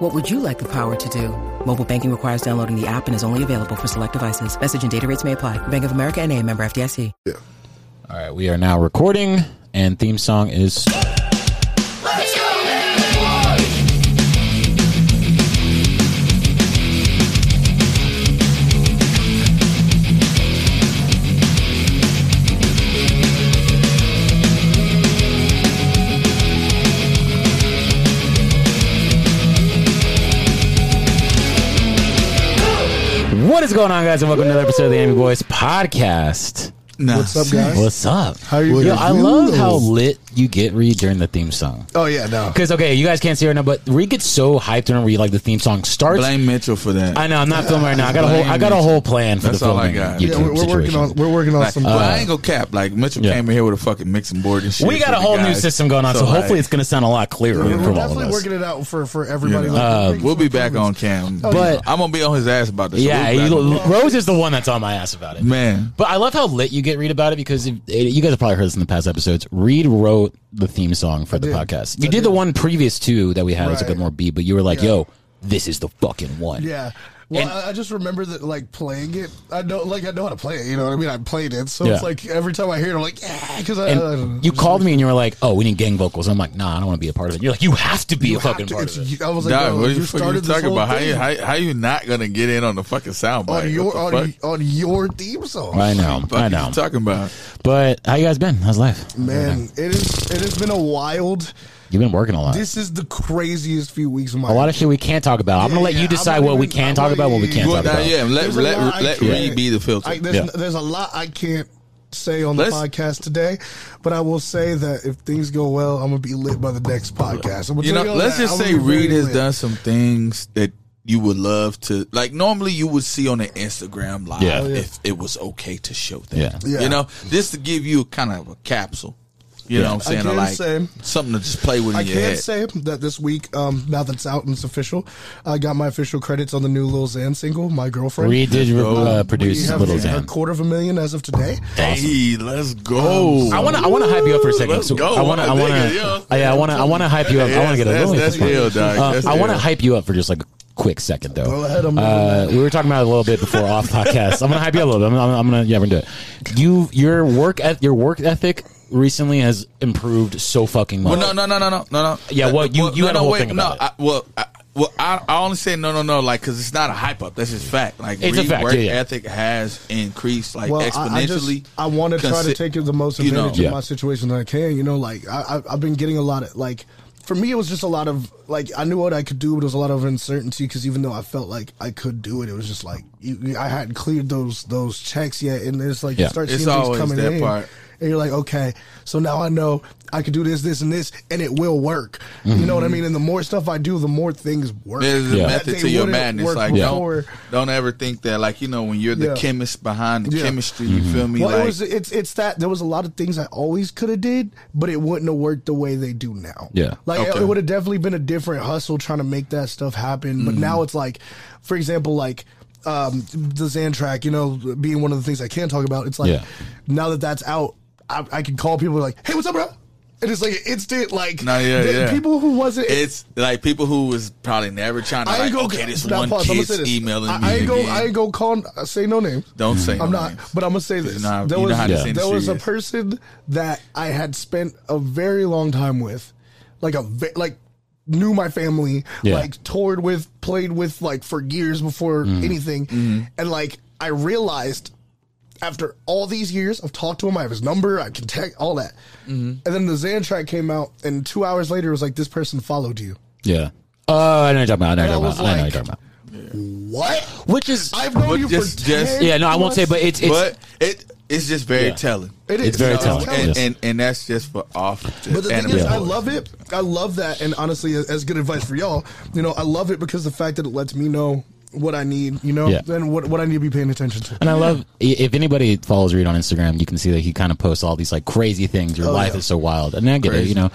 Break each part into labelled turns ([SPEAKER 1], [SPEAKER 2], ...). [SPEAKER 1] What would you like the power to do? Mobile banking requires downloading the app and is only available for select devices. Message and data rates may apply. Bank of America and a member FDIC.
[SPEAKER 2] Yeah.
[SPEAKER 3] All right, we are now recording, and theme song is. What is going on, guys, and welcome to another episode of the Anime Boys podcast.
[SPEAKER 4] Nah.
[SPEAKER 2] What's up, guys?
[SPEAKER 3] What's up?
[SPEAKER 4] How you
[SPEAKER 3] Yo,
[SPEAKER 4] doing?
[SPEAKER 3] I love how lit you get Reed during the theme song.
[SPEAKER 2] Oh yeah, no.
[SPEAKER 3] Because okay, you guys can't see her now, but Reed gets so hyped whenever you like the theme song starts.
[SPEAKER 4] Blame Mitchell for that.
[SPEAKER 3] I know I'm not filming right now. I got a whole I got a whole plan for
[SPEAKER 4] That's
[SPEAKER 3] the
[SPEAKER 4] all
[SPEAKER 3] filming.
[SPEAKER 4] I got.
[SPEAKER 2] Yeah, we're, we're working on we're working on
[SPEAKER 4] like,
[SPEAKER 2] some.
[SPEAKER 4] but I ain't gonna cap. Like Mitchell
[SPEAKER 3] Yeah.
[SPEAKER 4] came in here with a fucking mixing board and shit.
[SPEAKER 3] we got
[SPEAKER 4] for
[SPEAKER 3] a
[SPEAKER 4] the
[SPEAKER 3] whole new
[SPEAKER 4] guys.
[SPEAKER 3] system going on, so,
[SPEAKER 4] like,
[SPEAKER 3] hopefully it's going to sound a lot clearer
[SPEAKER 2] we're
[SPEAKER 3] from all of
[SPEAKER 2] definitely
[SPEAKER 3] us.
[SPEAKER 2] working it out for for everybody.
[SPEAKER 4] Yeah.
[SPEAKER 2] Like,
[SPEAKER 4] Um,
[SPEAKER 2] thanks
[SPEAKER 4] we'll
[SPEAKER 2] for
[SPEAKER 4] be back
[SPEAKER 2] improvements.
[SPEAKER 4] on cam.
[SPEAKER 3] But-
[SPEAKER 4] I'm gonna be on his ass about this.
[SPEAKER 3] yeah,
[SPEAKER 4] We'll be
[SPEAKER 3] you-
[SPEAKER 4] back on cam.
[SPEAKER 3] Rose is the one that's on my ass about it.
[SPEAKER 4] man.
[SPEAKER 3] But I love how lit you get Reed about it because if, eh, you guys have probably heard this in the past episodes. Reed wrote the theme song for the
[SPEAKER 2] did.
[SPEAKER 3] podcast. You did, the one previous to that we had as like a
[SPEAKER 2] Right.
[SPEAKER 3] more B, but you were like, "Yo, this is the fucking one."
[SPEAKER 2] Yeah. Well,
[SPEAKER 3] And-
[SPEAKER 2] I, I just remember that like playing it. I know, like I know how to play it. You know what I mean? I played it, so
[SPEAKER 3] Yeah.
[SPEAKER 2] it's like every time I hear it, I'm like, yeah, because I, uh, I
[SPEAKER 3] And
[SPEAKER 2] don't know.
[SPEAKER 3] you called me and you were like, "Oh, we need gang vocals." I'm like, "Nah, I don't want to be a part of it." You're like, "You have to be
[SPEAKER 2] You
[SPEAKER 3] a
[SPEAKER 2] have
[SPEAKER 3] fucking
[SPEAKER 2] to-
[SPEAKER 3] part
[SPEAKER 2] it's-
[SPEAKER 3] of it."
[SPEAKER 2] you- I was like,
[SPEAKER 4] Dog,
[SPEAKER 2] bro,
[SPEAKER 4] what
[SPEAKER 2] you,
[SPEAKER 4] the fuck you
[SPEAKER 2] started this
[SPEAKER 4] talking
[SPEAKER 2] whole
[SPEAKER 4] about? How you,
[SPEAKER 2] thing
[SPEAKER 4] how, how you not gonna get in on the fucking soundbite? What
[SPEAKER 2] on your
[SPEAKER 4] the
[SPEAKER 2] on,
[SPEAKER 4] fuck?
[SPEAKER 2] y- on your theme song.
[SPEAKER 3] I know,
[SPEAKER 4] Fuck
[SPEAKER 3] I
[SPEAKER 4] is you
[SPEAKER 3] know.
[SPEAKER 4] talking about?
[SPEAKER 3] But how you guys been? How's life?
[SPEAKER 2] Man, it is. It has been a wild.
[SPEAKER 3] You've been working a lot.
[SPEAKER 2] This is the craziest few weeks of my
[SPEAKER 3] a lot of shit we can't talk about. I'm gonna
[SPEAKER 2] Yeah,
[SPEAKER 3] let
[SPEAKER 2] yeah,
[SPEAKER 3] you
[SPEAKER 2] I'm
[SPEAKER 3] decide
[SPEAKER 2] not
[SPEAKER 3] what we
[SPEAKER 2] even-
[SPEAKER 3] can
[SPEAKER 2] I'm
[SPEAKER 3] talk
[SPEAKER 2] not
[SPEAKER 3] about, what we
[SPEAKER 2] even-
[SPEAKER 3] can't
[SPEAKER 4] Well,
[SPEAKER 3] talk
[SPEAKER 4] nah,
[SPEAKER 3] about.
[SPEAKER 4] yeah, let
[SPEAKER 2] There's a lot
[SPEAKER 4] let
[SPEAKER 2] I
[SPEAKER 4] let
[SPEAKER 2] can't-
[SPEAKER 4] Reed be the filter.
[SPEAKER 2] I, there's,
[SPEAKER 3] Yeah.
[SPEAKER 2] there's a lot I can't say on the
[SPEAKER 4] Let's-
[SPEAKER 2] podcast today, but I will say that if things go well, I'm gonna be lit by the next podcast. I'm gonna
[SPEAKER 4] you
[SPEAKER 2] tell
[SPEAKER 4] know,
[SPEAKER 2] y'all
[SPEAKER 4] let's
[SPEAKER 2] that.
[SPEAKER 4] just
[SPEAKER 2] I'm
[SPEAKER 4] say
[SPEAKER 2] gonna be
[SPEAKER 4] Reed
[SPEAKER 2] very
[SPEAKER 4] has
[SPEAKER 2] lit.
[SPEAKER 4] done some things that you would love to like. Normally, you would see on an Instagram live
[SPEAKER 3] Yeah. Oh, yeah.
[SPEAKER 4] if it was okay to show that.
[SPEAKER 3] Yeah.
[SPEAKER 2] Yeah.
[SPEAKER 4] you know, just to give you kind of a capsule. You know what I'm saying?
[SPEAKER 2] I can
[SPEAKER 4] like
[SPEAKER 2] say-
[SPEAKER 4] something to just play with in
[SPEAKER 2] I
[SPEAKER 4] your
[SPEAKER 2] can
[SPEAKER 4] head.
[SPEAKER 2] say that this week, um, now that it's out and it's official, I got my official credits on the new Lil Xan single, "My Girlfriend."
[SPEAKER 3] Reed did uh,
[SPEAKER 2] We
[SPEAKER 3] produce
[SPEAKER 2] have
[SPEAKER 3] Little
[SPEAKER 2] a- a
[SPEAKER 3] Zan.
[SPEAKER 2] quarter of a million as of today.
[SPEAKER 4] Hey, let's go!
[SPEAKER 3] I want to. I want to hype you up for a 2nd
[SPEAKER 4] Let's
[SPEAKER 3] so
[SPEAKER 4] go,
[SPEAKER 3] I want to. I
[SPEAKER 4] my
[SPEAKER 3] want
[SPEAKER 4] nigga, yo.
[SPEAKER 3] to. Yeah, I want to. I want to hype you up. I want to get a
[SPEAKER 4] That's-
[SPEAKER 3] little.
[SPEAKER 4] that's ill, dog. That's
[SPEAKER 3] Uh, I want to
[SPEAKER 4] ill.
[SPEAKER 3] hype you up for just like a quick second though.
[SPEAKER 2] Go ahead, I'm doing
[SPEAKER 3] Uh, we were talking about it a little bit before off podcast. I'm gonna hype you up a little bit. I'm, I'm, I'm gonna. Yeah, we're gonna do it. You your work at your work ethic recently has improved so fucking much.
[SPEAKER 4] Well, no, no, no, no, no, no, no.
[SPEAKER 3] Yeah, well, you- you had a whole thing about
[SPEAKER 4] no,
[SPEAKER 3] it.
[SPEAKER 4] I, well, I, well, I, I only say no, no, no, like because it's not a hype up. That's just fact. Like
[SPEAKER 3] It's a
[SPEAKER 4] Reed
[SPEAKER 3] fact,
[SPEAKER 4] work
[SPEAKER 3] yeah, yeah.
[SPEAKER 4] ethic has increased like
[SPEAKER 2] well,
[SPEAKER 4] exponentially.
[SPEAKER 2] I, I just I want to try to
[SPEAKER 4] Consi-
[SPEAKER 2] take the most
[SPEAKER 4] you know.
[SPEAKER 2] advantage
[SPEAKER 3] Yeah.
[SPEAKER 2] of my situation that I can. You know, like I, I, I've been getting a lot of like. For me, it was just a lot of like I knew what I could do, but it was a lot of uncertainty because even though I felt like I could do it, it was just like you, you- I hadn't cleared those those checks yet, and it's like
[SPEAKER 3] Yeah.
[SPEAKER 2] you start
[SPEAKER 4] It's
[SPEAKER 2] seeing things
[SPEAKER 4] always
[SPEAKER 2] coming
[SPEAKER 4] that
[SPEAKER 2] in,
[SPEAKER 4] part.
[SPEAKER 2] and you're like, okay, so now I know I can do this, this, and this, and it will work. You know what I
[SPEAKER 4] Mm-hmm.
[SPEAKER 2] mean? And the more stuff I do, the more things work.
[SPEAKER 4] There's a
[SPEAKER 3] Yeah.
[SPEAKER 4] method
[SPEAKER 2] That
[SPEAKER 4] to
[SPEAKER 2] they
[SPEAKER 4] your
[SPEAKER 2] wouldn't
[SPEAKER 4] madness.
[SPEAKER 2] work
[SPEAKER 4] Like
[SPEAKER 2] before.
[SPEAKER 4] don't don't ever think that like you know when you're the
[SPEAKER 2] Yeah.
[SPEAKER 4] chemist behind the
[SPEAKER 2] Yeah.
[SPEAKER 4] chemistry.
[SPEAKER 3] Mm-hmm.
[SPEAKER 4] You feel me?
[SPEAKER 2] Well,
[SPEAKER 4] like
[SPEAKER 2] it was, it's it's that there was a lot of things I always could have did, but it wouldn't have worked the way they do now.
[SPEAKER 3] Yeah.
[SPEAKER 2] like it-
[SPEAKER 4] Okay.
[SPEAKER 2] it would have definitely been a different hustle trying to make that stuff happen. But
[SPEAKER 4] Mm-hmm.
[SPEAKER 2] now it's like, for example, like um, the Xan track, you know, being one of the things I can talk about. It's like
[SPEAKER 3] Yeah.
[SPEAKER 2] now that that's out, I, I can call people like, "Hey, what's up, bro?" And it's like an instant, like
[SPEAKER 4] No, yeah,
[SPEAKER 2] the
[SPEAKER 4] yeah.
[SPEAKER 2] people who wasn't.
[SPEAKER 4] it's like people who was probably never trying to
[SPEAKER 2] I
[SPEAKER 4] like
[SPEAKER 2] ain't go.
[SPEAKER 4] okay, this
[SPEAKER 2] now,
[SPEAKER 4] one
[SPEAKER 2] pause, I'ma say
[SPEAKER 4] kid's
[SPEAKER 2] this.
[SPEAKER 4] emailing
[SPEAKER 2] I,
[SPEAKER 4] me
[SPEAKER 2] I ain't go.
[SPEAKER 4] again.
[SPEAKER 2] I ain't go call. uh, Say no name.
[SPEAKER 4] Don't say
[SPEAKER 2] I'm
[SPEAKER 4] no
[SPEAKER 2] not,
[SPEAKER 4] names.
[SPEAKER 2] but I'm gonna say
[SPEAKER 4] You're
[SPEAKER 2] this.
[SPEAKER 4] not-
[SPEAKER 2] there
[SPEAKER 4] you know
[SPEAKER 2] was,
[SPEAKER 4] how this
[SPEAKER 2] there
[SPEAKER 4] industry
[SPEAKER 2] was a
[SPEAKER 4] is.
[SPEAKER 2] person that I had spent a very long time with, like a ve- like knew my family,
[SPEAKER 3] Yeah.
[SPEAKER 2] like toured with, played with, like for years before anything, and like I realized after all these years, I've talked to him. I have his number. I can text all that. And then the Xan track came out, and two hours later, it was like this person followed you.
[SPEAKER 3] Yeah. Oh, I know what you're talking about. I know
[SPEAKER 2] And I
[SPEAKER 3] you're
[SPEAKER 2] was
[SPEAKER 3] talking about. I know you're
[SPEAKER 2] like-
[SPEAKER 3] talking about.
[SPEAKER 2] What?
[SPEAKER 3] Which is
[SPEAKER 2] I've known
[SPEAKER 4] But
[SPEAKER 2] you
[SPEAKER 4] just-
[SPEAKER 2] for
[SPEAKER 4] just-
[SPEAKER 2] 10
[SPEAKER 3] yeah. No, I won't say, but it's it's
[SPEAKER 4] but it it's just very
[SPEAKER 3] Yeah.
[SPEAKER 4] telling.
[SPEAKER 2] It is.
[SPEAKER 3] It's very
[SPEAKER 2] It's
[SPEAKER 3] telling.
[SPEAKER 2] telling.
[SPEAKER 4] And,
[SPEAKER 3] Yes.
[SPEAKER 4] and and that's just for off.
[SPEAKER 2] But the thing is, I
[SPEAKER 3] boys.
[SPEAKER 2] love it. I love that, and honestly, as good advice for y'all, you know, I love it because the fact that it lets me know what I need, you know,
[SPEAKER 3] Yeah.
[SPEAKER 2] and what what I need to be paying attention to.
[SPEAKER 3] And I love i- if anybody follows Reed on Instagram, you can see that he kind of posts all these like crazy things.
[SPEAKER 4] Oh,
[SPEAKER 3] Your life
[SPEAKER 2] yeah.
[SPEAKER 3] is so wild, and I get it, you know.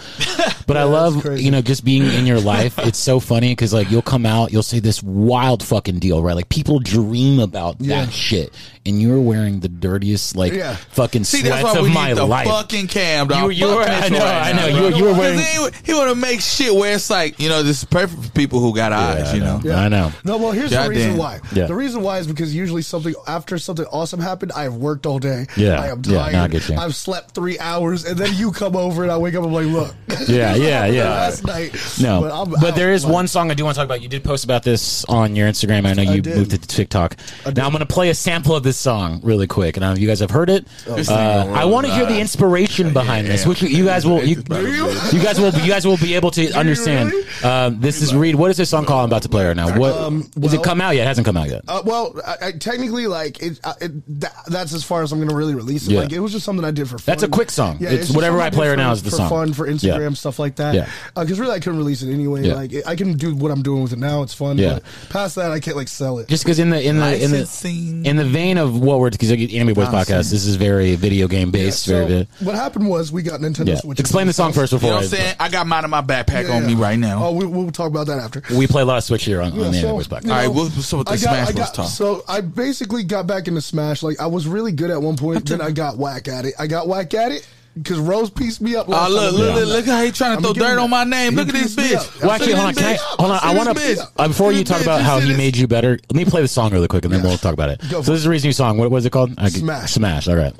[SPEAKER 3] But I
[SPEAKER 2] that's
[SPEAKER 3] love
[SPEAKER 2] crazy.
[SPEAKER 3] you know just being in your life. It's so funny because like you'll come out, you'll see this wild fucking deal, right? Like people dream about
[SPEAKER 2] Yeah.
[SPEAKER 3] that shit, and you're wearing the dirtiest like
[SPEAKER 2] Yeah.
[SPEAKER 3] fucking
[SPEAKER 4] See, that's
[SPEAKER 3] sweats
[SPEAKER 4] why
[SPEAKER 3] of
[SPEAKER 4] we
[SPEAKER 3] my
[SPEAKER 4] need the
[SPEAKER 3] life.
[SPEAKER 4] fucking cam, dog.
[SPEAKER 3] You- you were- I know, I know, you- you were wearing-
[SPEAKER 4] He, want to make shit where it's like, you know, this is perfect for people who got eyes, you know.
[SPEAKER 3] I know.
[SPEAKER 2] No, well, here's the
[SPEAKER 4] Goddamn.
[SPEAKER 2] reason why.
[SPEAKER 3] Yeah.
[SPEAKER 2] The reason why is because usually something after something awesome happened, I've worked all day.
[SPEAKER 3] Yeah.
[SPEAKER 2] I am
[SPEAKER 3] Yeah, no, I
[SPEAKER 2] tired.
[SPEAKER 3] get you.
[SPEAKER 2] I've slept three hours, and then you come over, and I wake up. I'm like, look,
[SPEAKER 3] Yeah, yeah, yeah.
[SPEAKER 2] last night.
[SPEAKER 3] Uh, No, but,
[SPEAKER 2] I'm out,
[SPEAKER 3] there is
[SPEAKER 2] like-
[SPEAKER 3] one song I do want to talk about. You did post about this on your Instagram. I know you
[SPEAKER 2] did.
[SPEAKER 3] moved it to TikTok. Now I'm going to play a sample of this song really quick, and I, you guys have heard it.
[SPEAKER 4] This thing
[SPEAKER 3] Uh,
[SPEAKER 4] gonna
[SPEAKER 3] I
[SPEAKER 4] roll
[SPEAKER 3] want to hear the
[SPEAKER 4] out.
[SPEAKER 3] inspiration behind this,
[SPEAKER 4] yeah.
[SPEAKER 3] which you guys will you,
[SPEAKER 4] Do you?
[SPEAKER 3] you guys will you guys will be able to understand.
[SPEAKER 2] really?
[SPEAKER 3] Um, this is Reed. What is this song called? I'm about to play right now. What has it
[SPEAKER 2] well-
[SPEAKER 3] come out yet? It hasn't come out yet.
[SPEAKER 2] Uh, well, I, I technically, like it, I it that, that's as far as I'm going to really release it.
[SPEAKER 3] Yeah.
[SPEAKER 2] Like it was just something I did for fun.
[SPEAKER 3] That's a quick song. It's
[SPEAKER 2] just
[SPEAKER 3] whatever
[SPEAKER 2] something
[SPEAKER 3] I play
[SPEAKER 2] did
[SPEAKER 3] right now
[SPEAKER 2] for-
[SPEAKER 3] is the
[SPEAKER 2] for
[SPEAKER 3] song.
[SPEAKER 2] fun for
[SPEAKER 3] Yeah.
[SPEAKER 2] Instagram stuff like that.
[SPEAKER 3] Yeah.
[SPEAKER 2] because really I couldn't release it anyway.
[SPEAKER 3] Yeah.
[SPEAKER 2] Like it, I can do what I'm doing with it now. It's fun.
[SPEAKER 3] Yeah.
[SPEAKER 2] But past that, I can't like sell it.
[SPEAKER 3] Just because in the in the in the
[SPEAKER 4] Licensing.
[SPEAKER 3] in the vein of what we're because Anime Boys podcast, this is very video game based.
[SPEAKER 2] So,
[SPEAKER 3] very
[SPEAKER 2] what happened was we got Nintendo
[SPEAKER 3] yeah.
[SPEAKER 2] Switch.
[SPEAKER 3] Explain the song first
[SPEAKER 4] You
[SPEAKER 3] before
[SPEAKER 4] know what I'm
[SPEAKER 3] I-
[SPEAKER 4] saying? I got mine in my backpack
[SPEAKER 2] Yeah,
[SPEAKER 4] on me
[SPEAKER 2] yeah.
[SPEAKER 4] right
[SPEAKER 2] Oh,
[SPEAKER 4] now.
[SPEAKER 2] we, we'll talk about that after.
[SPEAKER 3] We play a lot of Switch here on, on the
[SPEAKER 2] Yeah,
[SPEAKER 3] Anime
[SPEAKER 2] so,
[SPEAKER 3] Boys podcast.
[SPEAKER 2] you know,
[SPEAKER 4] All right, we'll- so with the
[SPEAKER 2] I
[SPEAKER 4] Smash,
[SPEAKER 2] I
[SPEAKER 4] let's talk.
[SPEAKER 2] So I basically got back into Smash. Like I was really good at one point, then I got whack at it. I got whack at it because Rose pieced me up.
[SPEAKER 4] Oh,
[SPEAKER 2] last
[SPEAKER 4] look,
[SPEAKER 2] time.
[SPEAKER 4] look, look, look how he trying to
[SPEAKER 2] I'm
[SPEAKER 4] throw
[SPEAKER 2] giving
[SPEAKER 4] dirt
[SPEAKER 2] it-
[SPEAKER 4] on my name.
[SPEAKER 2] he
[SPEAKER 4] Look at this
[SPEAKER 2] pieced me up.
[SPEAKER 4] bitch.
[SPEAKER 3] Well, actually,
[SPEAKER 4] See
[SPEAKER 3] hold on.
[SPEAKER 4] this
[SPEAKER 3] Can I,
[SPEAKER 4] bitch?
[SPEAKER 3] hold on. I
[SPEAKER 4] See
[SPEAKER 3] want
[SPEAKER 4] this
[SPEAKER 3] to
[SPEAKER 4] bitch?
[SPEAKER 3] before
[SPEAKER 4] See
[SPEAKER 3] you
[SPEAKER 4] this
[SPEAKER 3] talk
[SPEAKER 4] bitch?
[SPEAKER 3] about how
[SPEAKER 4] see
[SPEAKER 3] he
[SPEAKER 4] this?
[SPEAKER 3] made you better. Let me play the song really quick, and then we'll talk about it.
[SPEAKER 2] Go
[SPEAKER 3] So
[SPEAKER 2] for
[SPEAKER 3] this is Reed's new song. What was it called? I-
[SPEAKER 2] Smash.
[SPEAKER 3] Smash. All right.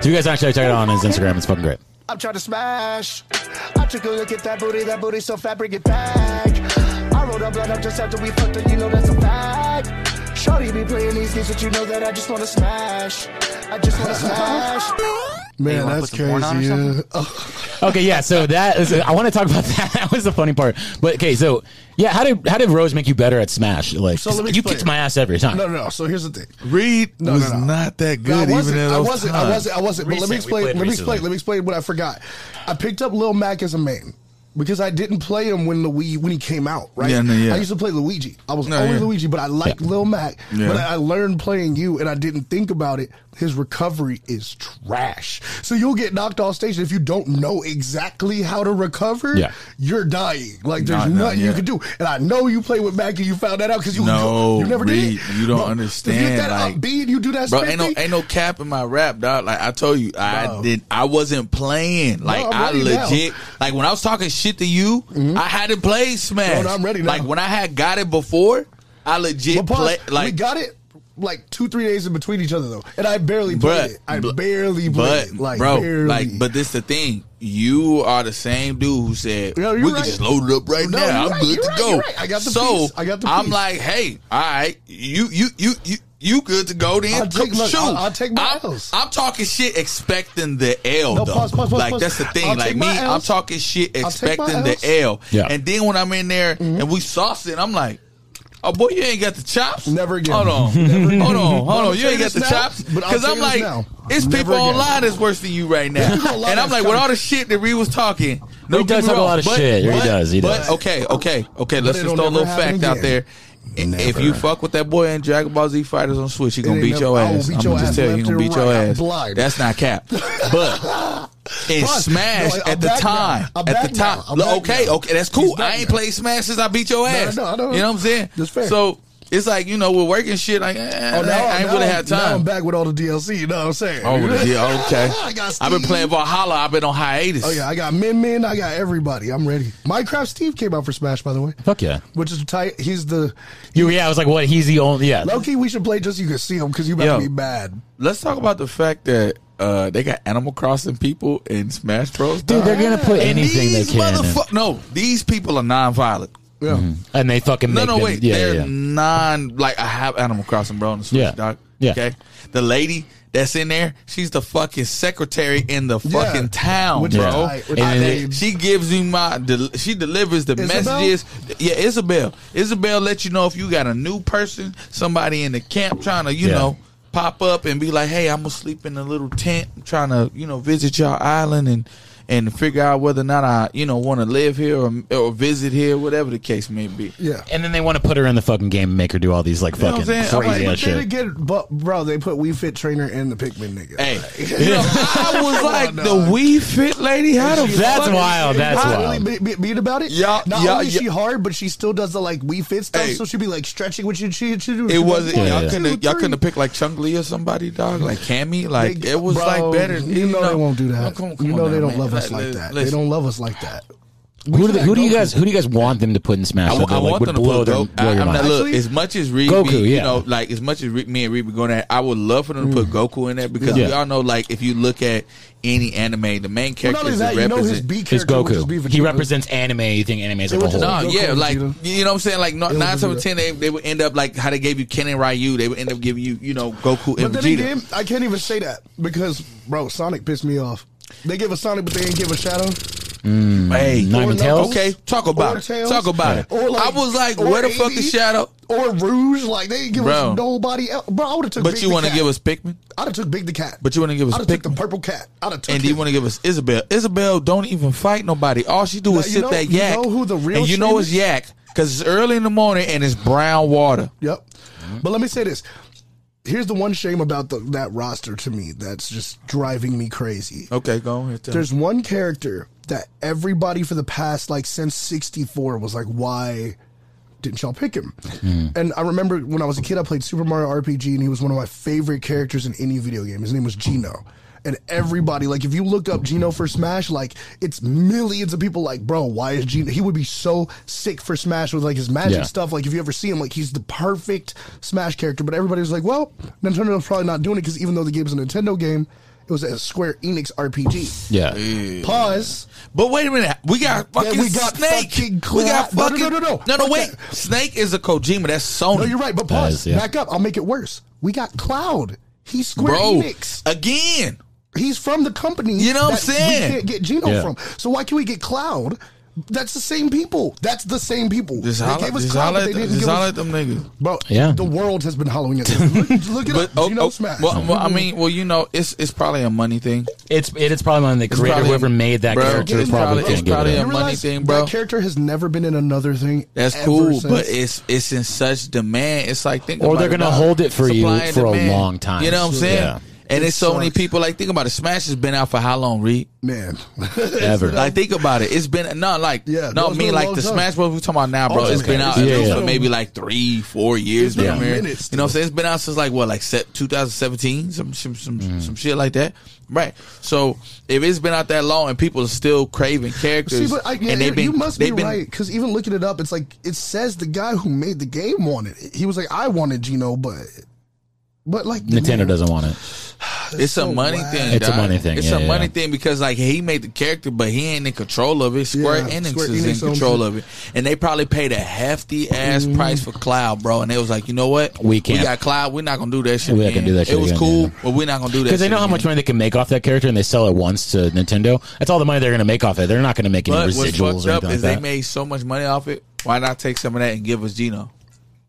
[SPEAKER 3] So you guys actually check it out on his Instagram. It's fucking great.
[SPEAKER 5] I'm trying to smash. I took a look at that booty, that booty so fat, bring it back. I rolled up blood up just after we fucked up, you know that's a fact. Shawty be playing these games, but you know that I just wanna smash. I just wanna smash.
[SPEAKER 2] Man,
[SPEAKER 5] wanna
[SPEAKER 2] that's
[SPEAKER 5] put some porn on or
[SPEAKER 2] crazy.
[SPEAKER 5] something?
[SPEAKER 2] yeah.
[SPEAKER 3] Okay, yeah. So that is. I want to talk about that. That was the funny part. But okay, so yeah, how did how did Rose make you better at Smash? Like
[SPEAKER 2] So let me
[SPEAKER 3] you
[SPEAKER 2] explain.
[SPEAKER 3] kicked my ass every time.
[SPEAKER 2] No, no, no. So here's the thing.
[SPEAKER 4] Reed
[SPEAKER 2] No,
[SPEAKER 4] was
[SPEAKER 2] no, no.
[SPEAKER 4] not that
[SPEAKER 2] No, I
[SPEAKER 4] good even
[SPEAKER 2] wasn't.
[SPEAKER 4] in
[SPEAKER 2] I
[SPEAKER 4] those
[SPEAKER 2] wasn't. I
[SPEAKER 4] times.
[SPEAKER 2] wasn't. I wasn't. But let
[SPEAKER 3] Recent, we
[SPEAKER 2] me explain.
[SPEAKER 3] played
[SPEAKER 2] Let me
[SPEAKER 3] recently.
[SPEAKER 2] explain. Let me explain what I forgot. I picked up Lil Mac as a main because I didn't play him when the Wii when he came out. Right.
[SPEAKER 4] Yeah, no, yeah.
[SPEAKER 2] I used to play Luigi. I was
[SPEAKER 4] No,
[SPEAKER 2] only
[SPEAKER 4] yeah.
[SPEAKER 2] Luigi, but I liked Lil Mac.
[SPEAKER 4] Yeah.
[SPEAKER 2] But I, I learned playing you, and I didn't think about it. His recovery is trash. So you'll get knocked off stage and if you don't know exactly how to recover.
[SPEAKER 3] Yeah.
[SPEAKER 2] You're dying. Like there's
[SPEAKER 4] No, no,
[SPEAKER 2] nothing you
[SPEAKER 4] yeah.
[SPEAKER 2] can do. And I know you played with Mac, and you found that out because you
[SPEAKER 4] No,
[SPEAKER 2] you, never
[SPEAKER 4] Reed,
[SPEAKER 2] did. it.
[SPEAKER 4] you don't
[SPEAKER 2] Bro, If you
[SPEAKER 4] understand,
[SPEAKER 2] hit that
[SPEAKER 4] like-
[SPEAKER 2] upbeat, you do that.
[SPEAKER 4] Bro,
[SPEAKER 2] spin
[SPEAKER 4] ain't no
[SPEAKER 2] thing,
[SPEAKER 4] ain't no cap in my rap, dog. Like I told you, I
[SPEAKER 2] Bro.
[SPEAKER 4] did. I wasn't playing. Like
[SPEAKER 2] I'm
[SPEAKER 4] I
[SPEAKER 2] ready now.
[SPEAKER 4] legit. Like when I was talking shit to you, I hadn't played Smash.
[SPEAKER 2] Bro, I'm ready now.
[SPEAKER 4] Like when I had got it before, I legit
[SPEAKER 2] But pause.
[SPEAKER 4] play. Like
[SPEAKER 2] we got it like two, three days in between each other though, and I barely played it. I
[SPEAKER 4] bl-
[SPEAKER 2] barely
[SPEAKER 4] but,
[SPEAKER 2] played it. Like,
[SPEAKER 4] bro,
[SPEAKER 2] barely.
[SPEAKER 4] like, but this the thing. You are the same dude who said
[SPEAKER 2] No,
[SPEAKER 4] we
[SPEAKER 2] you're
[SPEAKER 4] can
[SPEAKER 2] right.
[SPEAKER 4] just load it up right
[SPEAKER 2] No,
[SPEAKER 4] now.
[SPEAKER 2] you're
[SPEAKER 4] I'm
[SPEAKER 2] right,
[SPEAKER 4] good
[SPEAKER 2] you're
[SPEAKER 4] to
[SPEAKER 2] right,
[SPEAKER 4] go.
[SPEAKER 2] you're right. I got the
[SPEAKER 4] so
[SPEAKER 2] piece. I got the
[SPEAKER 4] I'm
[SPEAKER 2] piece.
[SPEAKER 4] like, hey, all right, you you you you. You good to go then?
[SPEAKER 2] I'll take-
[SPEAKER 4] Come-
[SPEAKER 2] look,
[SPEAKER 4] shoot.
[SPEAKER 2] I'll- I'll take my
[SPEAKER 4] I'm,
[SPEAKER 2] L's.
[SPEAKER 4] I'm talking shit expecting the L
[SPEAKER 2] No,
[SPEAKER 4] though.
[SPEAKER 2] pause, pause, pause,
[SPEAKER 4] like
[SPEAKER 2] pause.
[SPEAKER 4] that's the thing.
[SPEAKER 2] I'll
[SPEAKER 4] like
[SPEAKER 2] take
[SPEAKER 4] me,
[SPEAKER 2] my
[SPEAKER 4] I'm
[SPEAKER 2] L's.
[SPEAKER 4] talking shit
[SPEAKER 2] I'll take my Mm-hmm.
[SPEAKER 4] expecting the L.
[SPEAKER 3] Yeah.
[SPEAKER 4] And then when I'm in there and we sauce it, I'm like, oh boy, you ain't got the chops.
[SPEAKER 2] Never again.
[SPEAKER 4] Hold on, hold on,
[SPEAKER 2] I'ma
[SPEAKER 4] hold on. You
[SPEAKER 2] tell
[SPEAKER 4] ain't got
[SPEAKER 2] you this
[SPEAKER 4] the
[SPEAKER 2] now,
[SPEAKER 4] chops.
[SPEAKER 2] but I'll
[SPEAKER 4] Because
[SPEAKER 2] tell
[SPEAKER 4] I'm
[SPEAKER 2] you this
[SPEAKER 4] like,
[SPEAKER 2] now.
[SPEAKER 4] it's
[SPEAKER 2] Never
[SPEAKER 4] people
[SPEAKER 2] again.
[SPEAKER 4] online that's worse than you right now.
[SPEAKER 2] People online
[SPEAKER 4] and I'm
[SPEAKER 2] that's
[SPEAKER 4] like, with
[SPEAKER 2] coming.
[SPEAKER 4] all the shit that Reed was talking, no,
[SPEAKER 3] He
[SPEAKER 4] get
[SPEAKER 3] does
[SPEAKER 4] me
[SPEAKER 3] have a
[SPEAKER 4] wrong,
[SPEAKER 3] lot of
[SPEAKER 4] but-
[SPEAKER 3] shit. He
[SPEAKER 4] but-
[SPEAKER 3] does, he
[SPEAKER 4] but-
[SPEAKER 3] does.
[SPEAKER 4] Okay, okay, okay. Let's just
[SPEAKER 2] it'll
[SPEAKER 4] throw a little
[SPEAKER 2] never happen
[SPEAKER 4] fact out
[SPEAKER 2] again.
[SPEAKER 4] there. If you fuck with that boy in Dragon Ball Z Fighters on Switch, he gonna
[SPEAKER 2] ain't
[SPEAKER 4] beat
[SPEAKER 2] never-
[SPEAKER 4] your
[SPEAKER 2] I will
[SPEAKER 4] ass.
[SPEAKER 2] beat
[SPEAKER 4] I'm
[SPEAKER 2] your
[SPEAKER 4] gonna just
[SPEAKER 2] ass
[SPEAKER 4] tell you, he
[SPEAKER 2] left
[SPEAKER 4] gonna
[SPEAKER 2] and
[SPEAKER 4] beat your
[SPEAKER 2] right. I'm
[SPEAKER 4] ass.
[SPEAKER 2] blind.
[SPEAKER 4] That's not cap. But in
[SPEAKER 2] Plus,
[SPEAKER 4] Smash
[SPEAKER 2] no, I'm
[SPEAKER 4] at the
[SPEAKER 2] back now.
[SPEAKER 4] time,
[SPEAKER 2] I'm
[SPEAKER 4] at
[SPEAKER 2] back
[SPEAKER 4] the time.
[SPEAKER 2] now. I'm
[SPEAKER 4] Look,
[SPEAKER 2] back
[SPEAKER 4] okay,
[SPEAKER 2] now.
[SPEAKER 4] okay, that's
[SPEAKER 2] He's
[SPEAKER 4] cool.
[SPEAKER 2] back
[SPEAKER 4] I ain't
[SPEAKER 2] now.
[SPEAKER 4] played Smash since I beat your ass.
[SPEAKER 2] no, I know.
[SPEAKER 4] You know what I'm saying?
[SPEAKER 2] That's fair.
[SPEAKER 4] So it's like you know we're working shit. Like eh,
[SPEAKER 2] Oh, now,
[SPEAKER 4] I ain't
[SPEAKER 2] now,
[SPEAKER 4] really had
[SPEAKER 2] Now I'm
[SPEAKER 4] time.
[SPEAKER 2] back with all the DLC. You know what I'm saying?
[SPEAKER 4] Oh, yeah, okay.
[SPEAKER 2] I got
[SPEAKER 4] I've been
[SPEAKER 2] Steve.
[SPEAKER 4] playing Valhalla. I've been on hiatus.
[SPEAKER 2] Oh yeah, I got Min Min. I got everybody. I'm ready. Minecraft Steve came out for Smash, by the way,
[SPEAKER 3] Fuck yeah.
[SPEAKER 2] which is tight. He's the
[SPEAKER 3] You yeah. I was like, what? He's the only yeah.
[SPEAKER 2] Loki. We should play just so you can see him because you about
[SPEAKER 4] Yo.
[SPEAKER 2] to be mad.
[SPEAKER 4] Let's talk about the fact that uh, they got Animal Crossing people in Smash Bros.
[SPEAKER 3] Dude, they're gonna put anything they
[SPEAKER 4] these
[SPEAKER 3] can, in.
[SPEAKER 4] motherfu- no, these people are non-violent.
[SPEAKER 2] Yeah.
[SPEAKER 3] and they fucking
[SPEAKER 4] No,
[SPEAKER 3] make
[SPEAKER 4] no,
[SPEAKER 3] them-
[SPEAKER 4] wait.
[SPEAKER 3] Yeah,
[SPEAKER 4] they're
[SPEAKER 3] yeah, yeah.
[SPEAKER 4] non. Like I have Animal Crossing, bro, on the Switch,
[SPEAKER 3] Yeah.
[SPEAKER 4] dog.
[SPEAKER 3] Yeah.
[SPEAKER 4] Okay. The lady that's in there, she's the fucking secretary in the
[SPEAKER 2] Yeah.
[SPEAKER 4] fucking town,
[SPEAKER 2] Which is
[SPEAKER 4] bro.
[SPEAKER 2] tight, which
[SPEAKER 4] I
[SPEAKER 3] is
[SPEAKER 4] think
[SPEAKER 2] tight.
[SPEAKER 4] she gives you my. del- She delivers the
[SPEAKER 2] Isabel?
[SPEAKER 4] messages. Yeah, Isabel. Isabel lets you know if you got a new person, somebody in the camp trying to, you
[SPEAKER 3] Yeah.
[SPEAKER 4] know. Pop up and be like, "Hey, I'm gonna sleep in a little tent. I'm trying to, you know, visit y'all island and and figure out whether or not I, you know, want to live here or, or visit here, whatever the case may be.
[SPEAKER 2] Yeah.
[SPEAKER 3] And then they want to put her in the fucking game and make her do all these like
[SPEAKER 4] know
[SPEAKER 3] fucking
[SPEAKER 4] what I'm saying? I'm
[SPEAKER 3] crazy
[SPEAKER 4] like,
[SPEAKER 3] ass
[SPEAKER 2] They
[SPEAKER 3] shit.
[SPEAKER 2] didn't get, but bro, they put We Fit Trainer and the Pikmin nigga.
[SPEAKER 4] Hey, you know, I was like
[SPEAKER 2] on,
[SPEAKER 4] the
[SPEAKER 2] dog.
[SPEAKER 4] wee fit lady. How the
[SPEAKER 3] That's
[SPEAKER 4] fuck is
[SPEAKER 3] wild,
[SPEAKER 4] she-
[SPEAKER 3] Oh, that's
[SPEAKER 4] how-
[SPEAKER 3] wild.
[SPEAKER 2] Really be, be- beat about it.
[SPEAKER 4] Yeah,
[SPEAKER 2] Not
[SPEAKER 4] yeah,
[SPEAKER 2] only is
[SPEAKER 4] yeah.
[SPEAKER 2] she hard, but she still does the like We Fit stuff.
[SPEAKER 4] Hey.
[SPEAKER 2] So she be like stretching with you. She, she do. she
[SPEAKER 4] It
[SPEAKER 2] do
[SPEAKER 4] wasn't.
[SPEAKER 2] one,
[SPEAKER 4] y'all
[SPEAKER 3] yeah.
[SPEAKER 2] two,
[SPEAKER 4] couldn't. Y'all
[SPEAKER 2] three.
[SPEAKER 4] couldn't pick like Chung Lee or somebody, dog. Like Cammy. Like
[SPEAKER 2] They-
[SPEAKER 4] it was
[SPEAKER 2] bro,
[SPEAKER 4] like better.
[SPEAKER 2] You know, they won't do that.
[SPEAKER 4] Come on, come
[SPEAKER 2] you
[SPEAKER 4] on
[SPEAKER 2] know
[SPEAKER 4] now,
[SPEAKER 2] they don't
[SPEAKER 4] man.
[SPEAKER 2] love us
[SPEAKER 4] Like,
[SPEAKER 2] like that. They
[SPEAKER 4] listen.
[SPEAKER 2] don't love us like that.
[SPEAKER 3] Who do, they, who do you guys who do you guys want them to put in Smash?
[SPEAKER 4] I,
[SPEAKER 3] that,
[SPEAKER 4] I
[SPEAKER 3] like,
[SPEAKER 4] want
[SPEAKER 3] would
[SPEAKER 4] them to
[SPEAKER 3] blow
[SPEAKER 4] put
[SPEAKER 3] their,
[SPEAKER 4] Goku.
[SPEAKER 3] blow
[SPEAKER 4] I,
[SPEAKER 3] your
[SPEAKER 4] am not,
[SPEAKER 3] mind?
[SPEAKER 4] look,
[SPEAKER 2] Actually-
[SPEAKER 4] as much as Reed,
[SPEAKER 3] Goku,
[SPEAKER 4] be, you
[SPEAKER 3] yeah.
[SPEAKER 4] know, like as much as Reed, me and Reed were going at, I would love for them to put Goku in there because
[SPEAKER 3] Mm. Yeah.
[SPEAKER 4] we all know, like, if you look at any anime, the main
[SPEAKER 2] Well,
[SPEAKER 4] character
[SPEAKER 2] not only
[SPEAKER 4] is
[SPEAKER 2] that,
[SPEAKER 4] the
[SPEAKER 2] you know his
[SPEAKER 4] represent.
[SPEAKER 2] B
[SPEAKER 3] It's
[SPEAKER 2] character would just be
[SPEAKER 3] Goku. He
[SPEAKER 2] Vegeta.
[SPEAKER 3] represents anime. You think anime is like a
[SPEAKER 2] was
[SPEAKER 3] whole.
[SPEAKER 2] just-
[SPEAKER 4] No,
[SPEAKER 2] Goku
[SPEAKER 4] yeah,
[SPEAKER 2] and
[SPEAKER 4] like
[SPEAKER 2] Vegeta.
[SPEAKER 4] you know what I'm saying. Like no,
[SPEAKER 2] was
[SPEAKER 4] nine out of
[SPEAKER 2] Vegeta.
[SPEAKER 4] ten, they, they would end up like how they gave you Ken and Ryu. They would end up giving you, you know, Goku
[SPEAKER 2] But
[SPEAKER 4] and
[SPEAKER 2] then
[SPEAKER 4] Vegeta.
[SPEAKER 2] again, I can't even say that because bro, Sonic pissed me off. They give a Sonic, but they didn't give a Shadow.
[SPEAKER 4] Hey,
[SPEAKER 3] Nine
[SPEAKER 4] or
[SPEAKER 3] and
[SPEAKER 4] no-
[SPEAKER 3] Tails?
[SPEAKER 4] Okay, talk about
[SPEAKER 2] Or
[SPEAKER 4] it.
[SPEAKER 2] Tails?
[SPEAKER 4] Talk about
[SPEAKER 2] Yeah. Or
[SPEAKER 4] it.
[SPEAKER 2] like-
[SPEAKER 4] I was like,
[SPEAKER 2] or
[SPEAKER 4] where the fuck
[SPEAKER 2] AD?
[SPEAKER 4] is Shadow?
[SPEAKER 2] or Rouge. Like they didn't give
[SPEAKER 4] Bro.
[SPEAKER 2] us nobody else. Bro, I would have took.
[SPEAKER 4] But
[SPEAKER 2] Big
[SPEAKER 4] you
[SPEAKER 2] the
[SPEAKER 4] want to
[SPEAKER 2] Cat.
[SPEAKER 4] give us Pikmin,
[SPEAKER 2] I'd have took Big the Cat.
[SPEAKER 4] But you wanna give us
[SPEAKER 2] I'd have took the
[SPEAKER 4] Pikmin.
[SPEAKER 2] purple cat. I'd have took.
[SPEAKER 4] and then you
[SPEAKER 2] him.
[SPEAKER 4] want to give us Isabel. Isabel don't even fight nobody. All she do
[SPEAKER 2] Now,
[SPEAKER 4] is
[SPEAKER 2] you
[SPEAKER 4] sit
[SPEAKER 2] know-
[SPEAKER 4] there
[SPEAKER 2] you
[SPEAKER 4] yak.
[SPEAKER 2] know who the real
[SPEAKER 4] and you know
[SPEAKER 2] shame
[SPEAKER 4] it's
[SPEAKER 2] is?
[SPEAKER 4] yak because it's early in the morning and it's brown water.
[SPEAKER 2] Yep.
[SPEAKER 4] Mm-hmm.
[SPEAKER 2] But let me say this. Here's the one shame about the, that roster to me that's just driving me crazy.
[SPEAKER 4] Okay, go on. Tell
[SPEAKER 2] There's one character that everybody for the past like since '64 was like, why didn't y'all pick him? And I remember when I was a kid, I played Super Mario RPG, and he was one of my favorite characters in any video game. His name was Gino. And everybody, like, if you look up Gino for Smash, like, it's millions of people like, bro, why is Gino? He would be so sick for Smash with, like, his magic
[SPEAKER 3] Yeah.
[SPEAKER 2] stuff. Like, if you ever see him, like, he's the perfect Smash character. But everybody was like, well, Nintendo's probably not doing it because even though the game's a Nintendo game, it was a Square Enix RPG.
[SPEAKER 3] Yeah.
[SPEAKER 2] Pause.
[SPEAKER 4] But wait a minute, we got fucking
[SPEAKER 2] we got
[SPEAKER 4] snake.
[SPEAKER 2] fucking
[SPEAKER 4] we got
[SPEAKER 2] cla-
[SPEAKER 4] fucking
[SPEAKER 2] No, no, no, no, no.
[SPEAKER 4] no, no. Wait,
[SPEAKER 2] Okay.
[SPEAKER 4] snake is a Kojima. That's Sony.
[SPEAKER 2] No, you're right, but
[SPEAKER 3] That
[SPEAKER 2] pause.
[SPEAKER 3] is- yeah.
[SPEAKER 2] Back up. I'll make it worse. We got Cloud. He's Square
[SPEAKER 4] bro.
[SPEAKER 2] Enix.
[SPEAKER 4] Again,
[SPEAKER 2] He's from the company.
[SPEAKER 4] You know what I'm
[SPEAKER 2] that
[SPEAKER 4] saying?
[SPEAKER 2] We can't get Gino
[SPEAKER 3] Yeah.
[SPEAKER 2] from. So why can we get Cloud? That's the same people. That's the same people.
[SPEAKER 4] just
[SPEAKER 2] they
[SPEAKER 4] holla,
[SPEAKER 2] gave us
[SPEAKER 4] just
[SPEAKER 2] Cloud,
[SPEAKER 4] holla,
[SPEAKER 2] but
[SPEAKER 4] at
[SPEAKER 2] they
[SPEAKER 4] them-
[SPEAKER 2] didn't
[SPEAKER 4] just
[SPEAKER 2] give
[SPEAKER 4] holla
[SPEAKER 2] us.
[SPEAKER 4] at them niggas.
[SPEAKER 2] Bro,
[SPEAKER 3] Yeah.
[SPEAKER 2] the world has been hollering at them. Look, look it
[SPEAKER 4] But
[SPEAKER 2] up.
[SPEAKER 4] oh,
[SPEAKER 2] Gino
[SPEAKER 4] oh,
[SPEAKER 2] Smash.
[SPEAKER 4] well, well, I mean, well, you know, it's it's probably a money thing.
[SPEAKER 3] It's it, it's probably on the creator
[SPEAKER 4] probably-
[SPEAKER 3] whoever made that
[SPEAKER 4] bro,
[SPEAKER 3] character
[SPEAKER 4] it's
[SPEAKER 3] probably
[SPEAKER 4] probably-
[SPEAKER 3] can't
[SPEAKER 4] it's
[SPEAKER 3] give
[SPEAKER 4] probably
[SPEAKER 3] it
[SPEAKER 4] a
[SPEAKER 3] up.
[SPEAKER 2] You
[SPEAKER 4] money
[SPEAKER 2] realize
[SPEAKER 4] thing, bro.
[SPEAKER 2] That character has never been in another thing.
[SPEAKER 4] That's
[SPEAKER 2] ever
[SPEAKER 4] cool,
[SPEAKER 2] since.
[SPEAKER 4] but it's it's in such demand. It's like think
[SPEAKER 3] Or
[SPEAKER 4] about
[SPEAKER 3] they're
[SPEAKER 4] it,
[SPEAKER 3] gonna
[SPEAKER 4] dog.
[SPEAKER 3] hold it for you
[SPEAKER 4] Supply and
[SPEAKER 3] for a
[SPEAKER 4] demand.
[SPEAKER 3] long time.
[SPEAKER 4] You know what I'm saying?
[SPEAKER 3] Yeah.
[SPEAKER 4] And
[SPEAKER 2] It
[SPEAKER 4] it's so many
[SPEAKER 2] sucks.
[SPEAKER 4] people. Like think about it. Smash has been out for how long, Reed?
[SPEAKER 2] man.
[SPEAKER 3] Ever.
[SPEAKER 4] Like think about it. It's been no like
[SPEAKER 2] Yeah, no,
[SPEAKER 4] no
[SPEAKER 2] it's
[SPEAKER 4] me
[SPEAKER 2] been a
[SPEAKER 4] like
[SPEAKER 2] long
[SPEAKER 4] the
[SPEAKER 2] time.
[SPEAKER 4] Smash Bros. We talking about now, bro.
[SPEAKER 2] Oh,
[SPEAKER 4] it's been
[SPEAKER 2] okay.
[SPEAKER 4] out
[SPEAKER 3] Yeah.
[SPEAKER 4] for maybe like three, four years.
[SPEAKER 2] It's been
[SPEAKER 4] man.
[SPEAKER 2] a minute
[SPEAKER 4] You know what I'm saying? It's been out since like what like set 2017, some some some, some shit like that. Right. So if it's been out that long and people are still craving characters,
[SPEAKER 2] See, but I, yeah,
[SPEAKER 4] and they've been
[SPEAKER 2] you must be
[SPEAKER 4] they've
[SPEAKER 2] right, 'cause
[SPEAKER 4] been,
[SPEAKER 2] right because even looking it up, it's like it says the guy who made the game wanted it. He was like, "I wanted Gino, but but like the
[SPEAKER 3] Nintendo
[SPEAKER 2] name-
[SPEAKER 3] doesn't want it.
[SPEAKER 4] It's a
[SPEAKER 2] so
[SPEAKER 4] money
[SPEAKER 2] whack.
[SPEAKER 4] thing.
[SPEAKER 3] It's a
[SPEAKER 4] dog.
[SPEAKER 3] money thing,
[SPEAKER 4] It's
[SPEAKER 3] yeah,
[SPEAKER 4] a
[SPEAKER 3] yeah.
[SPEAKER 4] money thing because like he made the character, but he ain't in control of it. Square
[SPEAKER 2] Yeah,
[SPEAKER 4] Enix
[SPEAKER 2] Square
[SPEAKER 4] is
[SPEAKER 2] Enix
[SPEAKER 4] in
[SPEAKER 2] owns
[SPEAKER 4] control
[SPEAKER 2] it. Mm-hmm.
[SPEAKER 4] of it, and they probably paid a hefty ass price for Cloud, bro. And they was like, you know what,
[SPEAKER 3] We can't.
[SPEAKER 4] We got Cloud. We're not gonna do that shit.
[SPEAKER 3] We're not
[SPEAKER 4] again.
[SPEAKER 3] gonna do that shit
[SPEAKER 4] It was
[SPEAKER 3] again,
[SPEAKER 4] cool,
[SPEAKER 3] yeah.
[SPEAKER 4] but we're not gonna do that
[SPEAKER 3] Because they
[SPEAKER 4] shit
[SPEAKER 3] know how
[SPEAKER 4] again.
[SPEAKER 3] much money they can make off that character, and they sell it once to Nintendo. That's all the money they're going to make off it. They're not going to make any
[SPEAKER 4] But what's
[SPEAKER 3] residuals
[SPEAKER 4] fucked
[SPEAKER 3] or
[SPEAKER 4] up
[SPEAKER 3] anything
[SPEAKER 4] is
[SPEAKER 3] like
[SPEAKER 4] they
[SPEAKER 3] that.
[SPEAKER 4] made so much money off it. Why not take some of that and give us Gino?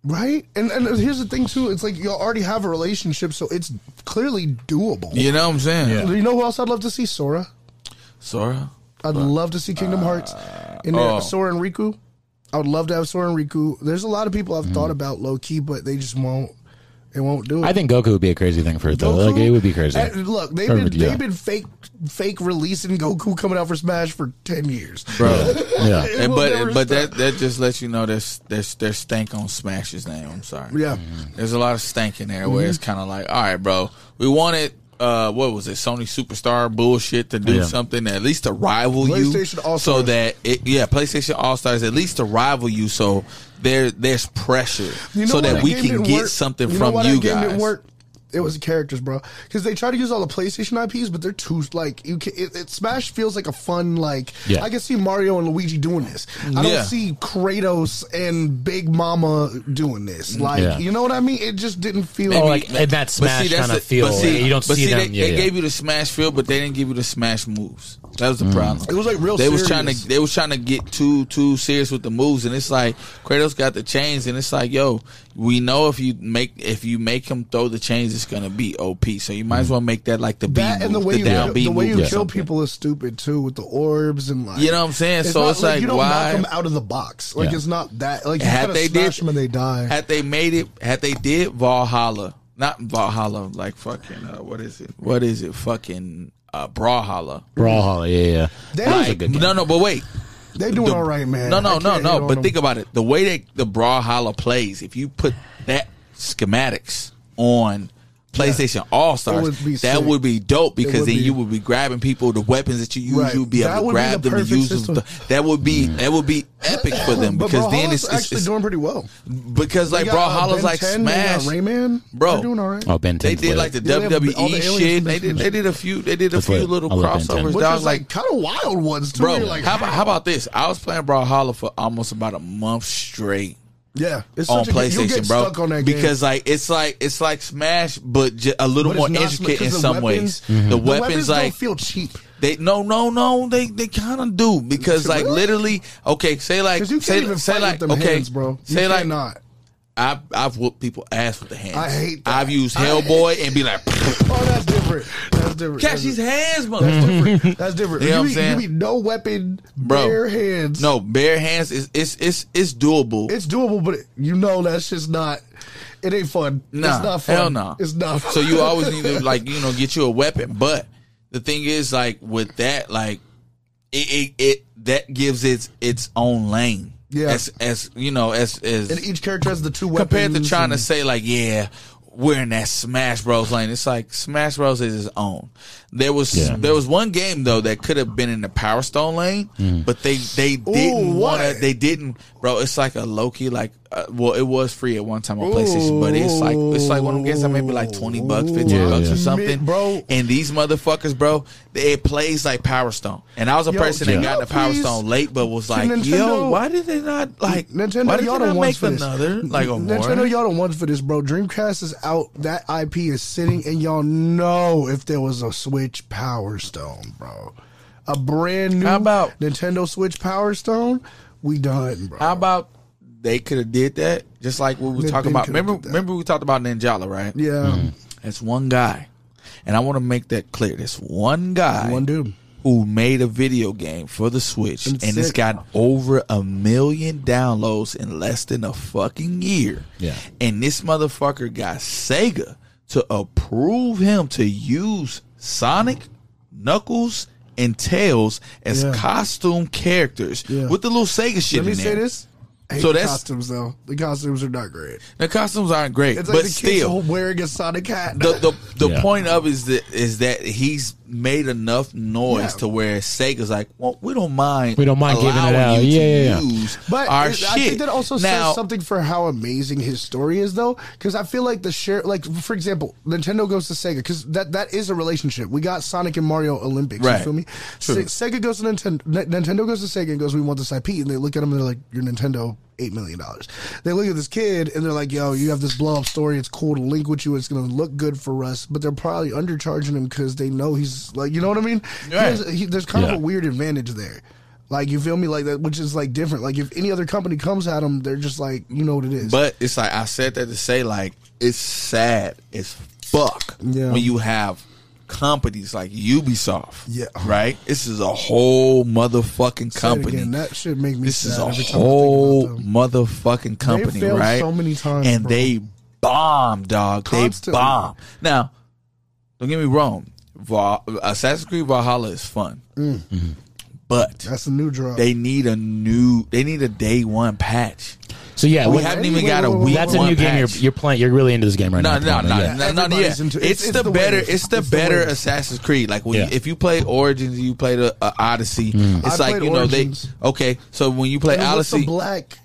[SPEAKER 2] right? And and here's the thing too, it's like you already have a relationship, so it's clearly doable.
[SPEAKER 4] You know what I'm saying?
[SPEAKER 3] Yeah.
[SPEAKER 2] You know who else I'd love to see? Sora.
[SPEAKER 4] Sora.
[SPEAKER 2] I'd love to see Kingdom Hearts in there.
[SPEAKER 3] Oh.
[SPEAKER 2] Sora and Riku. I would love to have Sora and Riku. There's a lot of people I've thought about low key, but they just won't. It won't do it.
[SPEAKER 3] I think Goku would be a crazy thing for it though.
[SPEAKER 2] Goku-
[SPEAKER 3] Like it would be crazy.
[SPEAKER 2] Uh, look, they've
[SPEAKER 3] Or,
[SPEAKER 2] been
[SPEAKER 3] yeah.
[SPEAKER 2] they've been fake fake releasing Goku coming out for Smash for ten years.
[SPEAKER 4] Bro,
[SPEAKER 3] yeah.
[SPEAKER 2] It
[SPEAKER 4] And
[SPEAKER 2] will never
[SPEAKER 4] but but
[SPEAKER 2] stop.
[SPEAKER 4] that that just lets you know there's there's there's stank on Smash's name. I'm sorry.
[SPEAKER 2] Yeah.
[SPEAKER 4] there's a lot of stank in there where it's kind of like, all right, bro, we wanted. Uh, what was it? Sony Superstar bullshit to do
[SPEAKER 3] Yeah.
[SPEAKER 4] something at least to rival
[SPEAKER 2] PlayStation
[SPEAKER 4] you, so
[SPEAKER 2] All-Stars.
[SPEAKER 4] that it, yeah, PlayStation All Stars at least to rival you. So there, there's pressure
[SPEAKER 2] You know
[SPEAKER 4] so
[SPEAKER 2] why
[SPEAKER 4] that we
[SPEAKER 2] game
[SPEAKER 4] can
[SPEAKER 2] didn't
[SPEAKER 4] get
[SPEAKER 2] work?
[SPEAKER 4] something
[SPEAKER 2] know
[SPEAKER 4] from
[SPEAKER 2] why that
[SPEAKER 4] you
[SPEAKER 2] game
[SPEAKER 4] guys.
[SPEAKER 2] Didn't work? It was the characters, bro, because they try to use all the PlayStation IPs, but they're too like you. Can, it, it Smash feels like a fun like.
[SPEAKER 3] Yeah.
[SPEAKER 2] I can see Mario and Luigi doing this. I
[SPEAKER 4] Yeah.
[SPEAKER 2] don't see Kratos and Big Mama doing this. Like
[SPEAKER 3] Yeah.
[SPEAKER 2] you know what I mean? It just didn't feel
[SPEAKER 3] Or
[SPEAKER 2] like.
[SPEAKER 3] Oh, like in that Smash
[SPEAKER 4] that's
[SPEAKER 3] kind of
[SPEAKER 4] the-
[SPEAKER 3] feel.
[SPEAKER 4] But see,
[SPEAKER 3] you don't
[SPEAKER 4] but
[SPEAKER 3] see, them.
[SPEAKER 4] They,
[SPEAKER 3] yeah,
[SPEAKER 4] they
[SPEAKER 3] yeah.
[SPEAKER 4] gave you the smash feel, but they didn't give you the smash moves. That
[SPEAKER 3] Mm.
[SPEAKER 4] was the problem.
[SPEAKER 2] It was, like, real
[SPEAKER 4] They was trying
[SPEAKER 2] serious.
[SPEAKER 4] to they was trying to get too too serious with the moves, and it's like Kratos got the chains, and it's like yo, we know if you make if you make him throw the change, it's gonna be op. So you
[SPEAKER 3] Mm.
[SPEAKER 4] might as well make that like the B
[SPEAKER 2] That
[SPEAKER 4] move,
[SPEAKER 2] and the way
[SPEAKER 4] the
[SPEAKER 2] you
[SPEAKER 4] down
[SPEAKER 2] kill,
[SPEAKER 4] B
[SPEAKER 2] the way
[SPEAKER 4] move
[SPEAKER 2] you
[SPEAKER 4] or
[SPEAKER 2] kill
[SPEAKER 4] something.
[SPEAKER 2] people is stupid too with the orbs and like
[SPEAKER 4] You know what I'm saying? So
[SPEAKER 2] not
[SPEAKER 4] it's like,
[SPEAKER 2] you don't
[SPEAKER 4] why-
[SPEAKER 2] knock them out of the box like
[SPEAKER 3] Yeah.
[SPEAKER 2] it's not that like you
[SPEAKER 4] Had
[SPEAKER 2] kind of
[SPEAKER 4] they
[SPEAKER 2] smash
[SPEAKER 4] did-
[SPEAKER 2] them and they die.
[SPEAKER 4] Had they made it, had they did Valhalla, not Valhalla, like fucking uh, what is it? What is it? Fucking uh, Brawlhalla.
[SPEAKER 3] Brawlhalla, yeah, yeah.
[SPEAKER 2] They-
[SPEAKER 3] That was a
[SPEAKER 4] Like,
[SPEAKER 3] good game.
[SPEAKER 4] no, no, but wait.
[SPEAKER 2] they doing
[SPEAKER 4] The-
[SPEAKER 2] all right, man.
[SPEAKER 4] No,
[SPEAKER 2] I
[SPEAKER 4] no,
[SPEAKER 2] can't
[SPEAKER 4] no,
[SPEAKER 2] hate
[SPEAKER 4] no.
[SPEAKER 2] on
[SPEAKER 4] But
[SPEAKER 2] them.
[SPEAKER 4] think about it. The way that the Brawlhalla plays, if you put that schematics on PlayStation All
[SPEAKER 2] It
[SPEAKER 4] Stars,
[SPEAKER 2] would be
[SPEAKER 4] that
[SPEAKER 2] sick.
[SPEAKER 4] would be dope because
[SPEAKER 2] would
[SPEAKER 4] then
[SPEAKER 2] be-
[SPEAKER 4] you would be grabbing people the weapons that you use.
[SPEAKER 2] Right.
[SPEAKER 4] You would be
[SPEAKER 2] That
[SPEAKER 4] able to
[SPEAKER 2] would be
[SPEAKER 4] grab
[SPEAKER 2] the
[SPEAKER 4] them and
[SPEAKER 2] perfect
[SPEAKER 4] use them.
[SPEAKER 2] system.
[SPEAKER 4] That would be that would be epic for them
[SPEAKER 2] But
[SPEAKER 4] because then
[SPEAKER 2] Brawlhalla's
[SPEAKER 4] it's, it's,
[SPEAKER 2] actually
[SPEAKER 4] it's
[SPEAKER 2] doing pretty well.
[SPEAKER 4] because
[SPEAKER 2] They
[SPEAKER 4] like
[SPEAKER 2] got, uh,
[SPEAKER 4] Brawlhalla's
[SPEAKER 2] Ben
[SPEAKER 4] like
[SPEAKER 2] 10, they got
[SPEAKER 4] Smash,
[SPEAKER 2] Rayman.
[SPEAKER 4] bro.
[SPEAKER 2] They're doing all right.
[SPEAKER 3] oh, Ben 10
[SPEAKER 4] They did like the
[SPEAKER 2] Yeah, they have the- all the
[SPEAKER 4] WWE
[SPEAKER 2] aliens
[SPEAKER 4] shit.
[SPEAKER 2] from
[SPEAKER 4] They
[SPEAKER 2] Ben
[SPEAKER 4] did. They did a few. They did a
[SPEAKER 3] That's
[SPEAKER 4] few
[SPEAKER 3] lit.
[SPEAKER 4] little
[SPEAKER 3] I love Ben 10.
[SPEAKER 4] crossovers.
[SPEAKER 3] Which
[SPEAKER 4] Dog,
[SPEAKER 2] is
[SPEAKER 4] like
[SPEAKER 2] like kind of wild ones too.
[SPEAKER 4] Bro,
[SPEAKER 2] You're like,
[SPEAKER 4] how about how about this? I was playing Brawlhalla for almost about a month straight
[SPEAKER 2] yeah, it's
[SPEAKER 4] on
[SPEAKER 2] such a,
[SPEAKER 4] PlayStation,
[SPEAKER 2] you get
[SPEAKER 4] bro.
[SPEAKER 2] stuck on that game.
[SPEAKER 4] because like it's like it's like Smash, but ju- a little
[SPEAKER 2] But
[SPEAKER 4] more
[SPEAKER 2] it's
[SPEAKER 4] intricate
[SPEAKER 2] not-
[SPEAKER 4] in
[SPEAKER 2] because the
[SPEAKER 4] some
[SPEAKER 2] weapons-
[SPEAKER 4] ways. The, weapons,
[SPEAKER 2] don't
[SPEAKER 4] like
[SPEAKER 2] feel cheap
[SPEAKER 4] they no no no they they kind of do because like
[SPEAKER 2] Really?
[SPEAKER 4] literally okay say like
[SPEAKER 2] because you can't
[SPEAKER 4] say,
[SPEAKER 2] even
[SPEAKER 4] say
[SPEAKER 2] fight
[SPEAKER 4] like
[SPEAKER 2] with them
[SPEAKER 4] okay
[SPEAKER 2] hands, bro. You
[SPEAKER 4] say like
[SPEAKER 2] not.
[SPEAKER 4] I've I've whooped people ass with the hands.
[SPEAKER 2] I hate that.
[SPEAKER 4] I've used
[SPEAKER 2] I hate-
[SPEAKER 4] Hellboy and be like
[SPEAKER 2] Oh, that's different. That's different.
[SPEAKER 4] catch
[SPEAKER 2] that's
[SPEAKER 4] these
[SPEAKER 2] different.
[SPEAKER 4] hands,
[SPEAKER 2] That's
[SPEAKER 4] motherfucker.
[SPEAKER 2] different. That's different.
[SPEAKER 4] You know what I'm
[SPEAKER 2] be-
[SPEAKER 4] saying?
[SPEAKER 2] You be no weapon,
[SPEAKER 4] Bro.
[SPEAKER 2] bare hands.
[SPEAKER 4] No, bare hands is it's it's it's doable.
[SPEAKER 2] it's doable, but you know that's just not. It ain't fun.
[SPEAKER 4] Nah,
[SPEAKER 2] it's not fun.
[SPEAKER 4] hell no.
[SPEAKER 2] It's not.
[SPEAKER 4] So you always need to like you know get you a weapon. But the thing is like with that like it it, it that gives its its own lane.
[SPEAKER 2] Yeah.
[SPEAKER 4] As as you know as as
[SPEAKER 2] and each character has the two weapons.
[SPEAKER 4] compared to trying to
[SPEAKER 2] and-
[SPEAKER 4] say like yeah we're in that Smash Bros lane. It's like Smash Bros is its own. There was
[SPEAKER 3] Yeah.
[SPEAKER 4] there was one game though that could have been in the Power Stone lane, but they they didn't want to.
[SPEAKER 2] Mm. what?
[SPEAKER 4] They didn't, bro. It's like a Loki. Like, uh, well, it was free at one time on PlayStation, but it's like it's like one of them games that maybe like twenty bucks, fifteen
[SPEAKER 3] Yeah,
[SPEAKER 4] bucks
[SPEAKER 3] yeah.
[SPEAKER 4] or something,
[SPEAKER 2] Mid- bro.
[SPEAKER 4] And these motherfuckers, bro, they, it plays like Power Stone. And I was a
[SPEAKER 2] Yo,
[SPEAKER 4] person that
[SPEAKER 2] yeah.
[SPEAKER 4] got into Power
[SPEAKER 2] please.
[SPEAKER 4] Stone late, but was
[SPEAKER 2] Can
[SPEAKER 4] like, yo,
[SPEAKER 2] Nintendo-
[SPEAKER 4] why did they not like?
[SPEAKER 2] Nintendo,
[SPEAKER 4] why did
[SPEAKER 2] y'all
[SPEAKER 4] they
[SPEAKER 2] don't
[SPEAKER 4] not
[SPEAKER 2] want
[SPEAKER 4] make
[SPEAKER 2] for this.
[SPEAKER 4] another like a
[SPEAKER 2] Nintendo,
[SPEAKER 4] more?
[SPEAKER 2] y'all don't want for this, bro. Dreamcast is out. That IP is sitting, and y'all know if there was a Switch Power Stone, bro, a brand new
[SPEAKER 4] How about-
[SPEAKER 2] Nintendo Switch Power Stone, we done, bro.
[SPEAKER 4] How about they could have did that? Just like what we were
[SPEAKER 2] They-
[SPEAKER 4] talking
[SPEAKER 2] they
[SPEAKER 4] about.
[SPEAKER 2] coulda
[SPEAKER 4] Remember,
[SPEAKER 2] did that.
[SPEAKER 4] remember we talked about Ninjala, right?
[SPEAKER 2] yeah,
[SPEAKER 4] That's one guy, and I want to make that clear. This one guy,
[SPEAKER 2] one dude.
[SPEAKER 4] who made a video game for the Switch,
[SPEAKER 2] It's
[SPEAKER 4] and it's
[SPEAKER 2] sick.
[SPEAKER 4] got over a million downloads in less than a fucking year.
[SPEAKER 3] Yeah.
[SPEAKER 4] and this motherfucker got Sega to approve him to use Sonic, Knuckles. And Tails as
[SPEAKER 2] Yeah.
[SPEAKER 4] costume characters
[SPEAKER 2] Yeah.
[SPEAKER 4] with the little Sega shit
[SPEAKER 2] Let me
[SPEAKER 4] in
[SPEAKER 2] say
[SPEAKER 4] there.
[SPEAKER 2] this. I hate
[SPEAKER 4] So
[SPEAKER 2] so
[SPEAKER 4] that's-
[SPEAKER 2] costumes though. The costumes are not great.
[SPEAKER 4] The costumes aren't great,
[SPEAKER 2] It's like
[SPEAKER 4] but
[SPEAKER 2] the
[SPEAKER 4] still,
[SPEAKER 2] kids wearing a Sonic hat.
[SPEAKER 4] the the, the
[SPEAKER 3] Yeah.
[SPEAKER 4] point of is that is that he's made enough noise
[SPEAKER 2] Yeah.
[SPEAKER 4] to where Sega's like, well, we don't mind,
[SPEAKER 3] We don't mind giving it
[SPEAKER 4] allowing
[SPEAKER 3] out.
[SPEAKER 4] you to
[SPEAKER 3] Yeah, yeah, yeah.
[SPEAKER 4] use
[SPEAKER 2] But
[SPEAKER 4] our
[SPEAKER 2] it-
[SPEAKER 4] shit.
[SPEAKER 2] I think that also
[SPEAKER 4] now,
[SPEAKER 2] says something for how amazing his story is, though, because I feel like the share, like for example, Nintendo goes to Sega because that that is a relationship. We got Sonic and Mario Olympics.
[SPEAKER 4] Right.
[SPEAKER 2] You feel me?
[SPEAKER 4] True.
[SPEAKER 2] Se- Sega goes to Nintendo. Nintendo goes to Sega and goes, "We want this IP," and they look at him and they're like, "You're Nintendo." Eight million dollars. They look at this kid and they're like, "Yo, you have this blow up story. It's cool to link with you. It's gonna look good for us." But they're probably undercharging him because they know he's like, you know what I mean? He
[SPEAKER 4] Right.
[SPEAKER 2] has- he- there's kind
[SPEAKER 3] Yeah.
[SPEAKER 2] of a weird advantage there. Like you feel me, like that, which is like different. Like if any other company comes at them, they're just like, you know what it is.
[SPEAKER 4] But it's like I said that to say like it's sad as fuck
[SPEAKER 2] Yeah.
[SPEAKER 4] when you have companies like Ubisoft.
[SPEAKER 2] Yeah.
[SPEAKER 4] Right? This is a whole motherfucking
[SPEAKER 2] Say it
[SPEAKER 4] company.
[SPEAKER 2] again, that should make me.
[SPEAKER 4] this
[SPEAKER 2] sad
[SPEAKER 4] is a
[SPEAKER 2] every time I think
[SPEAKER 4] whole
[SPEAKER 2] about them.
[SPEAKER 4] motherfucking company,
[SPEAKER 2] failed
[SPEAKER 4] right?
[SPEAKER 2] so many times,
[SPEAKER 4] and
[SPEAKER 2] bro.
[SPEAKER 4] they bomb, dog.
[SPEAKER 2] Constantly.
[SPEAKER 4] They bomb. Now, don't get me wrong. Val- Assassin's Creed Valhalla is fun, Mm-hmm. but
[SPEAKER 2] Mm. That's a new drug.
[SPEAKER 4] they need a new. They need a day one patch.
[SPEAKER 3] So yeah,
[SPEAKER 4] We
[SPEAKER 3] we-
[SPEAKER 4] haven't
[SPEAKER 2] wait,
[SPEAKER 4] even
[SPEAKER 2] wait,
[SPEAKER 4] got a
[SPEAKER 2] wait, wait,
[SPEAKER 4] week.
[SPEAKER 3] that's a
[SPEAKER 4] one
[SPEAKER 3] new game. You're,
[SPEAKER 4] patch.
[SPEAKER 3] you're playing. You're really into this game right
[SPEAKER 4] No,
[SPEAKER 3] now. Yeah.
[SPEAKER 4] no, no, no, no, yeah.
[SPEAKER 2] Everybody's into it.
[SPEAKER 4] It's,
[SPEAKER 2] It's-
[SPEAKER 4] the,
[SPEAKER 2] it's the
[SPEAKER 4] better.
[SPEAKER 2] wave.
[SPEAKER 4] It's the
[SPEAKER 2] It's the
[SPEAKER 4] better
[SPEAKER 2] wave.
[SPEAKER 4] Assassin's Creed. Like when
[SPEAKER 3] Yeah.
[SPEAKER 4] you, if you play Origins, you play the uh, Odyssey. It's
[SPEAKER 2] I
[SPEAKER 4] like
[SPEAKER 2] played
[SPEAKER 4] you know
[SPEAKER 2] Origins.
[SPEAKER 4] they okay. So when you play
[SPEAKER 2] And what's the
[SPEAKER 4] Odyssey,
[SPEAKER 2] black.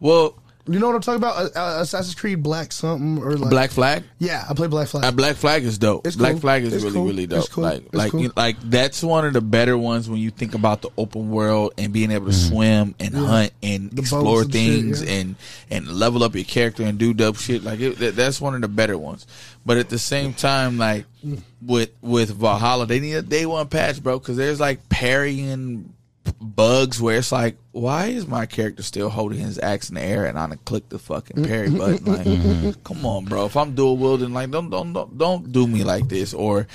[SPEAKER 4] well,
[SPEAKER 2] You know what I'm talking about? Uh, uh, Assassin's Creed Black something or like
[SPEAKER 4] Black Flag.
[SPEAKER 2] Yeah, I play Black Flag.
[SPEAKER 4] Uh, Black Flag is dope.
[SPEAKER 2] It's
[SPEAKER 4] Black
[SPEAKER 2] cool.
[SPEAKER 4] Flag is
[SPEAKER 2] It's
[SPEAKER 4] really
[SPEAKER 2] cool.
[SPEAKER 4] really dope.
[SPEAKER 2] It's cool.
[SPEAKER 4] Like
[SPEAKER 2] It's
[SPEAKER 4] like
[SPEAKER 2] cool.
[SPEAKER 4] you- like that's one of the better ones when you think about the open world and being able to swim and hunt and
[SPEAKER 2] boats
[SPEAKER 4] explore
[SPEAKER 2] and shit,
[SPEAKER 4] things
[SPEAKER 2] yeah.
[SPEAKER 4] and and level up your character and do dope shit. Like it, that, that's one of the better ones. But at the same time, like
[SPEAKER 2] Mm.
[SPEAKER 4] with with Valhalla, they need a day one patch, bro, because there's like parrying bugs where it's like, why is my character still holding his axe in the air and I done click the fucking parry
[SPEAKER 2] Mm-hmm.
[SPEAKER 4] button? Like, come on, bro. If I'm dual wielding, like, don't don't don't don't do me like this. Or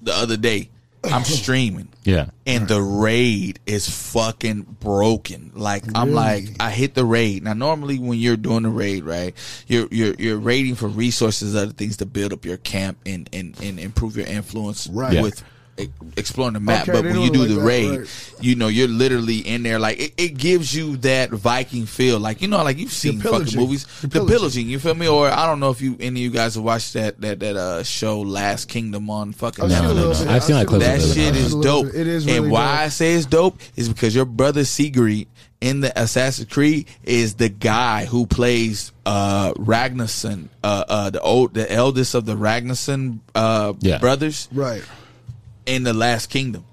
[SPEAKER 4] the other day, I'm streaming.
[SPEAKER 3] Yeah.
[SPEAKER 4] And the raid is fucking broken. Like I'm like I hit the raid. Now normally when you're doing the raid, right, you're you're you're raiding for resources, other things to build up your camp and and, and improve your influence
[SPEAKER 2] Right. Yeah.
[SPEAKER 4] with e- exploring the map.
[SPEAKER 2] Okay,
[SPEAKER 4] but
[SPEAKER 2] they
[SPEAKER 4] when
[SPEAKER 2] do
[SPEAKER 4] you
[SPEAKER 2] it
[SPEAKER 4] do
[SPEAKER 2] like
[SPEAKER 4] the
[SPEAKER 2] that,
[SPEAKER 4] raid,
[SPEAKER 2] right.
[SPEAKER 4] you know you're literally in there. Like it, it gives you that Viking feel. Like you know, like you've seen fucking
[SPEAKER 2] pillaging.
[SPEAKER 4] movies,
[SPEAKER 2] You're
[SPEAKER 4] the
[SPEAKER 2] pillaging.
[SPEAKER 4] pillaging. You feel me? Or I don't know if you any of you guys have watched that that that uh show Last Kingdom on fucking
[SPEAKER 2] I've seen a
[SPEAKER 3] no,
[SPEAKER 2] little
[SPEAKER 3] no.
[SPEAKER 2] bit.
[SPEAKER 3] I've seen that clip
[SPEAKER 4] that
[SPEAKER 3] It is
[SPEAKER 4] shit
[SPEAKER 3] dope.
[SPEAKER 4] is
[SPEAKER 2] A little
[SPEAKER 4] dope.
[SPEAKER 2] bit. It is really
[SPEAKER 4] and why I
[SPEAKER 2] dope.
[SPEAKER 4] say it's dope is because your brother Sigrid in the Assassin's Creed is the guy who plays uh Ragnarsson, uh, uh the old the eldest of the Ragnarsson uh
[SPEAKER 3] Yeah.
[SPEAKER 4] brothers
[SPEAKER 2] Right.
[SPEAKER 4] in the Last Kingdom.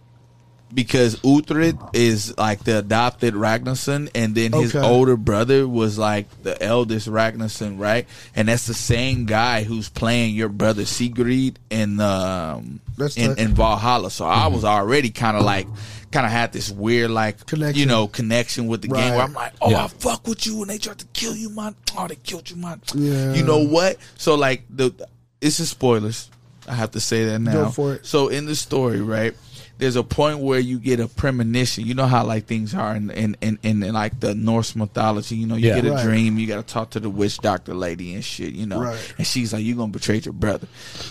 [SPEAKER 4] Because Uhtred is like the adopted Ragnarsson, and then his
[SPEAKER 2] Okay.
[SPEAKER 4] older brother was like the eldest Ragnarsson, right? And that's the same guy who's playing your brother Sigrid in um
[SPEAKER 2] That's Mm-hmm.
[SPEAKER 4] in,
[SPEAKER 2] tight.
[SPEAKER 4] in Valhalla. So I was already kind of like, kind of had this weird like
[SPEAKER 2] Connection.
[SPEAKER 4] you know connection with the game
[SPEAKER 2] Right.
[SPEAKER 4] where I'm like, oh,
[SPEAKER 3] Yeah.
[SPEAKER 4] I fuck with you, and they tried to kill you, man. Oh, they killed you, man.
[SPEAKER 2] Yeah.
[SPEAKER 4] You know what? So like the, this is spoilers. I have to say that now
[SPEAKER 2] Go
[SPEAKER 4] now.
[SPEAKER 2] for it.
[SPEAKER 4] So in the story, right, there's a point where you get a premonition. You know how like things are in in in, in, in, like the Norse mythology. You know, you
[SPEAKER 3] Yeah.
[SPEAKER 4] get a
[SPEAKER 2] Right.
[SPEAKER 4] dream. You got to talk to the witch doctor lady and shit. You know,
[SPEAKER 2] Right.
[SPEAKER 4] and she's like, "You're gonna betray your brother,"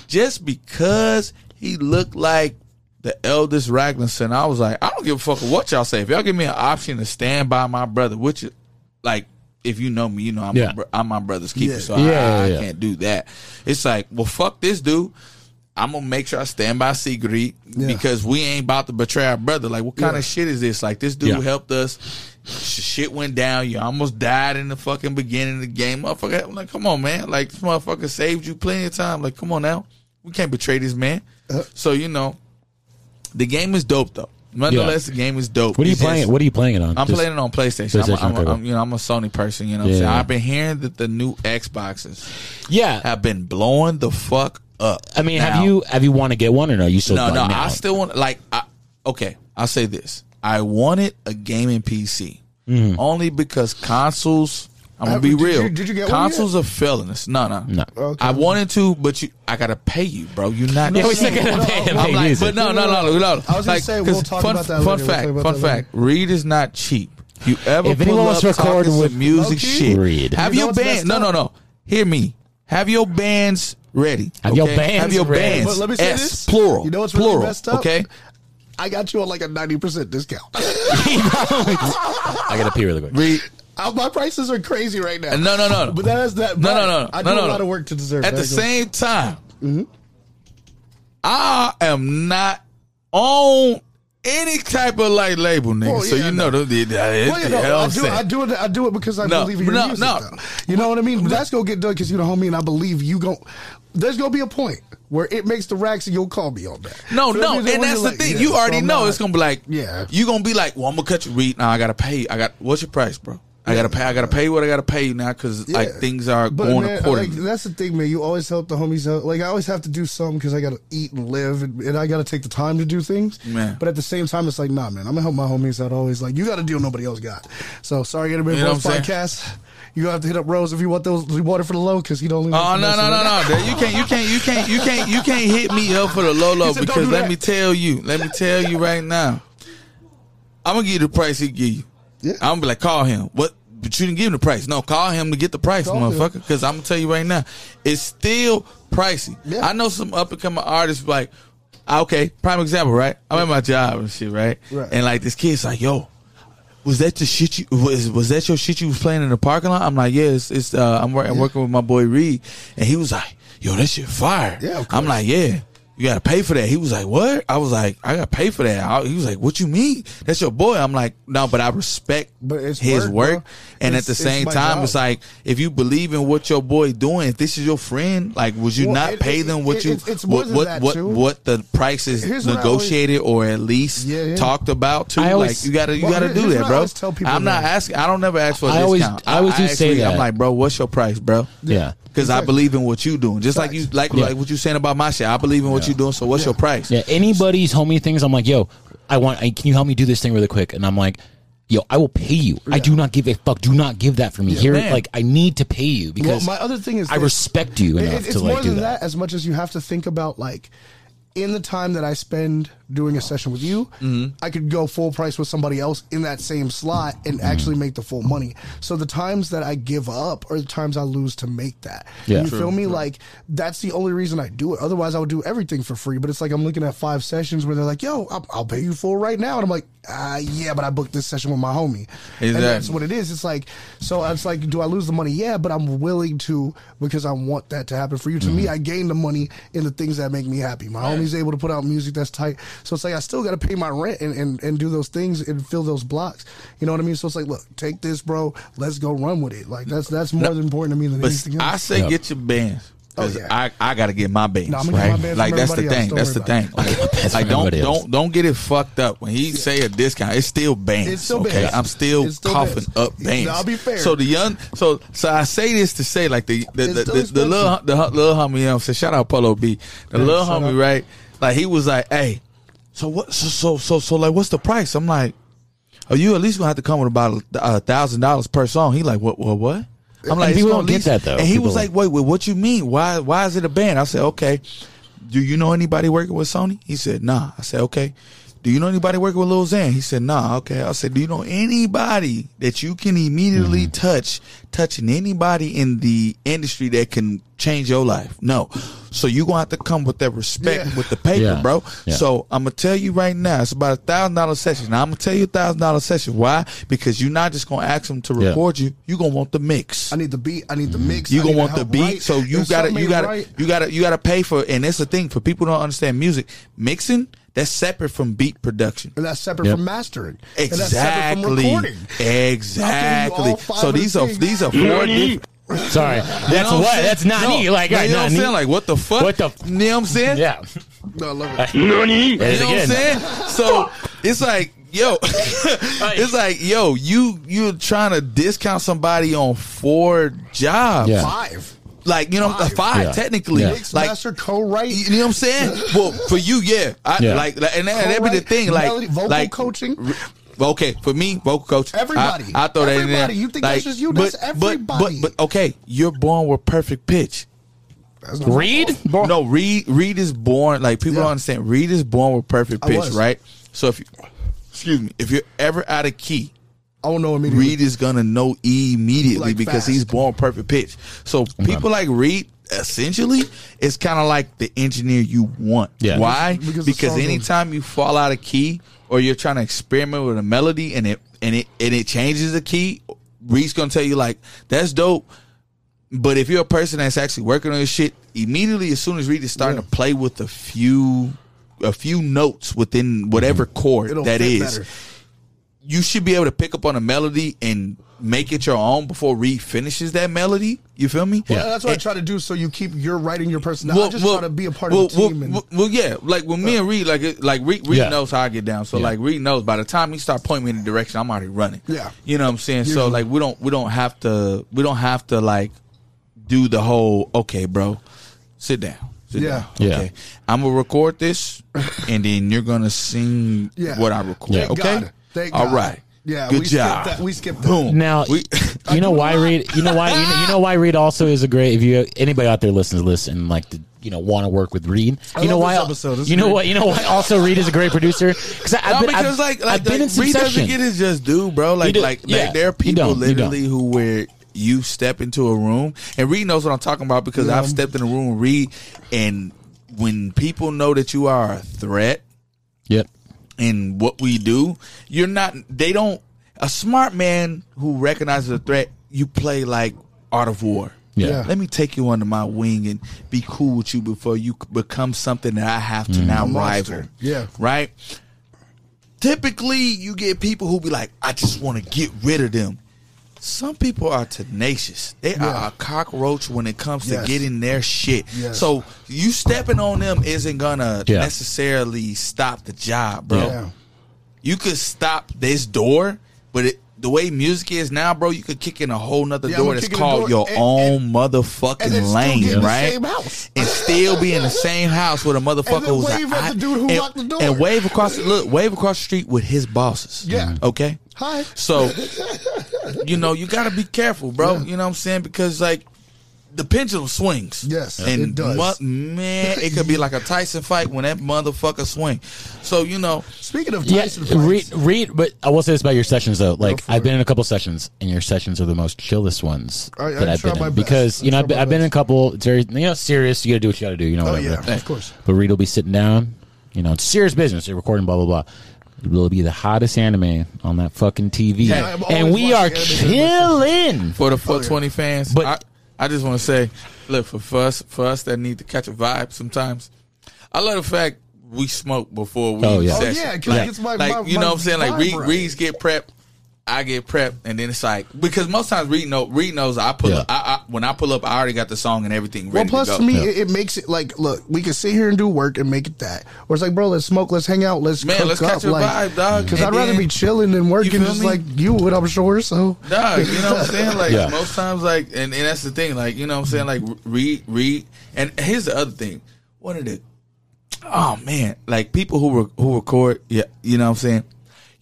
[SPEAKER 4] just because he looked like. The eldest Ragnarsson, I was like, I don't give a fuck what y'all say. If y'all give me an option to stand by my brother, which, is- like, if you know me, you know I'm
[SPEAKER 3] Yeah.
[SPEAKER 4] a br- I'm my brother's keeper,
[SPEAKER 2] Yeah.
[SPEAKER 4] so
[SPEAKER 3] Yeah,
[SPEAKER 4] I-
[SPEAKER 3] yeah,
[SPEAKER 4] I,
[SPEAKER 3] yeah.
[SPEAKER 4] can't do that. It's like, well, fuck this dude. I'm gonna make sure I stand by Sigrid because we ain't about to betray our brother. Like, what kind of shit is this? Like, this dude
[SPEAKER 3] Yeah.
[SPEAKER 4] helped us. Sh- Shit went down. You almost died in the fucking beginning of the game, motherfucker. I'm like, come on, man. Like, this motherfucker saved you plenty of time. Like, come on now. We can't betray this man. So you know, the game is dope though. Nonetheless, the game is dope.
[SPEAKER 3] What are you
[SPEAKER 4] It's
[SPEAKER 3] playing?
[SPEAKER 4] just-
[SPEAKER 3] what are you playing it on?
[SPEAKER 4] I'm
[SPEAKER 3] Just-
[SPEAKER 4] playing it on PlayStation.
[SPEAKER 3] PlayStation,
[SPEAKER 4] I'm, a, I'm,
[SPEAKER 3] okay,
[SPEAKER 4] a,
[SPEAKER 3] cool.
[SPEAKER 4] I'm, you know, I'm a Sony person. You know, what
[SPEAKER 3] Yeah,
[SPEAKER 4] I'm saying
[SPEAKER 3] yeah.
[SPEAKER 4] I've been hearing that the new Xboxes
[SPEAKER 3] Yeah.
[SPEAKER 4] have been blowing the fuck up.
[SPEAKER 3] I mean,
[SPEAKER 4] Now-
[SPEAKER 3] have you have you want to get one or no? You still
[SPEAKER 4] No,
[SPEAKER 3] like,
[SPEAKER 4] no,
[SPEAKER 3] nah.
[SPEAKER 4] I still want like. I, okay, I'll say this. I wanted a gaming PC
[SPEAKER 3] Mm-hmm.
[SPEAKER 4] only because consoles. I'm gonna
[SPEAKER 2] Have-
[SPEAKER 4] be
[SPEAKER 2] did
[SPEAKER 4] real.
[SPEAKER 2] you- did you get one
[SPEAKER 4] consoles are failing us. No, no, no.
[SPEAKER 2] Okay.
[SPEAKER 4] I wanted to, but you, I gotta pay you, bro. You're not.
[SPEAKER 3] Yeah, we still gotta
[SPEAKER 2] No,
[SPEAKER 3] pay
[SPEAKER 2] no,
[SPEAKER 3] him.
[SPEAKER 4] I'm
[SPEAKER 3] pay
[SPEAKER 4] like,
[SPEAKER 3] music.
[SPEAKER 4] but no, no, no, no. no.
[SPEAKER 2] I was gonna
[SPEAKER 4] Like,
[SPEAKER 2] say, we'll
[SPEAKER 4] 'cause
[SPEAKER 2] talk
[SPEAKER 4] fun,
[SPEAKER 2] about that
[SPEAKER 4] Fun
[SPEAKER 2] later. We'll
[SPEAKER 4] fact,
[SPEAKER 2] talk about
[SPEAKER 4] fun
[SPEAKER 2] that
[SPEAKER 4] fact. Reed is not cheap. You ever
[SPEAKER 3] If
[SPEAKER 4] pull
[SPEAKER 3] anyone
[SPEAKER 4] up
[SPEAKER 3] wants to record
[SPEAKER 4] talking some
[SPEAKER 3] with
[SPEAKER 4] music
[SPEAKER 2] low-key,
[SPEAKER 4] shit?
[SPEAKER 3] Reed.
[SPEAKER 4] Have
[SPEAKER 2] You know
[SPEAKER 4] your
[SPEAKER 2] what's
[SPEAKER 4] band? No,
[SPEAKER 2] messed
[SPEAKER 4] no,
[SPEAKER 2] up?
[SPEAKER 4] no. Hear me. Have your bands ready.
[SPEAKER 3] Have your
[SPEAKER 4] okay?
[SPEAKER 3] bands
[SPEAKER 4] Have your
[SPEAKER 3] ready.
[SPEAKER 4] bands.
[SPEAKER 2] But let me say
[SPEAKER 4] S,
[SPEAKER 2] this.
[SPEAKER 4] Plural.
[SPEAKER 2] You know what's really
[SPEAKER 4] plural,
[SPEAKER 2] messed up?
[SPEAKER 4] Okay.
[SPEAKER 2] I got you on like a ninety percent discount.
[SPEAKER 3] I gotta pee really quick.
[SPEAKER 4] Reed.
[SPEAKER 2] Uh, My prices are crazy right now.
[SPEAKER 4] No, no, no, no.
[SPEAKER 2] But that is that.
[SPEAKER 4] No,
[SPEAKER 2] but
[SPEAKER 4] no, no.
[SPEAKER 2] I do
[SPEAKER 4] no, no,
[SPEAKER 2] a
[SPEAKER 4] no.
[SPEAKER 2] lot of work to deserve.
[SPEAKER 4] At
[SPEAKER 2] that.
[SPEAKER 4] the same time,
[SPEAKER 2] Mm-hmm.
[SPEAKER 4] I am not on any type of light label, nigga.
[SPEAKER 2] Well,
[SPEAKER 4] so
[SPEAKER 2] yeah,
[SPEAKER 4] you
[SPEAKER 2] no.
[SPEAKER 4] know, the, the, the,
[SPEAKER 2] Well, you
[SPEAKER 4] the
[SPEAKER 2] know,
[SPEAKER 4] hell
[SPEAKER 2] I
[SPEAKER 4] I'm
[SPEAKER 2] do,
[SPEAKER 4] saying.
[SPEAKER 2] I do it. I do it because I
[SPEAKER 4] No,
[SPEAKER 2] believe in your
[SPEAKER 4] no,
[SPEAKER 2] music.
[SPEAKER 4] no.
[SPEAKER 2] though. You know what I mean? That's gonna get done because you're the homie, and I believe you go. There's gonna be a point where it makes the racks, and you'll call me on that.
[SPEAKER 4] No,
[SPEAKER 2] So
[SPEAKER 4] no, and
[SPEAKER 2] that means when
[SPEAKER 4] that's the
[SPEAKER 2] you're like,
[SPEAKER 4] thing.
[SPEAKER 2] yeah,
[SPEAKER 4] you
[SPEAKER 2] so
[SPEAKER 4] already
[SPEAKER 2] I'm
[SPEAKER 4] know
[SPEAKER 2] not-
[SPEAKER 4] it's gonna be like,
[SPEAKER 2] Yeah.
[SPEAKER 4] you gonna be like, well, I'm gonna cut you. Read now. I gotta pay. you. I got what's your price, bro? I gotta pay. I gotta pay what I gotta pay you now because like
[SPEAKER 2] Yeah.
[SPEAKER 4] things are
[SPEAKER 2] But,
[SPEAKER 4] going
[SPEAKER 2] man,
[SPEAKER 4] accordingly.
[SPEAKER 2] Like, that's the thing, man. You always help the homies out. Like I always have to do something because I got to eat and live, and, and I got to take the time to do things.
[SPEAKER 4] Man.
[SPEAKER 2] But at the same time, it's like, nah, man. I'm gonna help my homies out. Always like, you got to deal nobody else got. So sorry, Anime
[SPEAKER 4] You know
[SPEAKER 2] Bros
[SPEAKER 4] what I'm saying?
[SPEAKER 2] podcast. You gonna have to hit up Rose if you want those the water for the low because he don't. leave
[SPEAKER 4] Oh
[SPEAKER 2] us
[SPEAKER 4] no
[SPEAKER 2] alone.
[SPEAKER 4] no no no! Dad. You can't you can't you can't you can't you can't hit me up for the Lolo
[SPEAKER 2] He said, "Don't
[SPEAKER 4] because
[SPEAKER 2] do
[SPEAKER 4] let
[SPEAKER 2] that."
[SPEAKER 4] me tell you, let me tell you right now, I'm gonna give you the price he give you.
[SPEAKER 2] Yeah.
[SPEAKER 4] I'm gonna be like, call him. What? But you didn't give him the price. No, call him to get the price,
[SPEAKER 2] Call him.
[SPEAKER 4] motherfucker. Because I'm gonna tell you right now, it's still pricey.
[SPEAKER 2] Yeah.
[SPEAKER 4] I know some up and coming artists like, ah, okay, prime example, right? I'm at my job and shit, right?
[SPEAKER 2] Right.
[SPEAKER 4] And like this kid's like, yo, was that the shit you was was that your shit you was playing in the parking lot? I'm like, yeah, it's, it's uh, I'm working, working with my boy Reed, and he was like, yo, that shit fire.
[SPEAKER 2] Yeah, of
[SPEAKER 4] I'm like, yeah. You gotta pay for that. He was like, "What?" I was like, "I gotta pay for that." I- he was like, "What you mean? That's your boy." I'm like, "No, but I respect
[SPEAKER 2] But it's
[SPEAKER 4] his
[SPEAKER 2] work,
[SPEAKER 4] work."
[SPEAKER 2] bro.
[SPEAKER 4] And
[SPEAKER 2] It's-
[SPEAKER 4] at the
[SPEAKER 2] it's
[SPEAKER 4] same
[SPEAKER 2] my
[SPEAKER 4] time,
[SPEAKER 2] job.
[SPEAKER 4] it's like if you believe in what your boy doing, if this is your friend, like, would you
[SPEAKER 2] Well,
[SPEAKER 4] not
[SPEAKER 2] it-
[SPEAKER 4] pay
[SPEAKER 2] it-
[SPEAKER 4] them what
[SPEAKER 2] it-
[SPEAKER 4] you
[SPEAKER 2] it's- it's more
[SPEAKER 4] what
[SPEAKER 2] than
[SPEAKER 4] what
[SPEAKER 2] that,
[SPEAKER 4] what,
[SPEAKER 2] too.
[SPEAKER 4] what the price is
[SPEAKER 2] Here's what I always-
[SPEAKER 4] negotiated or at least
[SPEAKER 2] Yeah, yeah.
[SPEAKER 4] talked about too?
[SPEAKER 3] I always-
[SPEAKER 4] like, you gotta you
[SPEAKER 2] Well,
[SPEAKER 4] gotta
[SPEAKER 2] here-
[SPEAKER 4] do
[SPEAKER 2] here's
[SPEAKER 4] that,
[SPEAKER 2] what I
[SPEAKER 4] bro.
[SPEAKER 2] always tell people
[SPEAKER 4] I'm not
[SPEAKER 2] that.
[SPEAKER 4] asking. I don't never ask for a
[SPEAKER 3] I always-
[SPEAKER 4] discount.
[SPEAKER 3] I always do say
[SPEAKER 4] actually- I'm
[SPEAKER 3] that.
[SPEAKER 4] like, bro, what's your price, bro?
[SPEAKER 3] Yeah.
[SPEAKER 4] Because I believe in what you doing, just like you like
[SPEAKER 3] Yeah.
[SPEAKER 4] like what you saying about my shit. I believe in what you doing, so what's your price?
[SPEAKER 3] Yeah, anybody's homie things. I'm like, yo, I want. I, can you help me do this thing really quick? And I'm like, yo, I will pay you. I do not give a fuck. Do not give that for me here.
[SPEAKER 4] man.
[SPEAKER 3] Like I need to pay you because
[SPEAKER 2] my other thing is
[SPEAKER 3] I
[SPEAKER 2] that-
[SPEAKER 3] respect you
[SPEAKER 2] It-
[SPEAKER 3] enough
[SPEAKER 2] it's
[SPEAKER 3] to
[SPEAKER 2] more
[SPEAKER 3] like do
[SPEAKER 2] than
[SPEAKER 3] that.
[SPEAKER 2] that. as much as you have to think about like in the time that I spend doing a session with you,
[SPEAKER 3] Mm-hmm.
[SPEAKER 2] I could go full price with somebody else in that same slot and
[SPEAKER 3] Mm-hmm.
[SPEAKER 2] actually make the full money. So the times that I give up are the times I lose to make that.
[SPEAKER 3] Yeah.
[SPEAKER 2] you
[SPEAKER 3] True,
[SPEAKER 2] feel me? Like that's the only reason I do it. Otherwise, I would do everything for free. But it's like I'm looking at five sessions where they're like, "Yo, I'll, I'll pay you full right now," and I'm like, "Ah, yeah, but I booked this session with my homie." And
[SPEAKER 4] Exactly.
[SPEAKER 2] that's what it is. It's like so. It's like, do I lose the money? Yeah, but I'm willing to because I want that to happen for you. To
[SPEAKER 4] Mm-hmm.
[SPEAKER 2] me, I gain the money in the things that make me happy. My homie's able to put out music that's tight. So it's like I still got to pay my rent and, and and do those things and fill those blocks. You know what I mean? So it's like, look, take this, bro. Let's go run with it. Like that's that's more than important to me than
[SPEAKER 4] But
[SPEAKER 2] anything else.
[SPEAKER 4] I say
[SPEAKER 3] Yeah.
[SPEAKER 4] get your bands. Cause
[SPEAKER 2] Oh, yeah.
[SPEAKER 4] I, I gotta get my bands,
[SPEAKER 2] Nah, I'ma get my
[SPEAKER 4] right?
[SPEAKER 2] bands
[SPEAKER 4] like
[SPEAKER 2] from
[SPEAKER 4] that's the
[SPEAKER 2] everybody
[SPEAKER 4] thing.
[SPEAKER 2] else.
[SPEAKER 4] That's the
[SPEAKER 2] Don't worry
[SPEAKER 4] thing. Like,
[SPEAKER 3] bands from
[SPEAKER 4] like, don't
[SPEAKER 3] everybody else.
[SPEAKER 4] don't don't get it fucked up. When he say a discount, it's still bands.
[SPEAKER 2] It's still
[SPEAKER 4] okay,
[SPEAKER 2] bands.
[SPEAKER 4] I'm still,
[SPEAKER 2] It's still
[SPEAKER 4] coughing
[SPEAKER 2] bands.
[SPEAKER 4] up bands.
[SPEAKER 2] Nah, I'll be fair.
[SPEAKER 4] So the young, so so I say this to say like the the
[SPEAKER 2] It's
[SPEAKER 4] the,
[SPEAKER 2] still
[SPEAKER 4] the, the little
[SPEAKER 2] expensive.
[SPEAKER 4] the hu- little homie. You know, say shout out Polo B. The little
[SPEAKER 2] shout
[SPEAKER 4] homie,
[SPEAKER 2] out.
[SPEAKER 4] right? Like he was like, hey, so what? So so so so like, what's the price? I'm like. Oh, you at least gonna have to come with about a thousand dollars per song. He like, what, what, what? I'm like,
[SPEAKER 3] And people
[SPEAKER 4] it's gonna
[SPEAKER 3] don't get
[SPEAKER 4] lease-
[SPEAKER 3] that, though.
[SPEAKER 4] And he
[SPEAKER 3] People
[SPEAKER 4] was like, wait, wait, what you mean? Why, why is it a band? I said, okay. Do you know anybody working with Sony? He said, nah. I said, okay. Do you know anybody working with Lil Xan? He said, nah. Okay. I said, do you know anybody that you can immediately
[SPEAKER 3] Mm-hmm.
[SPEAKER 4] touch, touching anybody in the industry that can change your life? No. So you gonna have to come with that respect
[SPEAKER 2] Yeah.
[SPEAKER 4] with the paper,
[SPEAKER 3] Yeah.
[SPEAKER 4] bro.
[SPEAKER 3] Yeah.
[SPEAKER 4] So so I'm gonna tell you right now, it's about a thousand dollar session. Now, I'm gonna tell you a thousand dollar session. Why? Because you're not just gonna ask them to
[SPEAKER 3] Yeah.
[SPEAKER 4] record you. You gonna want the mix.
[SPEAKER 2] I need the beat. I need the mix.
[SPEAKER 4] Mm-hmm. You
[SPEAKER 2] I
[SPEAKER 4] gonna
[SPEAKER 2] need
[SPEAKER 4] want the
[SPEAKER 2] help
[SPEAKER 4] beat.
[SPEAKER 2] write.
[SPEAKER 4] So you
[SPEAKER 2] If
[SPEAKER 4] gotta
[SPEAKER 2] something
[SPEAKER 4] you
[SPEAKER 2] ain't
[SPEAKER 4] gotta
[SPEAKER 2] right-
[SPEAKER 4] you gotta you gotta pay for. And that's the thing for people who don't understand music mixing. That's separate from beat production.
[SPEAKER 2] And that's separate
[SPEAKER 3] Yep.
[SPEAKER 2] from mastering. And that's separate from
[SPEAKER 4] Exactly.
[SPEAKER 2] recording. I'll give you
[SPEAKER 4] Exactly.
[SPEAKER 2] all five
[SPEAKER 4] So
[SPEAKER 2] of the
[SPEAKER 4] these are
[SPEAKER 2] things.
[SPEAKER 4] these are four different.
[SPEAKER 3] Sorry, that's
[SPEAKER 4] You know I'm
[SPEAKER 3] what.
[SPEAKER 4] saying?
[SPEAKER 3] That's not
[SPEAKER 4] No,
[SPEAKER 3] me. Like,
[SPEAKER 4] you
[SPEAKER 3] right,
[SPEAKER 4] know what
[SPEAKER 3] not
[SPEAKER 4] I'm
[SPEAKER 3] me.
[SPEAKER 4] saying? Like, what the fuck?
[SPEAKER 3] What the f-
[SPEAKER 4] You know what I'm saying?
[SPEAKER 3] yeah.
[SPEAKER 2] No, I love it.
[SPEAKER 3] There's
[SPEAKER 4] You know
[SPEAKER 3] again.
[SPEAKER 4] what I'm saying? So it's like, yo, it's like, yo, you you're trying to discount somebody on four jobs,
[SPEAKER 3] Yeah.
[SPEAKER 2] Five.
[SPEAKER 4] like you know, uh, five,
[SPEAKER 3] Yeah.
[SPEAKER 4] technically,
[SPEAKER 3] Yeah.
[SPEAKER 2] Mix,
[SPEAKER 4] like.
[SPEAKER 2] master, co-write.
[SPEAKER 4] You know what I'm saying? Well, for you, yeah. I,
[SPEAKER 3] Yeah.
[SPEAKER 4] Like, like, and that, and that be the
[SPEAKER 2] co-write,
[SPEAKER 4] thing. Like,
[SPEAKER 2] melody, vocal
[SPEAKER 4] like,
[SPEAKER 2] coaching.
[SPEAKER 4] Okay, for me, vocal coach.
[SPEAKER 2] Everybody.
[SPEAKER 4] I, I throw that in there.
[SPEAKER 2] Everybody. You think that's just you, that's everybody.
[SPEAKER 4] But, but okay, you're born with perfect pitch.
[SPEAKER 2] That's not-
[SPEAKER 3] Reed.
[SPEAKER 4] No, Reed. Reed is born. Like people
[SPEAKER 2] Yeah.
[SPEAKER 4] don't understand. Reed is born with perfect
[SPEAKER 2] I
[SPEAKER 4] pitch,
[SPEAKER 2] was.
[SPEAKER 4] right? So if you, excuse me, if you're ever out of key,
[SPEAKER 2] I don't know immediately.
[SPEAKER 4] Reed is gonna know immediately
[SPEAKER 2] Like
[SPEAKER 4] because
[SPEAKER 2] fast.
[SPEAKER 4] he's born with perfect pitch. So people like Reed. Essentially, it's kind of like the engineer you want.
[SPEAKER 3] Yeah.
[SPEAKER 4] Why? Because,
[SPEAKER 2] Because the song goes-
[SPEAKER 4] anytime you fall out of key or you're trying to experiment with a melody and it and it and it changes the key, Reed's gonna tell you like, "That's dope." But if you're a person that's actually working on your shit, immediately as soon as Reed is starting to play with a few a few notes within whatever chord
[SPEAKER 2] It'll
[SPEAKER 4] that
[SPEAKER 2] fit
[SPEAKER 4] is,
[SPEAKER 2] better.
[SPEAKER 4] you should be able to pick up on a melody and make it your own before Reed finishes that melody. You feel me?
[SPEAKER 2] Well, that's what I try to do. So you keep your writing, your personality. I just try to be a part
[SPEAKER 4] well,
[SPEAKER 2] of the team.
[SPEAKER 4] Well,
[SPEAKER 2] and,
[SPEAKER 4] well, well, yeah, like with me and Reed, like it- like Reed, Reed
[SPEAKER 3] Yeah.
[SPEAKER 4] knows how I get down. So like Reed knows by the time he start pointing me in the direction, I'm already running.
[SPEAKER 2] Yeah.
[SPEAKER 4] you know what I'm saying. So
[SPEAKER 2] Usually.
[SPEAKER 4] like we don't we don't have to we don't have to like do the whole okay, bro, sit down. Sit
[SPEAKER 2] Yeah.
[SPEAKER 4] down.
[SPEAKER 3] Yeah.
[SPEAKER 4] Okay. I'm gonna record this, and then you're gonna sing
[SPEAKER 2] Yeah.
[SPEAKER 4] what I record.
[SPEAKER 3] Thank
[SPEAKER 4] okay.
[SPEAKER 2] God. Thank
[SPEAKER 4] All
[SPEAKER 2] God.
[SPEAKER 4] right.
[SPEAKER 2] Yeah,
[SPEAKER 4] Good
[SPEAKER 2] we skipped
[SPEAKER 4] job.
[SPEAKER 2] that- we skipped that.
[SPEAKER 4] Boom.
[SPEAKER 3] Now
[SPEAKER 4] we,
[SPEAKER 3] you know why Reed. You know why you know, you know why Reed also is a great. If you anybody out there listens to this and like to you know want to work with Reed,
[SPEAKER 2] I
[SPEAKER 3] you know
[SPEAKER 2] love
[SPEAKER 3] why.
[SPEAKER 2] this episode. This
[SPEAKER 3] you
[SPEAKER 2] is
[SPEAKER 3] know
[SPEAKER 2] great.
[SPEAKER 3] what you know why also Reed is a great producer because I've
[SPEAKER 4] No,
[SPEAKER 3] been I've,
[SPEAKER 4] because like, like,
[SPEAKER 3] I've been in
[SPEAKER 4] like, Reed doesn't
[SPEAKER 3] Succession.
[SPEAKER 4] get his just due, bro. Like,
[SPEAKER 3] do-
[SPEAKER 4] like,
[SPEAKER 3] yeah,
[SPEAKER 4] like, there are
[SPEAKER 3] he
[SPEAKER 4] people
[SPEAKER 3] don't, he don't.
[SPEAKER 4] literally who where you step into a room, and Reed knows what I'm talking about because I've stepped in a room, with Reed, and when people know that you are a threat
[SPEAKER 3] Yep.
[SPEAKER 4] in what we do, you're not. They don't. A smart man who recognizes a threat, you play like Art of War.
[SPEAKER 3] Yeah.
[SPEAKER 2] Yeah.
[SPEAKER 4] Let me take you under my wing and be cool with you before you c- become something that I have to
[SPEAKER 3] Mm.
[SPEAKER 4] now
[SPEAKER 2] monster.
[SPEAKER 4] rival.
[SPEAKER 2] Yeah.
[SPEAKER 4] Right? Typically, you get people who be like, I just want to get rid of them. Some people are tenacious. They are
[SPEAKER 2] Yeah.
[SPEAKER 4] a cockroach when it comes
[SPEAKER 2] Yes.
[SPEAKER 4] to getting their shit.
[SPEAKER 2] Yes.
[SPEAKER 4] So you stepping on them isn't gonna
[SPEAKER 3] Yeah. Oh.
[SPEAKER 4] necessarily stop the job, bro
[SPEAKER 2] Yeah.
[SPEAKER 4] you could stop this door, but it, the way music is now, bro, you could kick in a whole nother
[SPEAKER 2] Yeah, I'm
[SPEAKER 4] door
[SPEAKER 2] gonna
[SPEAKER 4] that's
[SPEAKER 2] kick in a
[SPEAKER 4] called
[SPEAKER 2] door
[SPEAKER 4] your
[SPEAKER 2] and-
[SPEAKER 4] own
[SPEAKER 2] and-
[SPEAKER 4] motherfucking
[SPEAKER 2] and then still
[SPEAKER 4] lane,
[SPEAKER 2] get in the
[SPEAKER 4] right?
[SPEAKER 2] same house.
[SPEAKER 4] And still be in the same house with a motherfucker
[SPEAKER 2] then
[SPEAKER 4] who's
[SPEAKER 2] wave at
[SPEAKER 4] hot-
[SPEAKER 2] the dude who
[SPEAKER 4] and,
[SPEAKER 2] locked the door.
[SPEAKER 4] and wave across the look, wave across the street with his bosses.
[SPEAKER 2] Yeah.
[SPEAKER 4] Okay.
[SPEAKER 2] Hi.
[SPEAKER 4] So you know, you gotta be careful, bro. You know what I'm saying? Because like the pendulum swings.
[SPEAKER 2] Yes,
[SPEAKER 4] and
[SPEAKER 2] it does.
[SPEAKER 4] mu- man, it could be like a Tyson fight when that motherfucker swing. So you know,
[SPEAKER 2] Speaking of
[SPEAKER 3] Yeah,
[SPEAKER 2] Tyson
[SPEAKER 3] read,
[SPEAKER 2] fights,
[SPEAKER 3] read, but I will say this about your sessions though. Like
[SPEAKER 2] for
[SPEAKER 3] I've been
[SPEAKER 2] it.
[SPEAKER 3] in a couple sessions, and your sessions are the most chillest ones
[SPEAKER 2] I- I
[SPEAKER 3] that I've
[SPEAKER 2] try
[SPEAKER 3] been
[SPEAKER 2] my
[SPEAKER 3] in
[SPEAKER 2] best.
[SPEAKER 3] because you know
[SPEAKER 2] I try
[SPEAKER 3] I've been,
[SPEAKER 2] my
[SPEAKER 3] I've been in a
[SPEAKER 2] best.
[SPEAKER 3] couple. It's very you know serious. You got to do what you got to do. You know
[SPEAKER 2] oh
[SPEAKER 3] whatever.
[SPEAKER 2] yeah, of course.
[SPEAKER 3] But Reed will be sitting down. You know, it's serious business. They're recording, blah blah blah. It will be the hottest anime on that fucking TV,
[SPEAKER 4] Yeah,
[SPEAKER 2] I'm
[SPEAKER 3] and
[SPEAKER 2] always
[SPEAKER 3] we are
[SPEAKER 2] watching
[SPEAKER 3] killing.
[SPEAKER 4] for the 420 fans,
[SPEAKER 3] But-
[SPEAKER 4] I, I just want to say, look for, for us for us that need to catch a vibe sometimes. I love the fact we smoke before we
[SPEAKER 3] Oh, yeah. Oh,
[SPEAKER 4] session.
[SPEAKER 2] yeah, 'cause it
[SPEAKER 4] like,
[SPEAKER 2] gets my-
[SPEAKER 4] like,
[SPEAKER 2] my-
[SPEAKER 4] you know
[SPEAKER 2] my
[SPEAKER 4] what I'm saying. Like
[SPEAKER 2] vibe
[SPEAKER 4] Reed,
[SPEAKER 2] right.
[SPEAKER 4] Reed's get prepped, I get prepped, and then it's like because most times Reed know Reed knows I pull
[SPEAKER 3] Yeah.
[SPEAKER 4] up. I, I, when I pull up, I already got the song and everything
[SPEAKER 2] Well,
[SPEAKER 4] ready
[SPEAKER 2] plus
[SPEAKER 4] to
[SPEAKER 2] to
[SPEAKER 4] go.
[SPEAKER 2] me, it, it makes it like, look, we can sit here and do work and make it that. Or it's like, bro, let's smoke, let's hang out, let's
[SPEAKER 4] Man,
[SPEAKER 2] cook
[SPEAKER 4] let's
[SPEAKER 2] up,
[SPEAKER 4] catch a
[SPEAKER 2] like,
[SPEAKER 4] vibe, dog.
[SPEAKER 2] Because
[SPEAKER 4] And
[SPEAKER 2] I'd rather
[SPEAKER 4] then-
[SPEAKER 2] be chilling than working,
[SPEAKER 4] feel
[SPEAKER 2] just
[SPEAKER 4] me?
[SPEAKER 2] like you would, I'm sure. So,
[SPEAKER 4] Dog, you know what I'm saying? Like
[SPEAKER 3] Yeah.
[SPEAKER 4] most times, like and, and that's the thing, like, you know what I'm saying? Like read read and here's the other thing. One of the oh man, like people who re- who record, yeah, you know what I'm saying?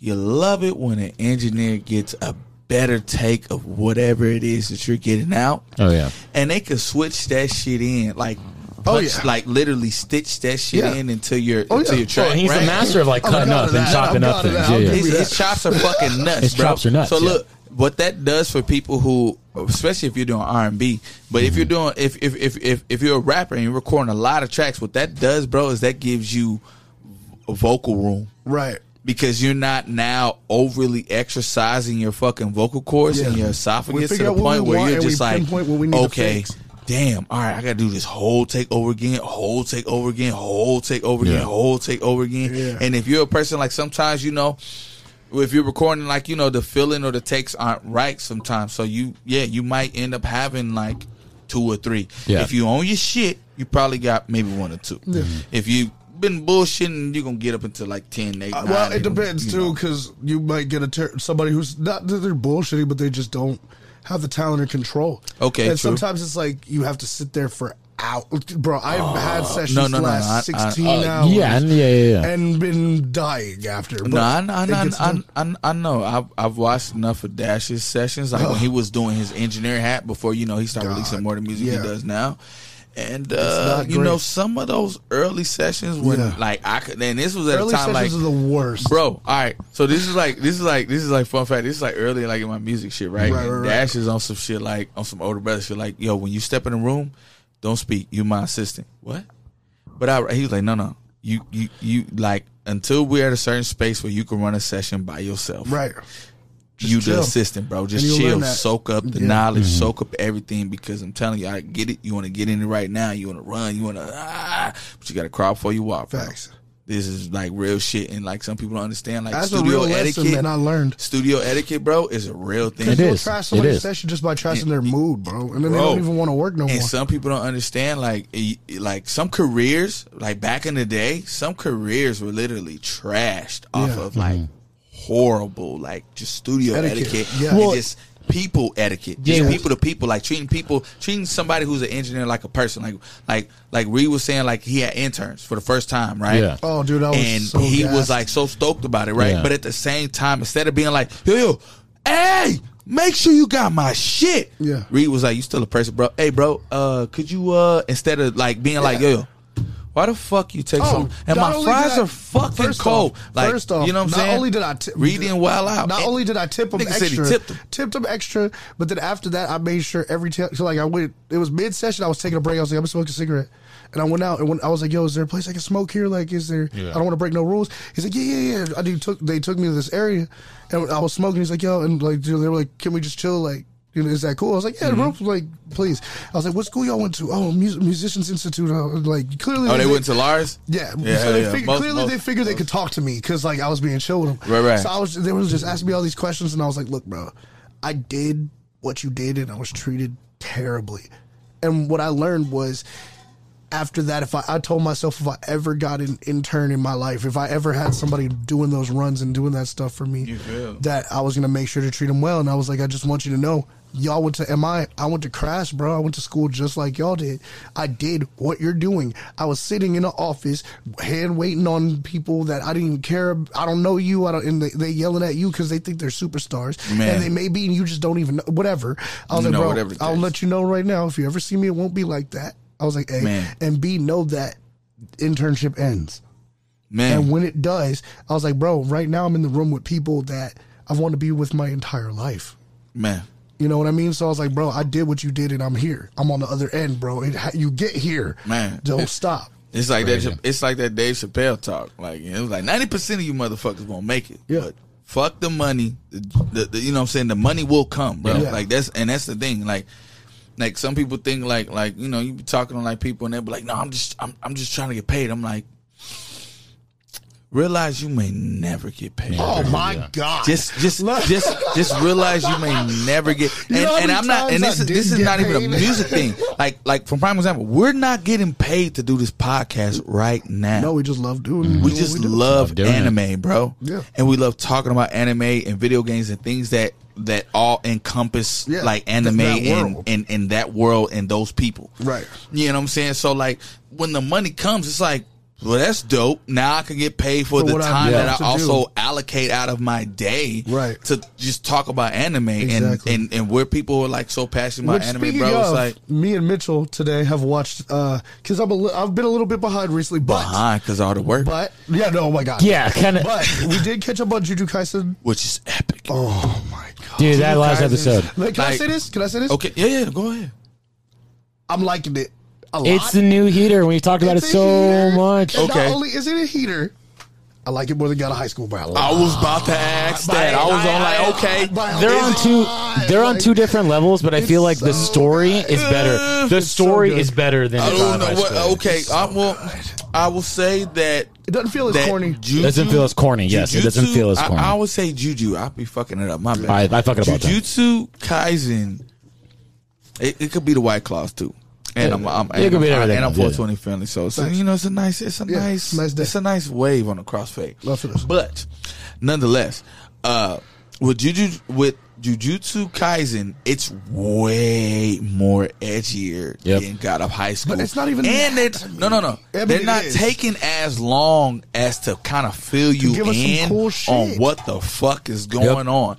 [SPEAKER 4] You love it when an engineer gets a better take of whatever it is that you're getting out.
[SPEAKER 3] Oh yeah,
[SPEAKER 4] And they can switch that shit in. Like
[SPEAKER 2] Oh,
[SPEAKER 4] punch-
[SPEAKER 2] yeah.
[SPEAKER 4] like literally stitch that shit
[SPEAKER 2] Yeah.
[SPEAKER 4] in into your
[SPEAKER 2] Oh,
[SPEAKER 4] into
[SPEAKER 2] yeah.
[SPEAKER 4] your track.
[SPEAKER 3] he's
[SPEAKER 4] right?
[SPEAKER 3] the master of like
[SPEAKER 2] I'm
[SPEAKER 3] cutting
[SPEAKER 2] proud
[SPEAKER 3] up
[SPEAKER 2] of
[SPEAKER 3] and
[SPEAKER 2] that.
[SPEAKER 3] chopping
[SPEAKER 2] I'm
[SPEAKER 3] up
[SPEAKER 2] proud of
[SPEAKER 3] things.
[SPEAKER 2] that.
[SPEAKER 3] Yeah,
[SPEAKER 2] I'll
[SPEAKER 3] yeah.
[SPEAKER 2] give
[SPEAKER 4] His,
[SPEAKER 2] Yeah.
[SPEAKER 4] his chops are fucking nuts.
[SPEAKER 3] His
[SPEAKER 4] bro.
[SPEAKER 3] chops are nuts,
[SPEAKER 4] So
[SPEAKER 3] yeah.
[SPEAKER 4] look, what that does for people who, especially if you're doing R and B, but
[SPEAKER 3] Mm-hmm.
[SPEAKER 4] if you're doing if if, if if if you're a rapper and you're recording a lot of tracks, what that does, bro, is that gives you a vocal room
[SPEAKER 2] right.
[SPEAKER 4] because you're not now overly exercising your fucking vocal cords and
[SPEAKER 2] Yeah.
[SPEAKER 4] your
[SPEAKER 2] We
[SPEAKER 4] esophagus to
[SPEAKER 2] figure
[SPEAKER 4] the
[SPEAKER 2] out what
[SPEAKER 4] point
[SPEAKER 2] we
[SPEAKER 4] where
[SPEAKER 2] want
[SPEAKER 4] you're
[SPEAKER 2] and we
[SPEAKER 4] just like,
[SPEAKER 2] pinpoint what we need to
[SPEAKER 4] okay,
[SPEAKER 2] fix."
[SPEAKER 4] damn, all right, I gotta do this whole take over again, whole take over again, whole take over again, whole take over again.
[SPEAKER 2] Yeah.
[SPEAKER 4] And if you're a person like sometimes you know. If you're recording, like you know, the filling or the takes aren't right sometimes. So you, yeah, you might end up having like two or three.
[SPEAKER 3] Yeah.
[SPEAKER 4] If you own your shit, you probably got maybe one or two. If you been bullshitting, you're gonna get up into like ten, eight.
[SPEAKER 2] Uh,
[SPEAKER 4] nine,
[SPEAKER 2] well, it
[SPEAKER 4] you know,
[SPEAKER 2] depends
[SPEAKER 4] you
[SPEAKER 2] too,
[SPEAKER 4] know.
[SPEAKER 2] because you might get a ter- somebody who's not that they're bullshitting, but they just don't have the talent or control.
[SPEAKER 4] Okay,
[SPEAKER 2] and
[SPEAKER 4] true.
[SPEAKER 2] sometimes it's like you have to sit there for out, bro. I've had sessions
[SPEAKER 4] Oh, no, no, no, I- I-
[SPEAKER 2] last sixteen
[SPEAKER 4] uh,
[SPEAKER 2] hours,
[SPEAKER 3] yeah, and- yeah, yeah, yeah.
[SPEAKER 2] and been dying after. but
[SPEAKER 4] No, I, I,
[SPEAKER 2] it
[SPEAKER 4] I,
[SPEAKER 2] gets
[SPEAKER 4] I,
[SPEAKER 2] done.
[SPEAKER 4] I, I know. I've, I've watched enough of Dash's sessions. Like when he was doing his engineer hat before, you know, he started releasing more of the music he
[SPEAKER 2] yeah.
[SPEAKER 4] does now. And uh,
[SPEAKER 2] not
[SPEAKER 4] you know,
[SPEAKER 2] great.
[SPEAKER 4] some of those early sessions when
[SPEAKER 2] Yeah.
[SPEAKER 4] like I could, and this was at
[SPEAKER 2] early
[SPEAKER 4] a time
[SPEAKER 2] sessions
[SPEAKER 4] like
[SPEAKER 2] are the worst,
[SPEAKER 4] Bro, all right. So this is like this is like this is like fun fact. This is like early like in my music shit, right?
[SPEAKER 2] Right,
[SPEAKER 4] And
[SPEAKER 2] right, right.
[SPEAKER 4] Dash is on some shit like on some older brother shit like, yo, when you step in the room, don't speak. You my assistant. What? But I he was like, no, no. You you you like until we're at a certain space where you can run a session by yourself.
[SPEAKER 2] right?
[SPEAKER 4] you the
[SPEAKER 2] chill.
[SPEAKER 4] assistant, bro.
[SPEAKER 2] And
[SPEAKER 4] Just
[SPEAKER 2] you'll
[SPEAKER 4] chill,
[SPEAKER 2] learn that.
[SPEAKER 4] soak up the
[SPEAKER 2] Yeah.
[SPEAKER 4] knowledge, soak up everything. Because I'm telling you, I get it. You want to get in it right now. You want to run. You want to, ah, but you got to crawl before you walk. bro.
[SPEAKER 2] Facts.
[SPEAKER 4] This is like real shit, and like some people don't understand. Like
[SPEAKER 2] That's a
[SPEAKER 4] studio
[SPEAKER 2] real
[SPEAKER 4] etiquette,
[SPEAKER 2] lesson that I learned.
[SPEAKER 4] studio etiquette, bro, is a real thing.
[SPEAKER 3] It
[SPEAKER 2] You'll
[SPEAKER 3] is.
[SPEAKER 2] trash
[SPEAKER 3] It
[SPEAKER 2] somebody's
[SPEAKER 3] is.
[SPEAKER 2] session just by trashing their mood, bro, and then they
[SPEAKER 4] Bro.
[SPEAKER 2] don't even want to work no more.
[SPEAKER 4] And some people don't understand, like, e- like some careers, like back in the day, some careers were literally trashed off
[SPEAKER 2] Yeah.
[SPEAKER 4] of
[SPEAKER 3] Mm-hmm.
[SPEAKER 4] like horrible, like just studio
[SPEAKER 2] Etiquette.
[SPEAKER 4] etiquette,
[SPEAKER 2] Yeah.
[SPEAKER 4] and
[SPEAKER 2] Well-
[SPEAKER 4] just people etiquette, just people to people, like treating people, treating somebody who's an engineer like a person, like, like, like Reed was saying, like he had interns for the first time, right?
[SPEAKER 3] Yeah.
[SPEAKER 2] Oh, dude, I was
[SPEAKER 4] and
[SPEAKER 2] so
[SPEAKER 4] he was
[SPEAKER 2] gassed.
[SPEAKER 4] like so stoked about it, right?
[SPEAKER 3] Yeah.
[SPEAKER 4] But at the same time, instead of being like, yo, yo, hey, make sure you got my shit.
[SPEAKER 2] Yeah.
[SPEAKER 4] Reed was like, you still a person, bro. Hey, bro, uh, could you, uh, instead of like being like, yo, yo, why the fuck you take
[SPEAKER 2] Oh,
[SPEAKER 4] some? And
[SPEAKER 2] not
[SPEAKER 4] my
[SPEAKER 2] only
[SPEAKER 4] fries
[SPEAKER 2] did I-
[SPEAKER 4] are fucking
[SPEAKER 2] first
[SPEAKER 4] cold.
[SPEAKER 2] off-
[SPEAKER 4] like,
[SPEAKER 2] first off,
[SPEAKER 4] you know what I'm
[SPEAKER 2] not
[SPEAKER 4] saying?
[SPEAKER 2] only did I tip-
[SPEAKER 4] Reed didn't wild out.
[SPEAKER 2] Not
[SPEAKER 4] And-
[SPEAKER 2] only did I tip him
[SPEAKER 4] Nigga
[SPEAKER 2] extra,
[SPEAKER 4] said he tipped him.
[SPEAKER 2] extra, but then after that, I made sure every time, so like I went, it was mid session. I was taking a break. I was like, I'm smoking a cigarette, and I went out and when, I was like, Yo, is there a place I can smoke here? Like, is there? I don't want to break no rules. He's like, Yeah, yeah, yeah. I do. Took they took me to this area, and I was smoking. He's like, Yo, and like they were like, Can we just chill? Like. you know, Is that cool? I was like, yeah, bro,
[SPEAKER 4] Mm-hmm.
[SPEAKER 2] like, please. I was like, what school y'all went to? Oh, Mus- Musicians Institute. I was like, clearly,
[SPEAKER 4] Oh, they went to Lars?
[SPEAKER 2] yeah,
[SPEAKER 4] Yeah,
[SPEAKER 2] so they
[SPEAKER 4] yeah.
[SPEAKER 2] fig-
[SPEAKER 4] Most-
[SPEAKER 2] clearly
[SPEAKER 4] most-
[SPEAKER 2] they figured they could talk to me because like I was being chill with them.
[SPEAKER 4] Right, right.
[SPEAKER 2] So I was they was just asking me all these questions, and I was like, "Look, bro, I did what you did, and I was treated terribly. And what I learned was after that, if I, I told myself if I ever got an intern in my life, if I ever had somebody doing those runs and doing that stuff for me,
[SPEAKER 4] will.
[SPEAKER 2] that I was gonna make sure to treat them well. And I was like, I just want you to know, y'all went to MI, I went to crash, bro. I went to school just like y'all did. I did what you're doing. I was sitting in an office, hand waiting on people that I didn't even care. ab- I don't know you. I don't. And they, they yelling at you because they think they're superstars,
[SPEAKER 4] Man.
[SPEAKER 2] and they may be, and you just don't even know. Whatever. I was
[SPEAKER 4] You
[SPEAKER 2] like,
[SPEAKER 4] know
[SPEAKER 2] bro,
[SPEAKER 4] whatever it
[SPEAKER 2] I'll
[SPEAKER 4] is.
[SPEAKER 2] let you know right now. If you ever see me, it won't be like that. I was like, A,
[SPEAKER 4] Man.
[SPEAKER 2] and B, know that internship ends. And
[SPEAKER 4] man.
[SPEAKER 2] when it does, I was like, bro, right now I'm in the room with people that I want to be with my entire life.
[SPEAKER 4] man.
[SPEAKER 2] You know what I mean? So I was like, bro, I did what you did, and I'm here. I'm on the other end, bro. It, ha- you get here,
[SPEAKER 4] Man.
[SPEAKER 2] Don't stop.
[SPEAKER 4] It's like that. It's like that Dave Chappelle talk. Like it was like ninety percent of you motherfuckers won't make it.
[SPEAKER 2] Yeah.
[SPEAKER 4] But fuck the money. The, the- the- you know what I'm saying the money will come, bro.
[SPEAKER 2] Yeah.
[SPEAKER 4] Like that's and that's the thing. Like like some people think like like you know you be talking to like people and they be like no I'm just I'm I'm just trying to get paid. I'm like realize you may never get paid.
[SPEAKER 2] Oh my god!
[SPEAKER 4] Just, just, just, just realize you may never get. And,
[SPEAKER 2] You know how
[SPEAKER 4] and
[SPEAKER 2] many
[SPEAKER 4] I'm not. And
[SPEAKER 2] times
[SPEAKER 4] this
[SPEAKER 2] I
[SPEAKER 4] is this
[SPEAKER 2] did
[SPEAKER 4] is
[SPEAKER 2] get
[SPEAKER 4] not even a
[SPEAKER 2] paid?
[SPEAKER 4] music thing. Like, like for prime example, we're not getting paid to do this podcast right now.
[SPEAKER 2] no, we just love doing.
[SPEAKER 4] we just love
[SPEAKER 3] doing it.
[SPEAKER 4] anime, bro.
[SPEAKER 2] Yeah.
[SPEAKER 4] And we love talking about anime and video games and things that that all encompass
[SPEAKER 2] Yeah,
[SPEAKER 4] like anime
[SPEAKER 2] that
[SPEAKER 4] and,
[SPEAKER 2] world.
[SPEAKER 4] and and that world and those people.
[SPEAKER 2] Right.
[SPEAKER 4] You know what I'm saying? So like when the money comes, it's like, well, that's dope. Now I can get paid for,
[SPEAKER 2] For
[SPEAKER 4] the
[SPEAKER 2] what I
[SPEAKER 4] time
[SPEAKER 2] love
[SPEAKER 4] that
[SPEAKER 2] to
[SPEAKER 4] I also
[SPEAKER 2] do.
[SPEAKER 4] allocate out of my day
[SPEAKER 2] Right.
[SPEAKER 4] to just talk about anime
[SPEAKER 2] Exactly.
[SPEAKER 4] and, and and where people are like so passionate about
[SPEAKER 2] Which,
[SPEAKER 4] anime,
[SPEAKER 2] speaking
[SPEAKER 4] bro.
[SPEAKER 2] of,
[SPEAKER 4] it's like
[SPEAKER 2] me and Mitchell today have watched because I'm a li- I've been a little bit behind recently, but
[SPEAKER 4] behind because all the work,
[SPEAKER 2] but yeah, no, oh my god,
[SPEAKER 3] Yeah, kind of.
[SPEAKER 2] But we did catch up on Jujutsu Kaisen.
[SPEAKER 4] which is epic.
[SPEAKER 2] Oh my god!
[SPEAKER 3] Dude, that last
[SPEAKER 4] Kaisen's-
[SPEAKER 3] episode.
[SPEAKER 2] Like, can I
[SPEAKER 4] Like-
[SPEAKER 2] say this? Can I say this?
[SPEAKER 4] Okay, yeah, yeah, go ahead.
[SPEAKER 2] I'm liking it a lot.
[SPEAKER 3] It's the new heater. We talked about
[SPEAKER 2] It's
[SPEAKER 3] it
[SPEAKER 2] a
[SPEAKER 3] so
[SPEAKER 2] heater.
[SPEAKER 3] much.
[SPEAKER 2] And
[SPEAKER 4] Okay.
[SPEAKER 2] Not only is it a heater, I like it more than got a high school by a
[SPEAKER 4] I
[SPEAKER 2] lot.
[SPEAKER 4] was about to ask that. I was on like, okay,
[SPEAKER 2] By a
[SPEAKER 3] They're on
[SPEAKER 2] lot.
[SPEAKER 3] two. They're on
[SPEAKER 2] Like,
[SPEAKER 3] two different levels, but I feel like the
[SPEAKER 2] so
[SPEAKER 3] story is better. The story
[SPEAKER 2] good.
[SPEAKER 3] is better than.
[SPEAKER 4] I don't know what.
[SPEAKER 3] School.
[SPEAKER 4] Okay, I will. I will say that.
[SPEAKER 2] It doesn't feel as
[SPEAKER 4] that
[SPEAKER 2] corny.
[SPEAKER 4] Juju-
[SPEAKER 3] Doesn't feel as corny, yes, it doesn't feel as
[SPEAKER 4] I-
[SPEAKER 3] corny.
[SPEAKER 4] I, would say Juju. I'll be fucking it up. My bad.
[SPEAKER 3] I- I fuck it up all the time.
[SPEAKER 4] Jujutsu Kaisen. It, it could be the White Claws too. And I'm, I'm,
[SPEAKER 3] It
[SPEAKER 4] and
[SPEAKER 3] could be
[SPEAKER 4] I'm,
[SPEAKER 3] everything
[SPEAKER 4] and I'm
[SPEAKER 3] else, yeah.
[SPEAKER 4] 420 friendly, so, so you know it's a nice, it's a
[SPEAKER 2] Yeah,
[SPEAKER 4] nice,
[SPEAKER 2] nice day.
[SPEAKER 4] it's a nice wave on the crossfade.
[SPEAKER 2] Love for this.
[SPEAKER 4] But nonetheless, uh, with Juju with Jujutsu Kaisen, it's way more edgier
[SPEAKER 3] Yep.
[SPEAKER 4] than God of High School.
[SPEAKER 2] it's not even
[SPEAKER 4] and
[SPEAKER 2] that,
[SPEAKER 4] it's
[SPEAKER 2] I mean.
[SPEAKER 4] no, no, no.
[SPEAKER 2] I mean,
[SPEAKER 4] They're
[SPEAKER 2] it
[SPEAKER 4] not
[SPEAKER 2] is.
[SPEAKER 4] taking as long as to kind of fill you
[SPEAKER 2] give us some
[SPEAKER 4] in
[SPEAKER 2] cool
[SPEAKER 4] on
[SPEAKER 2] shit.
[SPEAKER 4] what the fuck is going on.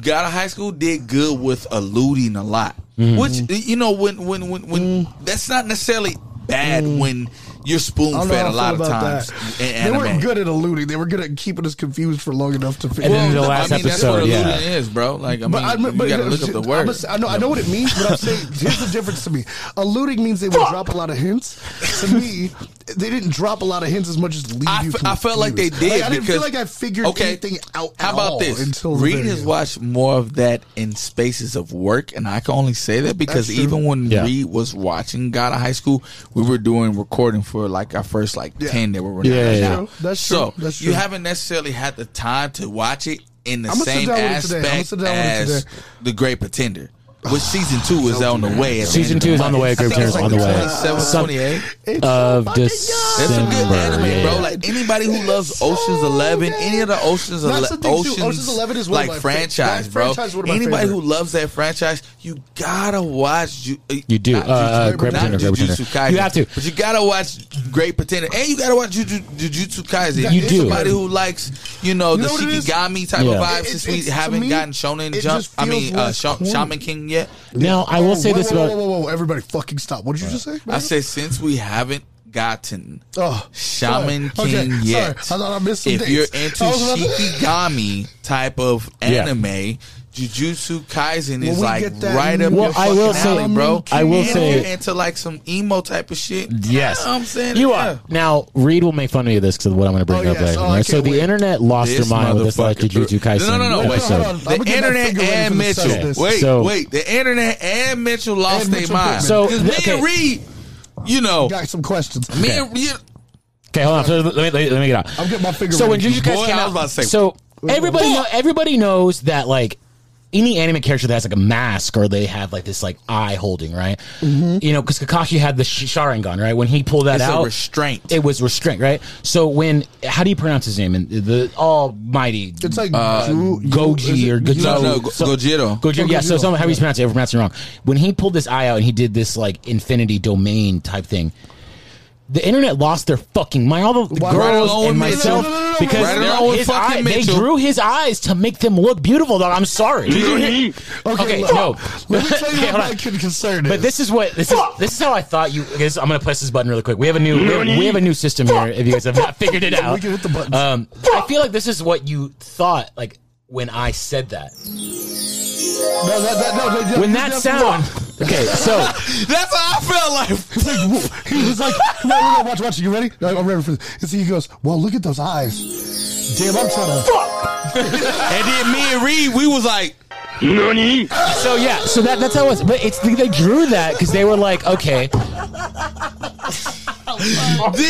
[SPEAKER 4] God of High School did good with alluding a lot,
[SPEAKER 3] Mm-hmm.
[SPEAKER 4] which you know when when when when
[SPEAKER 2] Mm.
[SPEAKER 4] that's not necessarily bad when you're spoon
[SPEAKER 2] I don't know
[SPEAKER 4] fed
[SPEAKER 2] how
[SPEAKER 4] a
[SPEAKER 2] I
[SPEAKER 4] lot
[SPEAKER 2] feel
[SPEAKER 4] of
[SPEAKER 2] about
[SPEAKER 4] times.
[SPEAKER 2] that.
[SPEAKER 4] In
[SPEAKER 2] They
[SPEAKER 4] anime.
[SPEAKER 2] weren't good at eluding. They were good at keeping us confused for long enough to figure.
[SPEAKER 3] And then
[SPEAKER 2] out.
[SPEAKER 3] the last episode,
[SPEAKER 4] that's what
[SPEAKER 3] yeah.
[SPEAKER 4] alluding is, bro. Like, I mean,
[SPEAKER 2] I-
[SPEAKER 4] you gotta look up the
[SPEAKER 2] I'm
[SPEAKER 4] word.
[SPEAKER 2] a- I know, I know what it means, but I'm saying here's the difference to me. Alluding means they would drop a lot of hints. To me, they didn't drop a lot of hints as much as leave
[SPEAKER 4] I,
[SPEAKER 2] you.
[SPEAKER 4] fe- I felt like they
[SPEAKER 2] confused.
[SPEAKER 4] did.
[SPEAKER 2] I didn't
[SPEAKER 4] because-
[SPEAKER 2] feel like I figured anything out.
[SPEAKER 4] How
[SPEAKER 2] at
[SPEAKER 4] about
[SPEAKER 2] all
[SPEAKER 4] this?
[SPEAKER 2] Until the
[SPEAKER 4] Reed
[SPEAKER 2] very
[SPEAKER 4] has
[SPEAKER 2] end.
[SPEAKER 4] watched more of that in spaces of work, and I can only say that because
[SPEAKER 2] That's true.
[SPEAKER 4] even when
[SPEAKER 3] Yeah.
[SPEAKER 4] Reed was watching God of High School, we were doing recording for like our first like
[SPEAKER 2] Yeah.
[SPEAKER 4] ten that we were
[SPEAKER 3] Yeah,
[SPEAKER 4] doing
[SPEAKER 3] yeah,
[SPEAKER 4] right
[SPEAKER 3] yeah.
[SPEAKER 4] now.
[SPEAKER 2] That's true.
[SPEAKER 4] So
[SPEAKER 2] That's
[SPEAKER 4] you
[SPEAKER 2] true.
[SPEAKER 4] haven't necessarily had the time to watch it in the
[SPEAKER 2] I'ma sit
[SPEAKER 4] same
[SPEAKER 2] down with it today. I'ma
[SPEAKER 4] aspect
[SPEAKER 2] sit down with it
[SPEAKER 4] as
[SPEAKER 2] today.
[SPEAKER 4] the Great Pretender. Which season two is on the way? at the
[SPEAKER 3] Season
[SPEAKER 4] end of
[SPEAKER 3] two is on the
[SPEAKER 4] month.
[SPEAKER 3] way,
[SPEAKER 4] I
[SPEAKER 3] Great
[SPEAKER 4] think it's
[SPEAKER 3] Pretender is
[SPEAKER 4] like
[SPEAKER 3] on the way.
[SPEAKER 4] Twenty-seven,
[SPEAKER 3] Some-
[SPEAKER 4] twenty-eight.
[SPEAKER 2] It's so
[SPEAKER 3] Of
[SPEAKER 2] fucking young.
[SPEAKER 4] That's a
[SPEAKER 3] December.
[SPEAKER 4] good anime,
[SPEAKER 3] yeah.
[SPEAKER 4] bro. Like anybody who loves Ocean's Eleven, any of the Ocean's Ele-
[SPEAKER 2] That's the thing, too.
[SPEAKER 4] Ocean's,
[SPEAKER 2] Ocean's 11 is one
[SPEAKER 4] like
[SPEAKER 2] of my fa-
[SPEAKER 4] franchise,
[SPEAKER 2] that
[SPEAKER 4] bro.
[SPEAKER 2] franchise is one of my
[SPEAKER 4] anybody
[SPEAKER 2] favorite.
[SPEAKER 4] who loves that franchise, you gotta watch. Ju-
[SPEAKER 3] You do.
[SPEAKER 4] not
[SPEAKER 3] Uh, uh, Great
[SPEAKER 4] not
[SPEAKER 3] Pretender, Great
[SPEAKER 4] Jujutsu
[SPEAKER 3] Pretender.
[SPEAKER 4] Kaisen.
[SPEAKER 3] You have to.
[SPEAKER 4] but you gotta watch Great Pretender, and you gotta watch Juju- Jujutsu Kaisen.
[SPEAKER 3] You do.
[SPEAKER 4] Somebody who likes, you know,
[SPEAKER 2] You
[SPEAKER 4] the
[SPEAKER 2] know what it is?
[SPEAKER 4] Shikigami type
[SPEAKER 3] Yeah.
[SPEAKER 4] of vibes,
[SPEAKER 2] It-
[SPEAKER 4] since
[SPEAKER 2] it-
[SPEAKER 4] we
[SPEAKER 2] it's- to
[SPEAKER 4] haven't
[SPEAKER 2] me,
[SPEAKER 4] gotten Shonen
[SPEAKER 2] it
[SPEAKER 4] Jump.
[SPEAKER 2] just
[SPEAKER 4] I mean,
[SPEAKER 2] feels
[SPEAKER 4] uh,
[SPEAKER 2] less
[SPEAKER 4] Sha-
[SPEAKER 2] corny.
[SPEAKER 4] Shaman King yet.
[SPEAKER 3] Now I will say
[SPEAKER 2] whoa,
[SPEAKER 3] this
[SPEAKER 2] whoa,
[SPEAKER 3] about
[SPEAKER 2] whoa, whoa, whoa, everybody, fucking stop! What did you just say?
[SPEAKER 4] I said since we haven't gotten
[SPEAKER 2] Oh,
[SPEAKER 4] Shaman
[SPEAKER 2] sorry. Okay,
[SPEAKER 4] King
[SPEAKER 2] sorry.
[SPEAKER 4] yet.
[SPEAKER 2] I thought I missed some
[SPEAKER 4] If
[SPEAKER 2] dates.
[SPEAKER 4] you're into
[SPEAKER 2] I was about to-
[SPEAKER 4] Shikigami type of
[SPEAKER 3] Yeah.
[SPEAKER 4] anime, Jujutsu Kaisen
[SPEAKER 2] When
[SPEAKER 4] is
[SPEAKER 2] we
[SPEAKER 4] like
[SPEAKER 2] get that
[SPEAKER 4] right
[SPEAKER 2] new
[SPEAKER 4] up
[SPEAKER 3] Well,
[SPEAKER 4] your
[SPEAKER 3] I
[SPEAKER 4] fucking
[SPEAKER 3] will say-
[SPEAKER 4] alley, bro.
[SPEAKER 3] I will
[SPEAKER 4] And if
[SPEAKER 3] say-
[SPEAKER 4] you're into like some emo type of shit.
[SPEAKER 3] Yes,
[SPEAKER 4] yeah, I'm saying
[SPEAKER 3] you
[SPEAKER 4] yeah.
[SPEAKER 3] are. Now, Reed will make fun of you this because what I'm going to bring
[SPEAKER 2] Oh,
[SPEAKER 3] up
[SPEAKER 2] yes.
[SPEAKER 3] later.
[SPEAKER 2] Oh, I
[SPEAKER 3] so
[SPEAKER 2] can't
[SPEAKER 3] the
[SPEAKER 2] wait.
[SPEAKER 3] internet lost
[SPEAKER 4] This
[SPEAKER 3] their mind with this like
[SPEAKER 4] motherfucker.
[SPEAKER 3] Jujutsu Kaisen.
[SPEAKER 4] No, no, no, wait.
[SPEAKER 3] episode.
[SPEAKER 2] Hold on, hold on.
[SPEAKER 4] The
[SPEAKER 2] I'ma get my
[SPEAKER 4] internet
[SPEAKER 2] finger ready
[SPEAKER 4] and
[SPEAKER 2] for the
[SPEAKER 4] Mitchell.
[SPEAKER 2] substance.
[SPEAKER 4] Wait,
[SPEAKER 3] So-
[SPEAKER 4] wait. The internet and Mitchell lost
[SPEAKER 2] And
[SPEAKER 4] their
[SPEAKER 2] Mitchell
[SPEAKER 4] mind.
[SPEAKER 2] Pittman.
[SPEAKER 3] So,
[SPEAKER 4] 'Cause me
[SPEAKER 3] okay.
[SPEAKER 4] and Reed, you know,
[SPEAKER 2] got some questions.
[SPEAKER 4] me and Reed,
[SPEAKER 3] Okay, hold on. So let, me, let me let me get out.
[SPEAKER 2] I'm getting my finger
[SPEAKER 3] So when
[SPEAKER 2] ready.
[SPEAKER 3] Jujutsu Kaisen
[SPEAKER 4] Boy,
[SPEAKER 3] came
[SPEAKER 4] I was
[SPEAKER 3] out,
[SPEAKER 4] about to say-
[SPEAKER 3] so everybody know, everybody knows that like any anime character that has like a mask or they have like this like eye holding, right?
[SPEAKER 2] Mm-hmm.
[SPEAKER 3] You know, because Kakashi had the sh- Sharingan, right? When he pulled that
[SPEAKER 4] It's a
[SPEAKER 3] out,
[SPEAKER 4] restraint.
[SPEAKER 3] It was restraint, right? So when how do you pronounce his name? And the Almighty
[SPEAKER 2] It's like
[SPEAKER 4] uh,
[SPEAKER 2] Drew- is
[SPEAKER 3] Goji
[SPEAKER 2] it-
[SPEAKER 3] Uh, or Gojo.
[SPEAKER 4] No, no, Go- Gogeta.
[SPEAKER 3] Gojira, yeah. So
[SPEAKER 2] Gojira,
[SPEAKER 3] some, how do you pronounce it? If I'm pronouncing it wrong, when he pulled this eye out and he did this like infinity domain type thing, the internet lost their fucking mind. All the, the
[SPEAKER 2] Why- Right
[SPEAKER 3] girls
[SPEAKER 4] along with
[SPEAKER 3] and
[SPEAKER 4] Mitchell.
[SPEAKER 3] myself
[SPEAKER 4] No, no, no, no,
[SPEAKER 3] because
[SPEAKER 4] right
[SPEAKER 3] they're-
[SPEAKER 4] along with
[SPEAKER 3] his
[SPEAKER 4] fucking
[SPEAKER 3] eye, they
[SPEAKER 4] Mitchell.
[SPEAKER 3] drew his eyes to make them look beautiful. Though I'm sorry. okay,
[SPEAKER 2] Okay, look,
[SPEAKER 3] no.
[SPEAKER 2] Let me tell you
[SPEAKER 3] Okay,
[SPEAKER 2] what
[SPEAKER 3] hold on.
[SPEAKER 2] my kid concern is.
[SPEAKER 3] But this is what this is. This is how I thought you. This, I'm gonna press this button really quick. We have a new we have, we have a new system here. If you guys have not figured it out,
[SPEAKER 2] We can hit the buttons.
[SPEAKER 3] Um, I feel like this is what you thought like when I said that.
[SPEAKER 2] no, that, that, no, no,
[SPEAKER 3] When
[SPEAKER 2] no,
[SPEAKER 3] that
[SPEAKER 2] no,
[SPEAKER 3] sound. Okay, so
[SPEAKER 4] That's how I felt like.
[SPEAKER 2] He's like, "Whoa." he was like, no, no, no, watch, watch, you ready? No, I'm ready for this. And so he goes, well, look at those eyes. Damn, I'm trying to.
[SPEAKER 4] And then me and Reed, we was like,
[SPEAKER 3] so yeah, so that that's how it was. But it's they drew that because they were like, okay,
[SPEAKER 4] Jesus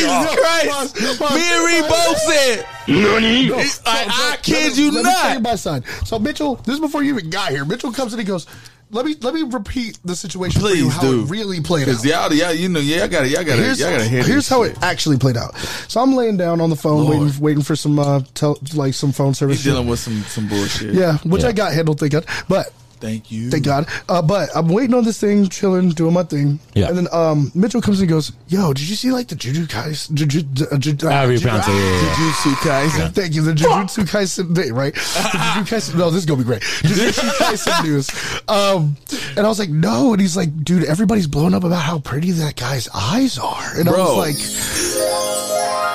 [SPEAKER 4] Christ.
[SPEAKER 2] Fuck.
[SPEAKER 4] Me and Reed both said, It's- I, I kid you
[SPEAKER 2] let me tell you
[SPEAKER 4] not.
[SPEAKER 2] my side. So Mitchell, this is before you even got here. Mitchell comes in, he goes, let me let me repeat the situation for you,
[SPEAKER 4] Please
[SPEAKER 2] how
[SPEAKER 4] do.
[SPEAKER 2] it really played out.
[SPEAKER 4] Because y'all, y'all, you know, yeah, I gotta, y'all gotta,
[SPEAKER 2] here's,
[SPEAKER 4] y'all gotta hear
[SPEAKER 2] here's
[SPEAKER 4] this
[SPEAKER 2] how
[SPEAKER 4] shit.
[SPEAKER 2] it actually played out. So I'm laying down on the phone, waiting, waiting for some uh, tel- like some phone service.
[SPEAKER 4] He's
[SPEAKER 2] shit.
[SPEAKER 4] dealing with some, some bullshit.
[SPEAKER 2] yeah, which I got handled, thank God. But
[SPEAKER 4] Thank you.
[SPEAKER 2] thank God. Uh, but I'm waiting on this thing, chilling, doing my thing.
[SPEAKER 3] Yeah.
[SPEAKER 2] And then um, Mitchell comes in and goes, "Yo, did you see like the Jujutsu Kaisen? Jujutsu, uh, Jujutsu,
[SPEAKER 3] However you pronounce it, yeah, yeah, yeah.
[SPEAKER 2] Jujutsu Kaisen. Thank you. The Jujutsu Kaisen thing, right? The Jujutsu Kaisen. No, this is gonna be great. Jujutsu Kaisen news. Um, and I was like, no. And he's like, dude, everybody's blown up about how pretty that guy's eyes are. And I
[SPEAKER 4] Bro.
[SPEAKER 2] was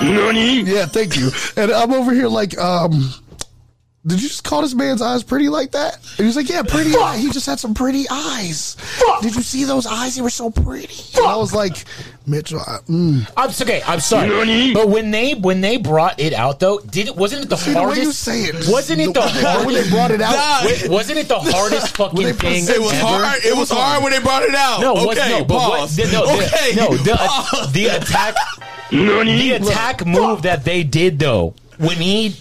[SPEAKER 2] like. Yeah, thank you. And I'm over here like, um, did you just call this man's eyes pretty like that? And he's like, yeah, pretty. eye. He just had some pretty eyes. Did you see those eyes? They were so pretty. And I was like, Mitchell, I, mm.
[SPEAKER 3] I'm s- okay. I'm sorry, but when they when they brought it out though, did it wasn't it the
[SPEAKER 2] See, the
[SPEAKER 3] hardest?
[SPEAKER 2] way you say it,
[SPEAKER 3] Wasn't it the,
[SPEAKER 2] way- when they
[SPEAKER 3] hardest?
[SPEAKER 2] brought it out?
[SPEAKER 4] Nah,
[SPEAKER 3] Wait, wasn't it the hardest
[SPEAKER 2] When
[SPEAKER 3] fucking
[SPEAKER 2] they
[SPEAKER 3] thing?
[SPEAKER 2] present-
[SPEAKER 4] It was
[SPEAKER 3] ever?
[SPEAKER 4] hard. It was hard when they brought it out.
[SPEAKER 3] No,
[SPEAKER 4] okay,
[SPEAKER 3] what's no, but what,
[SPEAKER 4] pause.
[SPEAKER 3] the, no, the-
[SPEAKER 4] okay,
[SPEAKER 3] no, the,
[SPEAKER 4] pause.
[SPEAKER 3] the attack, the attack move that they did though, when he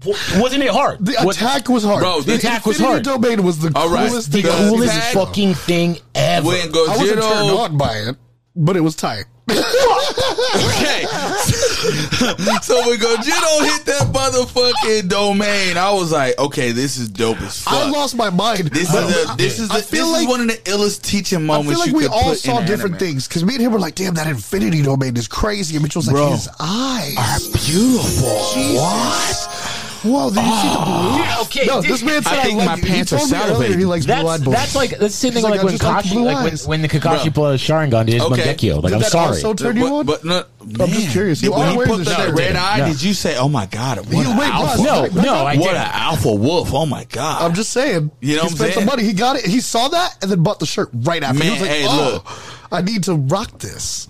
[SPEAKER 3] w- wasn't it hard?
[SPEAKER 2] The
[SPEAKER 3] Was-
[SPEAKER 2] attack was hard.
[SPEAKER 4] Bro, the
[SPEAKER 3] attack was
[SPEAKER 2] Infinity
[SPEAKER 3] hard.
[SPEAKER 2] Domain was the
[SPEAKER 4] All right.
[SPEAKER 2] coolest
[SPEAKER 3] the
[SPEAKER 2] thing.
[SPEAKER 4] The
[SPEAKER 3] coolest
[SPEAKER 4] attack-
[SPEAKER 3] fucking thing ever.
[SPEAKER 4] when
[SPEAKER 2] I wasn't turned
[SPEAKER 4] Gogeta,
[SPEAKER 2] on by it, but it was tight.
[SPEAKER 4] okay. so when Gogeta hit that motherfucking domain, I was like, okay, this is dope as fuck.
[SPEAKER 2] I lost my mind.
[SPEAKER 4] this
[SPEAKER 2] I-
[SPEAKER 4] is a, this is a,
[SPEAKER 2] I
[SPEAKER 4] this
[SPEAKER 2] feel
[SPEAKER 4] is
[SPEAKER 2] like
[SPEAKER 4] one of the illest teaching
[SPEAKER 2] I feel
[SPEAKER 4] moments
[SPEAKER 2] like
[SPEAKER 4] you
[SPEAKER 2] we
[SPEAKER 4] could
[SPEAKER 2] all
[SPEAKER 4] put
[SPEAKER 2] saw
[SPEAKER 4] in an
[SPEAKER 2] different
[SPEAKER 4] anime.
[SPEAKER 2] things because me and him were like, "Damn, that Infinity Domain is crazy." And Mitchell's like,
[SPEAKER 4] Bro.
[SPEAKER 2] "His eyes are beautiful." Jesus. Whoa! Did you
[SPEAKER 3] Yeah,
[SPEAKER 2] see the
[SPEAKER 3] okay,
[SPEAKER 2] blue? No,
[SPEAKER 3] did-
[SPEAKER 2] this man said
[SPEAKER 4] Oh. I
[SPEAKER 2] I,
[SPEAKER 4] think
[SPEAKER 2] like
[SPEAKER 4] my
[SPEAKER 2] you.
[SPEAKER 4] pants
[SPEAKER 2] he
[SPEAKER 4] are
[SPEAKER 2] told me earlier he
[SPEAKER 4] salivating.
[SPEAKER 2] likes blue
[SPEAKER 3] That's
[SPEAKER 2] eyed boys.
[SPEAKER 3] that's like that's the same thing
[SPEAKER 2] He's
[SPEAKER 3] like,
[SPEAKER 2] "I
[SPEAKER 3] when
[SPEAKER 2] just like
[SPEAKER 3] Kakashi
[SPEAKER 2] blue
[SPEAKER 3] like when,
[SPEAKER 2] eyes."
[SPEAKER 3] when the Kakashi
[SPEAKER 4] Bro.
[SPEAKER 3] pulled out Sharingan did
[SPEAKER 4] Okay.
[SPEAKER 3] Mangekyo. Like
[SPEAKER 2] Did
[SPEAKER 3] I'm
[SPEAKER 2] that
[SPEAKER 3] sorry.
[SPEAKER 2] also turn you on?
[SPEAKER 4] But, but no,
[SPEAKER 2] I'm just
[SPEAKER 4] man,
[SPEAKER 2] curious. You
[SPEAKER 4] did- when
[SPEAKER 2] are
[SPEAKER 4] he
[SPEAKER 2] wearing
[SPEAKER 4] put
[SPEAKER 2] this
[SPEAKER 4] that
[SPEAKER 2] shirt.
[SPEAKER 4] red eye,
[SPEAKER 3] No.
[SPEAKER 4] did you say, "Oh my god, what
[SPEAKER 2] You-
[SPEAKER 4] an
[SPEAKER 2] wait,
[SPEAKER 4] alpha,
[SPEAKER 2] pause.
[SPEAKER 3] No,
[SPEAKER 2] Like, like,
[SPEAKER 3] no, I
[SPEAKER 4] what
[SPEAKER 3] didn't.
[SPEAKER 4] an alpha wolf! Oh my god!"
[SPEAKER 2] I'm just saying.
[SPEAKER 4] You know
[SPEAKER 2] he
[SPEAKER 4] what I'm
[SPEAKER 2] spent
[SPEAKER 4] saying?
[SPEAKER 2] the money. He got it. He saw that and then bought the shirt right after. he
[SPEAKER 4] Man,
[SPEAKER 2] was like,
[SPEAKER 4] hey,
[SPEAKER 2] "Oh,
[SPEAKER 4] look.
[SPEAKER 2] I need to rock this."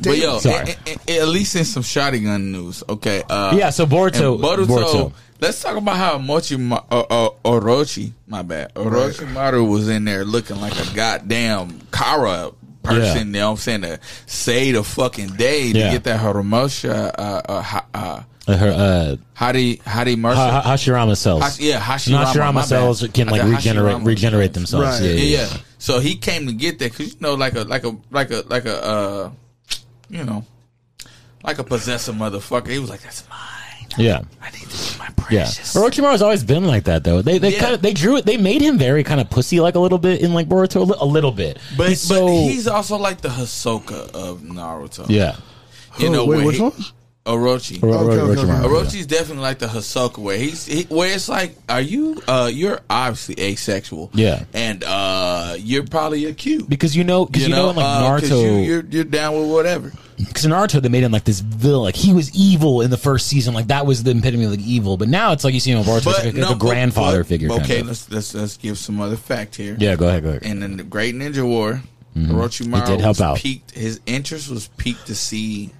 [SPEAKER 4] But yo,
[SPEAKER 3] Sorry.
[SPEAKER 4] a- a- a- at least in some shotgun news, okay. Uh,
[SPEAKER 3] Yeah, so Boruto-
[SPEAKER 4] and Boruto,
[SPEAKER 3] Boruto.
[SPEAKER 4] Let's talk about how Mochi Ma- uh, uh, Orochi, my bad, Orochimaru was in there looking like a goddamn Kara person.
[SPEAKER 3] Yeah.
[SPEAKER 4] You know what I'm saying? To say the fucking day
[SPEAKER 3] Yeah.
[SPEAKER 4] to get that Horomosha, uh, uh, ha- uh,
[SPEAKER 3] Uh, her, uh,
[SPEAKER 4] Hari Hari Mercer.
[SPEAKER 3] Ha- Ha- Hashirama cells.
[SPEAKER 4] Hash- yeah, Hashirama,
[SPEAKER 3] And Hashirama
[SPEAKER 4] my bad.
[SPEAKER 3] cells can
[SPEAKER 4] I
[SPEAKER 3] like
[SPEAKER 4] got
[SPEAKER 3] regenerate
[SPEAKER 4] Hashirama.
[SPEAKER 3] regenerate themselves.
[SPEAKER 2] Right.
[SPEAKER 3] Yeah, yeah,
[SPEAKER 4] yeah,
[SPEAKER 3] yeah.
[SPEAKER 4] yeah. So he came to get that because you know, like a like a like a like a uh, you know, like a possessive motherfucker. He was like, "That's mine.
[SPEAKER 3] Yeah.
[SPEAKER 4] I need to be my
[SPEAKER 3] Yeah,
[SPEAKER 4] precious."
[SPEAKER 3] Orochimaru's always been like that though. They they
[SPEAKER 4] Yeah.
[SPEAKER 3] kind of they drew it. They made him very kind of pussy like a little bit in like Boruto a, li- a little bit.
[SPEAKER 4] But
[SPEAKER 3] he's
[SPEAKER 4] but
[SPEAKER 3] so
[SPEAKER 4] he's also like the Hisoka of Naruto.
[SPEAKER 3] yeah.
[SPEAKER 4] you know
[SPEAKER 2] Oh, Wait,
[SPEAKER 4] where
[SPEAKER 2] which
[SPEAKER 4] he-
[SPEAKER 2] one? Oh,
[SPEAKER 4] Orochi.
[SPEAKER 3] Ro-
[SPEAKER 2] Okay,
[SPEAKER 3] Ro-
[SPEAKER 2] okay,
[SPEAKER 3] Orochimaru,
[SPEAKER 2] okay.
[SPEAKER 3] yeah.
[SPEAKER 4] Orochi's definitely like the Hisoka where he's he, where it's like, are you? uh You're obviously asexual.
[SPEAKER 3] Yeah.
[SPEAKER 4] and uh you're probably a cute.
[SPEAKER 3] because you know because you, know, in like
[SPEAKER 4] uh, 'cause you,
[SPEAKER 3] Naruto
[SPEAKER 4] you're you're down with whatever.
[SPEAKER 3] because in Naruto they made him like this villain like he was evil in the first season like that was the epitome of like evil but now it's like you see him in Boruto it's like, a- like a
[SPEAKER 4] but-
[SPEAKER 3] grandfather
[SPEAKER 4] but-
[SPEAKER 3] figure.
[SPEAKER 4] Okay,
[SPEAKER 3] kind of.
[SPEAKER 4] let's let's let's give some other fact here.
[SPEAKER 3] yeah, go ahead, go ahead.
[SPEAKER 4] And in the Great Ninja War, Orochimaru
[SPEAKER 3] Mm-hmm. It did help
[SPEAKER 4] was
[SPEAKER 3] out.
[SPEAKER 4] peaked. His interest was peaked to see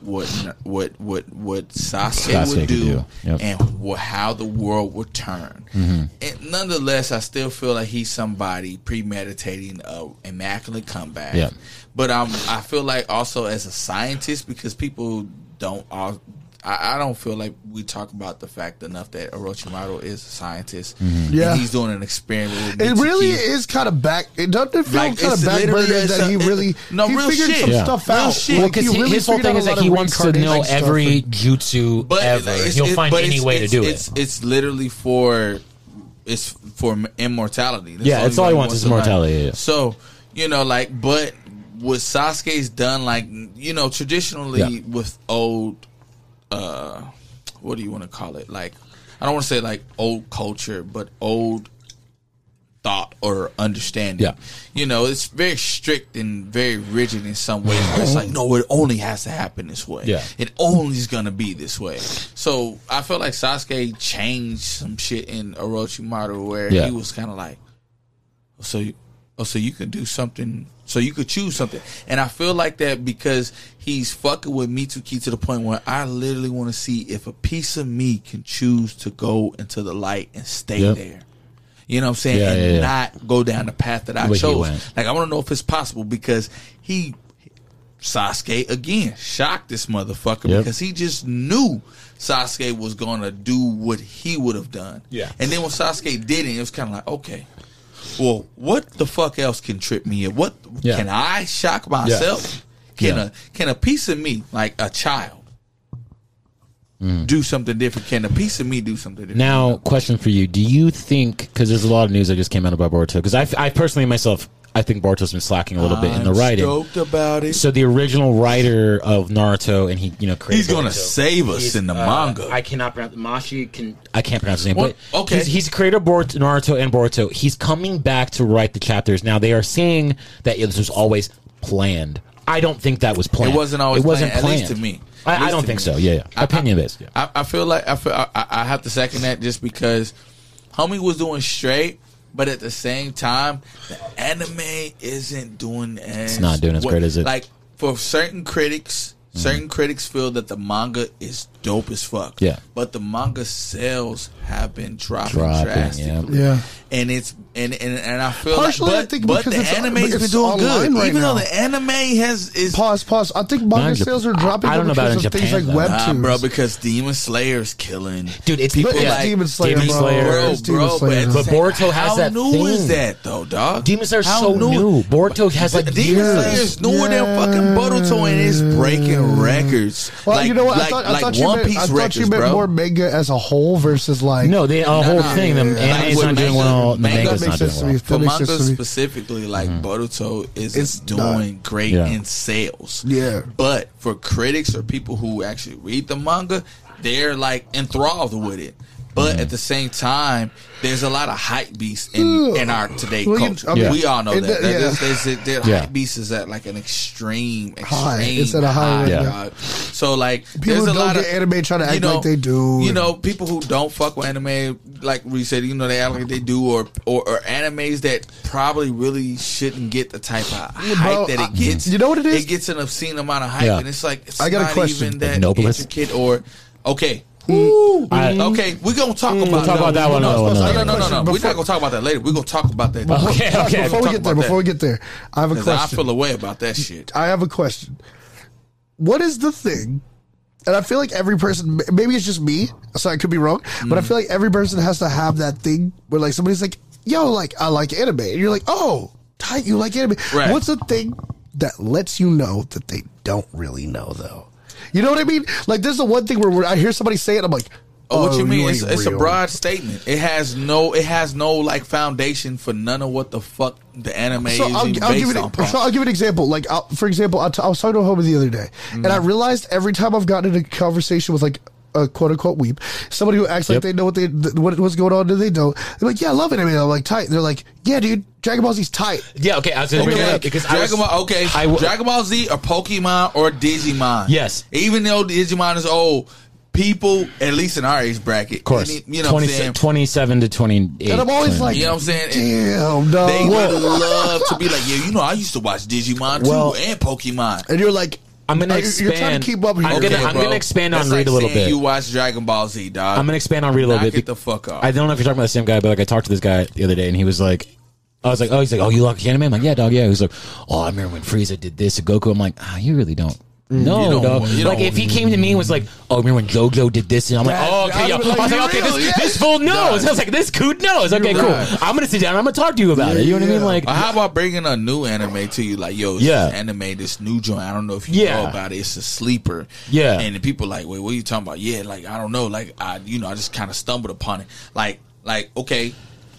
[SPEAKER 4] what what what what Sasuke,
[SPEAKER 3] Sasuke
[SPEAKER 4] would
[SPEAKER 3] could
[SPEAKER 4] do,
[SPEAKER 3] do. Yep. Mm-hmm.
[SPEAKER 4] and wh- how the world would turn. And nonetheless, I still feel like he's somebody premeditating a immaculate comeback. um,
[SPEAKER 3] Yeah.
[SPEAKER 4] But I'm I feel like also as a scientist because people don't all I, I don't feel like we talk about the fact enough that Orochimaru is a scientist.
[SPEAKER 3] Mm-hmm.
[SPEAKER 2] Yeah.
[SPEAKER 4] and he's doing an experiment. With
[SPEAKER 2] It really
[SPEAKER 4] Mitsuki.
[SPEAKER 2] is kind of back. It doesn't feel
[SPEAKER 4] Like,
[SPEAKER 2] kind of
[SPEAKER 4] it's literally-
[SPEAKER 2] backburner
[SPEAKER 4] it's
[SPEAKER 2] that
[SPEAKER 4] a-
[SPEAKER 2] he
[SPEAKER 4] it-
[SPEAKER 2] really
[SPEAKER 4] no,
[SPEAKER 2] he
[SPEAKER 4] real
[SPEAKER 2] figured
[SPEAKER 4] shit.
[SPEAKER 2] some
[SPEAKER 4] Yeah.
[SPEAKER 2] stuff
[SPEAKER 4] Real
[SPEAKER 2] out.
[SPEAKER 4] shit.
[SPEAKER 3] Well,
[SPEAKER 4] Like,
[SPEAKER 3] because
[SPEAKER 2] he really
[SPEAKER 3] his whole
[SPEAKER 2] figured
[SPEAKER 3] thing
[SPEAKER 2] out
[SPEAKER 3] is
[SPEAKER 2] a lot
[SPEAKER 3] that he
[SPEAKER 2] of
[SPEAKER 3] wants to know
[SPEAKER 2] reincarnation stuff
[SPEAKER 3] every
[SPEAKER 2] and-
[SPEAKER 3] jutsu ever. and He'll
[SPEAKER 4] it-
[SPEAKER 3] find
[SPEAKER 4] but
[SPEAKER 3] any
[SPEAKER 4] it's-
[SPEAKER 3] way to
[SPEAKER 4] it's-
[SPEAKER 3] do
[SPEAKER 4] It's
[SPEAKER 3] it.
[SPEAKER 4] it's literally for it's for immortality. That's
[SPEAKER 3] Yeah, it's all he wants is
[SPEAKER 4] to learn.
[SPEAKER 3] immortality, yeah.
[SPEAKER 4] So you know, like, but what Sasuke's done, like, you know, traditionally
[SPEAKER 3] Yeah.
[SPEAKER 4] with old, uh, what do you want to call it? Like, I don't want to say like old culture, but old thought or understanding.
[SPEAKER 3] Yeah.
[SPEAKER 4] You know, it's very strict and very rigid in some ways. where it's like, no, it only has to happen this way.
[SPEAKER 3] Yeah.
[SPEAKER 4] It only is going to be this way. So I feel like Sasuke changed some shit in Orochimaru where
[SPEAKER 3] Yeah.
[SPEAKER 4] he was kind of like, so you, oh, so you can do something, so you could choose something. And I feel like that because he's fucking with Mitsuki to the point where I literally want to see if a piece of me can choose to go into the light and stay
[SPEAKER 3] Yep.
[SPEAKER 4] there. You know what I'm saying?
[SPEAKER 3] Yeah,
[SPEAKER 4] and
[SPEAKER 3] yeah, yeah.
[SPEAKER 4] not go down the path that I
[SPEAKER 3] Where he
[SPEAKER 4] chose.
[SPEAKER 3] went.
[SPEAKER 4] Like I want to know if it's possible because he Sasuke again shocked this motherfucker
[SPEAKER 3] Yep.
[SPEAKER 4] because he just knew Sasuke was gonna do what he would have done.
[SPEAKER 3] Yeah.
[SPEAKER 4] And then when Sasuke did it, it was kind of like, okay, well, what the fuck else can trip me? And What
[SPEAKER 3] Yeah.
[SPEAKER 4] can I shock myself? Can
[SPEAKER 3] Yeah.
[SPEAKER 4] a can a piece of me, like a child, do something different? Can a piece of me do something different?
[SPEAKER 3] Mm. Now, question for you: Do you think because there's a lot of news that just came out about Boruto? Because I, I personally myself, I think Boruto's been slacking a little bit in the
[SPEAKER 4] I'm
[SPEAKER 3] writing.
[SPEAKER 4] Stoked about it.
[SPEAKER 3] So the original writer of Naruto, and he, you know, created
[SPEAKER 4] He's gonna
[SPEAKER 3] Boruto.
[SPEAKER 4] save us in the
[SPEAKER 3] uh,
[SPEAKER 4] manga.
[SPEAKER 3] I cannot pronounce Mashi. Can I can't pronounce his name?
[SPEAKER 4] What?
[SPEAKER 3] But
[SPEAKER 4] Okay.
[SPEAKER 3] he's, he's created Boruto, Naruto and Boruto. He's coming back to write the chapters. Now they are saying that it was always planned. I don't think that was planned.
[SPEAKER 4] It wasn't always
[SPEAKER 3] It wasn't
[SPEAKER 4] planned, at
[SPEAKER 3] planned
[SPEAKER 4] least to me. At
[SPEAKER 3] I, I
[SPEAKER 4] least
[SPEAKER 3] don't
[SPEAKER 4] to
[SPEAKER 3] think
[SPEAKER 4] me.
[SPEAKER 3] so. Yeah, yeah.
[SPEAKER 4] I-
[SPEAKER 3] Opinion based. Yeah.
[SPEAKER 4] I, I feel like I feel I, I I have to second that just because homie was doing straight, but at the same time, the anime isn't doing as
[SPEAKER 3] It's not doing as
[SPEAKER 4] what-
[SPEAKER 3] great as it-
[SPEAKER 4] like for certain critics. Certain critics feel that the manga is dope as fuck.
[SPEAKER 3] Yeah.
[SPEAKER 4] but the manga sales have been dropping,
[SPEAKER 3] Dropping, yeah.
[SPEAKER 4] drastically.
[SPEAKER 2] Yeah.
[SPEAKER 4] and it's and and, and I feel
[SPEAKER 2] Partially, I
[SPEAKER 4] like, but,
[SPEAKER 2] think
[SPEAKER 4] but
[SPEAKER 2] because
[SPEAKER 4] the
[SPEAKER 2] it's-
[SPEAKER 4] anime's
[SPEAKER 2] it's
[SPEAKER 4] been doing good,
[SPEAKER 2] online right
[SPEAKER 4] even though
[SPEAKER 2] now.
[SPEAKER 4] the anime has is
[SPEAKER 2] Pause, pause. I think
[SPEAKER 3] in
[SPEAKER 2] manga
[SPEAKER 3] Japan-
[SPEAKER 2] sales are dropping
[SPEAKER 3] I don't know about
[SPEAKER 2] because
[SPEAKER 3] in
[SPEAKER 2] of
[SPEAKER 3] Japan,
[SPEAKER 2] things like
[SPEAKER 3] though.
[SPEAKER 4] Nah,
[SPEAKER 2] webtoons.
[SPEAKER 4] bro, because Demon Slayer's killing.
[SPEAKER 3] Dude, it's
[SPEAKER 4] people
[SPEAKER 3] But
[SPEAKER 2] it's
[SPEAKER 4] like
[SPEAKER 2] Demon Slayer,
[SPEAKER 3] Demon
[SPEAKER 2] bro.
[SPEAKER 3] Slayer.
[SPEAKER 4] bro,
[SPEAKER 2] It's Demon
[SPEAKER 4] bro,
[SPEAKER 2] Slayer.
[SPEAKER 4] but,
[SPEAKER 3] But Boruto has
[SPEAKER 4] how
[SPEAKER 3] that
[SPEAKER 4] new is
[SPEAKER 3] thing.
[SPEAKER 4] that though, dog?
[SPEAKER 3] Demon Slayer's
[SPEAKER 4] How
[SPEAKER 3] so new. Boruto has like
[SPEAKER 4] Demon
[SPEAKER 3] years.
[SPEAKER 4] Slayer's newer than fucking Boruto and it's breaking records.
[SPEAKER 2] Well,
[SPEAKER 4] like,
[SPEAKER 2] you know what?
[SPEAKER 4] Like,
[SPEAKER 2] I thought, I
[SPEAKER 4] like
[SPEAKER 2] thought you
[SPEAKER 4] One
[SPEAKER 2] meant,
[SPEAKER 4] Piece
[SPEAKER 2] I thought
[SPEAKER 4] records,
[SPEAKER 2] you meant
[SPEAKER 4] bro.
[SPEAKER 2] more manga as a whole versus like.
[SPEAKER 3] No, they a whole thing. The
[SPEAKER 4] nah.
[SPEAKER 3] anime's
[SPEAKER 4] Like,
[SPEAKER 3] not doing
[SPEAKER 4] manga-
[SPEAKER 3] well. The
[SPEAKER 4] manga-
[SPEAKER 3] manga's
[SPEAKER 2] That
[SPEAKER 3] not
[SPEAKER 2] makes
[SPEAKER 3] doing
[SPEAKER 2] sense to
[SPEAKER 3] well.
[SPEAKER 2] me.
[SPEAKER 4] for
[SPEAKER 2] That makes sense
[SPEAKER 4] manga
[SPEAKER 2] to me.
[SPEAKER 4] specifically, like Boruto is
[SPEAKER 2] It's
[SPEAKER 4] doing great
[SPEAKER 3] Mm-hmm. Yeah.
[SPEAKER 4] in sales.
[SPEAKER 2] Yeah.
[SPEAKER 4] But for critics or people who actually read the manga, they're like enthralled with it. But
[SPEAKER 3] Mm-hmm.
[SPEAKER 4] at the same time, there's a lot of hype beasts in,
[SPEAKER 2] Ugh.
[SPEAKER 4] in our today
[SPEAKER 2] Well, you-
[SPEAKER 4] culture.
[SPEAKER 2] I mean,
[SPEAKER 4] We all know
[SPEAKER 2] it-
[SPEAKER 4] that. that
[SPEAKER 2] yeah.
[SPEAKER 4] there's, there's, there's-
[SPEAKER 3] Yeah.
[SPEAKER 4] Hype beast is at like an extreme, extreme
[SPEAKER 2] High. It's at a high right
[SPEAKER 3] now.
[SPEAKER 4] dog. So like,
[SPEAKER 2] People
[SPEAKER 4] there's a
[SPEAKER 2] don't
[SPEAKER 4] lot
[SPEAKER 2] get
[SPEAKER 4] of
[SPEAKER 2] anime trying to
[SPEAKER 4] you
[SPEAKER 2] act like they do.
[SPEAKER 4] You know, people who don't fuck with anime, like we said, you know, they act like they do, or or, or animes that probably really shouldn't get the type of hype that
[SPEAKER 2] I-
[SPEAKER 4] it gets.
[SPEAKER 2] you know what it is?
[SPEAKER 4] It gets an obscene amount of hype,
[SPEAKER 3] Yeah.
[SPEAKER 4] and it's like it's
[SPEAKER 2] I got a
[SPEAKER 4] not
[SPEAKER 2] question.
[SPEAKER 4] even
[SPEAKER 2] The
[SPEAKER 4] that
[SPEAKER 3] noblest.
[SPEAKER 4] intricate or okay.
[SPEAKER 3] I-
[SPEAKER 2] Mm.
[SPEAKER 4] okay, we're gonna talk about
[SPEAKER 3] talk about that one,
[SPEAKER 4] No,
[SPEAKER 3] another
[SPEAKER 4] no,
[SPEAKER 3] one,
[SPEAKER 4] no, no, no,
[SPEAKER 2] another
[SPEAKER 4] no.
[SPEAKER 2] one.
[SPEAKER 4] We're not gonna talk about that later. We're gonna talk about that.
[SPEAKER 3] Okay,
[SPEAKER 2] Pause
[SPEAKER 3] okay.
[SPEAKER 2] Before we
[SPEAKER 4] Talk
[SPEAKER 2] get there,
[SPEAKER 4] about
[SPEAKER 2] before we
[SPEAKER 4] that.
[SPEAKER 2] get there, I have a
[SPEAKER 4] 'Cause I
[SPEAKER 2] question.
[SPEAKER 4] feel a way about that shit.
[SPEAKER 2] I have a question. What is the thing? And I feel like every person, m- maybe it's just me, so I could be wrong, but I
[SPEAKER 4] Mm.
[SPEAKER 2] feel like every person has to have that thing where like somebody's like, "Yo, like I like anime," and you're like, "Oh, tight, you like anime."
[SPEAKER 4] Right.
[SPEAKER 2] What's the thing that lets you know that they don't really know though? You know what I mean? Like, there's the one thing where, where I hear somebody say it, I'm like,
[SPEAKER 4] Oh, what you mean? It's,
[SPEAKER 2] ain't
[SPEAKER 4] it's a
[SPEAKER 2] real."
[SPEAKER 4] broad statement. It has no, it has no like foundation for none of what the fuck the anime
[SPEAKER 2] So
[SPEAKER 4] is
[SPEAKER 2] I'll,
[SPEAKER 4] even
[SPEAKER 2] I'll
[SPEAKER 4] based
[SPEAKER 2] give it.
[SPEAKER 4] on.
[SPEAKER 2] So I'll give an example. Like I'll, for example, I, t- I was talking to a homie the other day, and
[SPEAKER 4] Mm.
[SPEAKER 2] I realized every time I've gotten in a conversation with like a quote unquote weep, somebody who acts like
[SPEAKER 3] Yep.
[SPEAKER 2] they know what they th- what what's going on, and they don't. They're like, yeah, I love anime. I'm like tight. They're like, yeah, dude, Dragon Ball Z's tight.
[SPEAKER 3] Yeah, okay. I was gonna bring
[SPEAKER 4] Okay,
[SPEAKER 3] that up because I
[SPEAKER 4] Dragon
[SPEAKER 3] was-
[SPEAKER 4] Ball. Okay,
[SPEAKER 3] I w-
[SPEAKER 4] Dragon Ball Z or Pokemon or Digimon.
[SPEAKER 3] Yes.
[SPEAKER 4] even though Digimon is old, people at least in our age bracket,
[SPEAKER 3] Of course.
[SPEAKER 4] you know what
[SPEAKER 3] 20
[SPEAKER 4] I'm saying.
[SPEAKER 3] 27 to 28.
[SPEAKER 2] And I'm always
[SPEAKER 3] 29.
[SPEAKER 2] like,
[SPEAKER 4] You know what I'm saying?
[SPEAKER 2] Damn, dog.
[SPEAKER 4] They would love to be like, yeah, you know, I used to watch Digimon
[SPEAKER 3] Well-
[SPEAKER 4] too and Pokemon.
[SPEAKER 2] and you're like,
[SPEAKER 3] I'm gonna
[SPEAKER 2] "Oh, you're-
[SPEAKER 3] expand.
[SPEAKER 2] You're trying to keep up here.
[SPEAKER 3] I'm gonna, I'm
[SPEAKER 4] bro.
[SPEAKER 3] gonna expand on
[SPEAKER 4] That's
[SPEAKER 3] Reed
[SPEAKER 4] like
[SPEAKER 3] a little
[SPEAKER 4] saying
[SPEAKER 3] bit.
[SPEAKER 4] You watch Dragon Ball Z, dog.
[SPEAKER 3] I'm gonna expand on Reed a little
[SPEAKER 4] Knock
[SPEAKER 3] bit.
[SPEAKER 4] it
[SPEAKER 3] be-
[SPEAKER 4] the fuck off.
[SPEAKER 3] I don't know if you're talking about the same guy, but like I talked to this guy the other day, and he was like, I was like, oh, he's like, oh, you like anime? I'm like, yeah, dog, yeah. He was like, oh, I remember when Frieza did this to Goku. I'm like, ah, you really don't No,
[SPEAKER 4] Mm. You don't
[SPEAKER 3] dog.
[SPEAKER 4] want- you
[SPEAKER 3] like
[SPEAKER 4] don't-
[SPEAKER 3] if he came to me and was like, "Oh, remember when JoJo did this?" and I'm like,
[SPEAKER 2] Right.
[SPEAKER 3] "Oh, okay,
[SPEAKER 2] I
[SPEAKER 3] yo." I
[SPEAKER 2] was
[SPEAKER 3] was like,
[SPEAKER 2] like, you
[SPEAKER 3] "Okay, this,
[SPEAKER 2] really-
[SPEAKER 3] this fool knows." I was like, "This coot knows." Okay, cool.
[SPEAKER 4] right.
[SPEAKER 3] I'm gonna sit down. and I'm gonna talk to you about it. You know what I mean?
[SPEAKER 2] Yeah.
[SPEAKER 3] Like,
[SPEAKER 4] Or how about bringing a new anime to you? Like, yo,
[SPEAKER 3] Yeah.
[SPEAKER 4] yeah. this anime, this new joint. I don't know if you
[SPEAKER 3] Yeah.
[SPEAKER 4] know about it. It's a sleeper.
[SPEAKER 3] Yeah.
[SPEAKER 4] And the people like, wait, what are you talking about? Yeah, like I don't know. Like I, you know, I just kind of stumbled upon it. Like, like okay.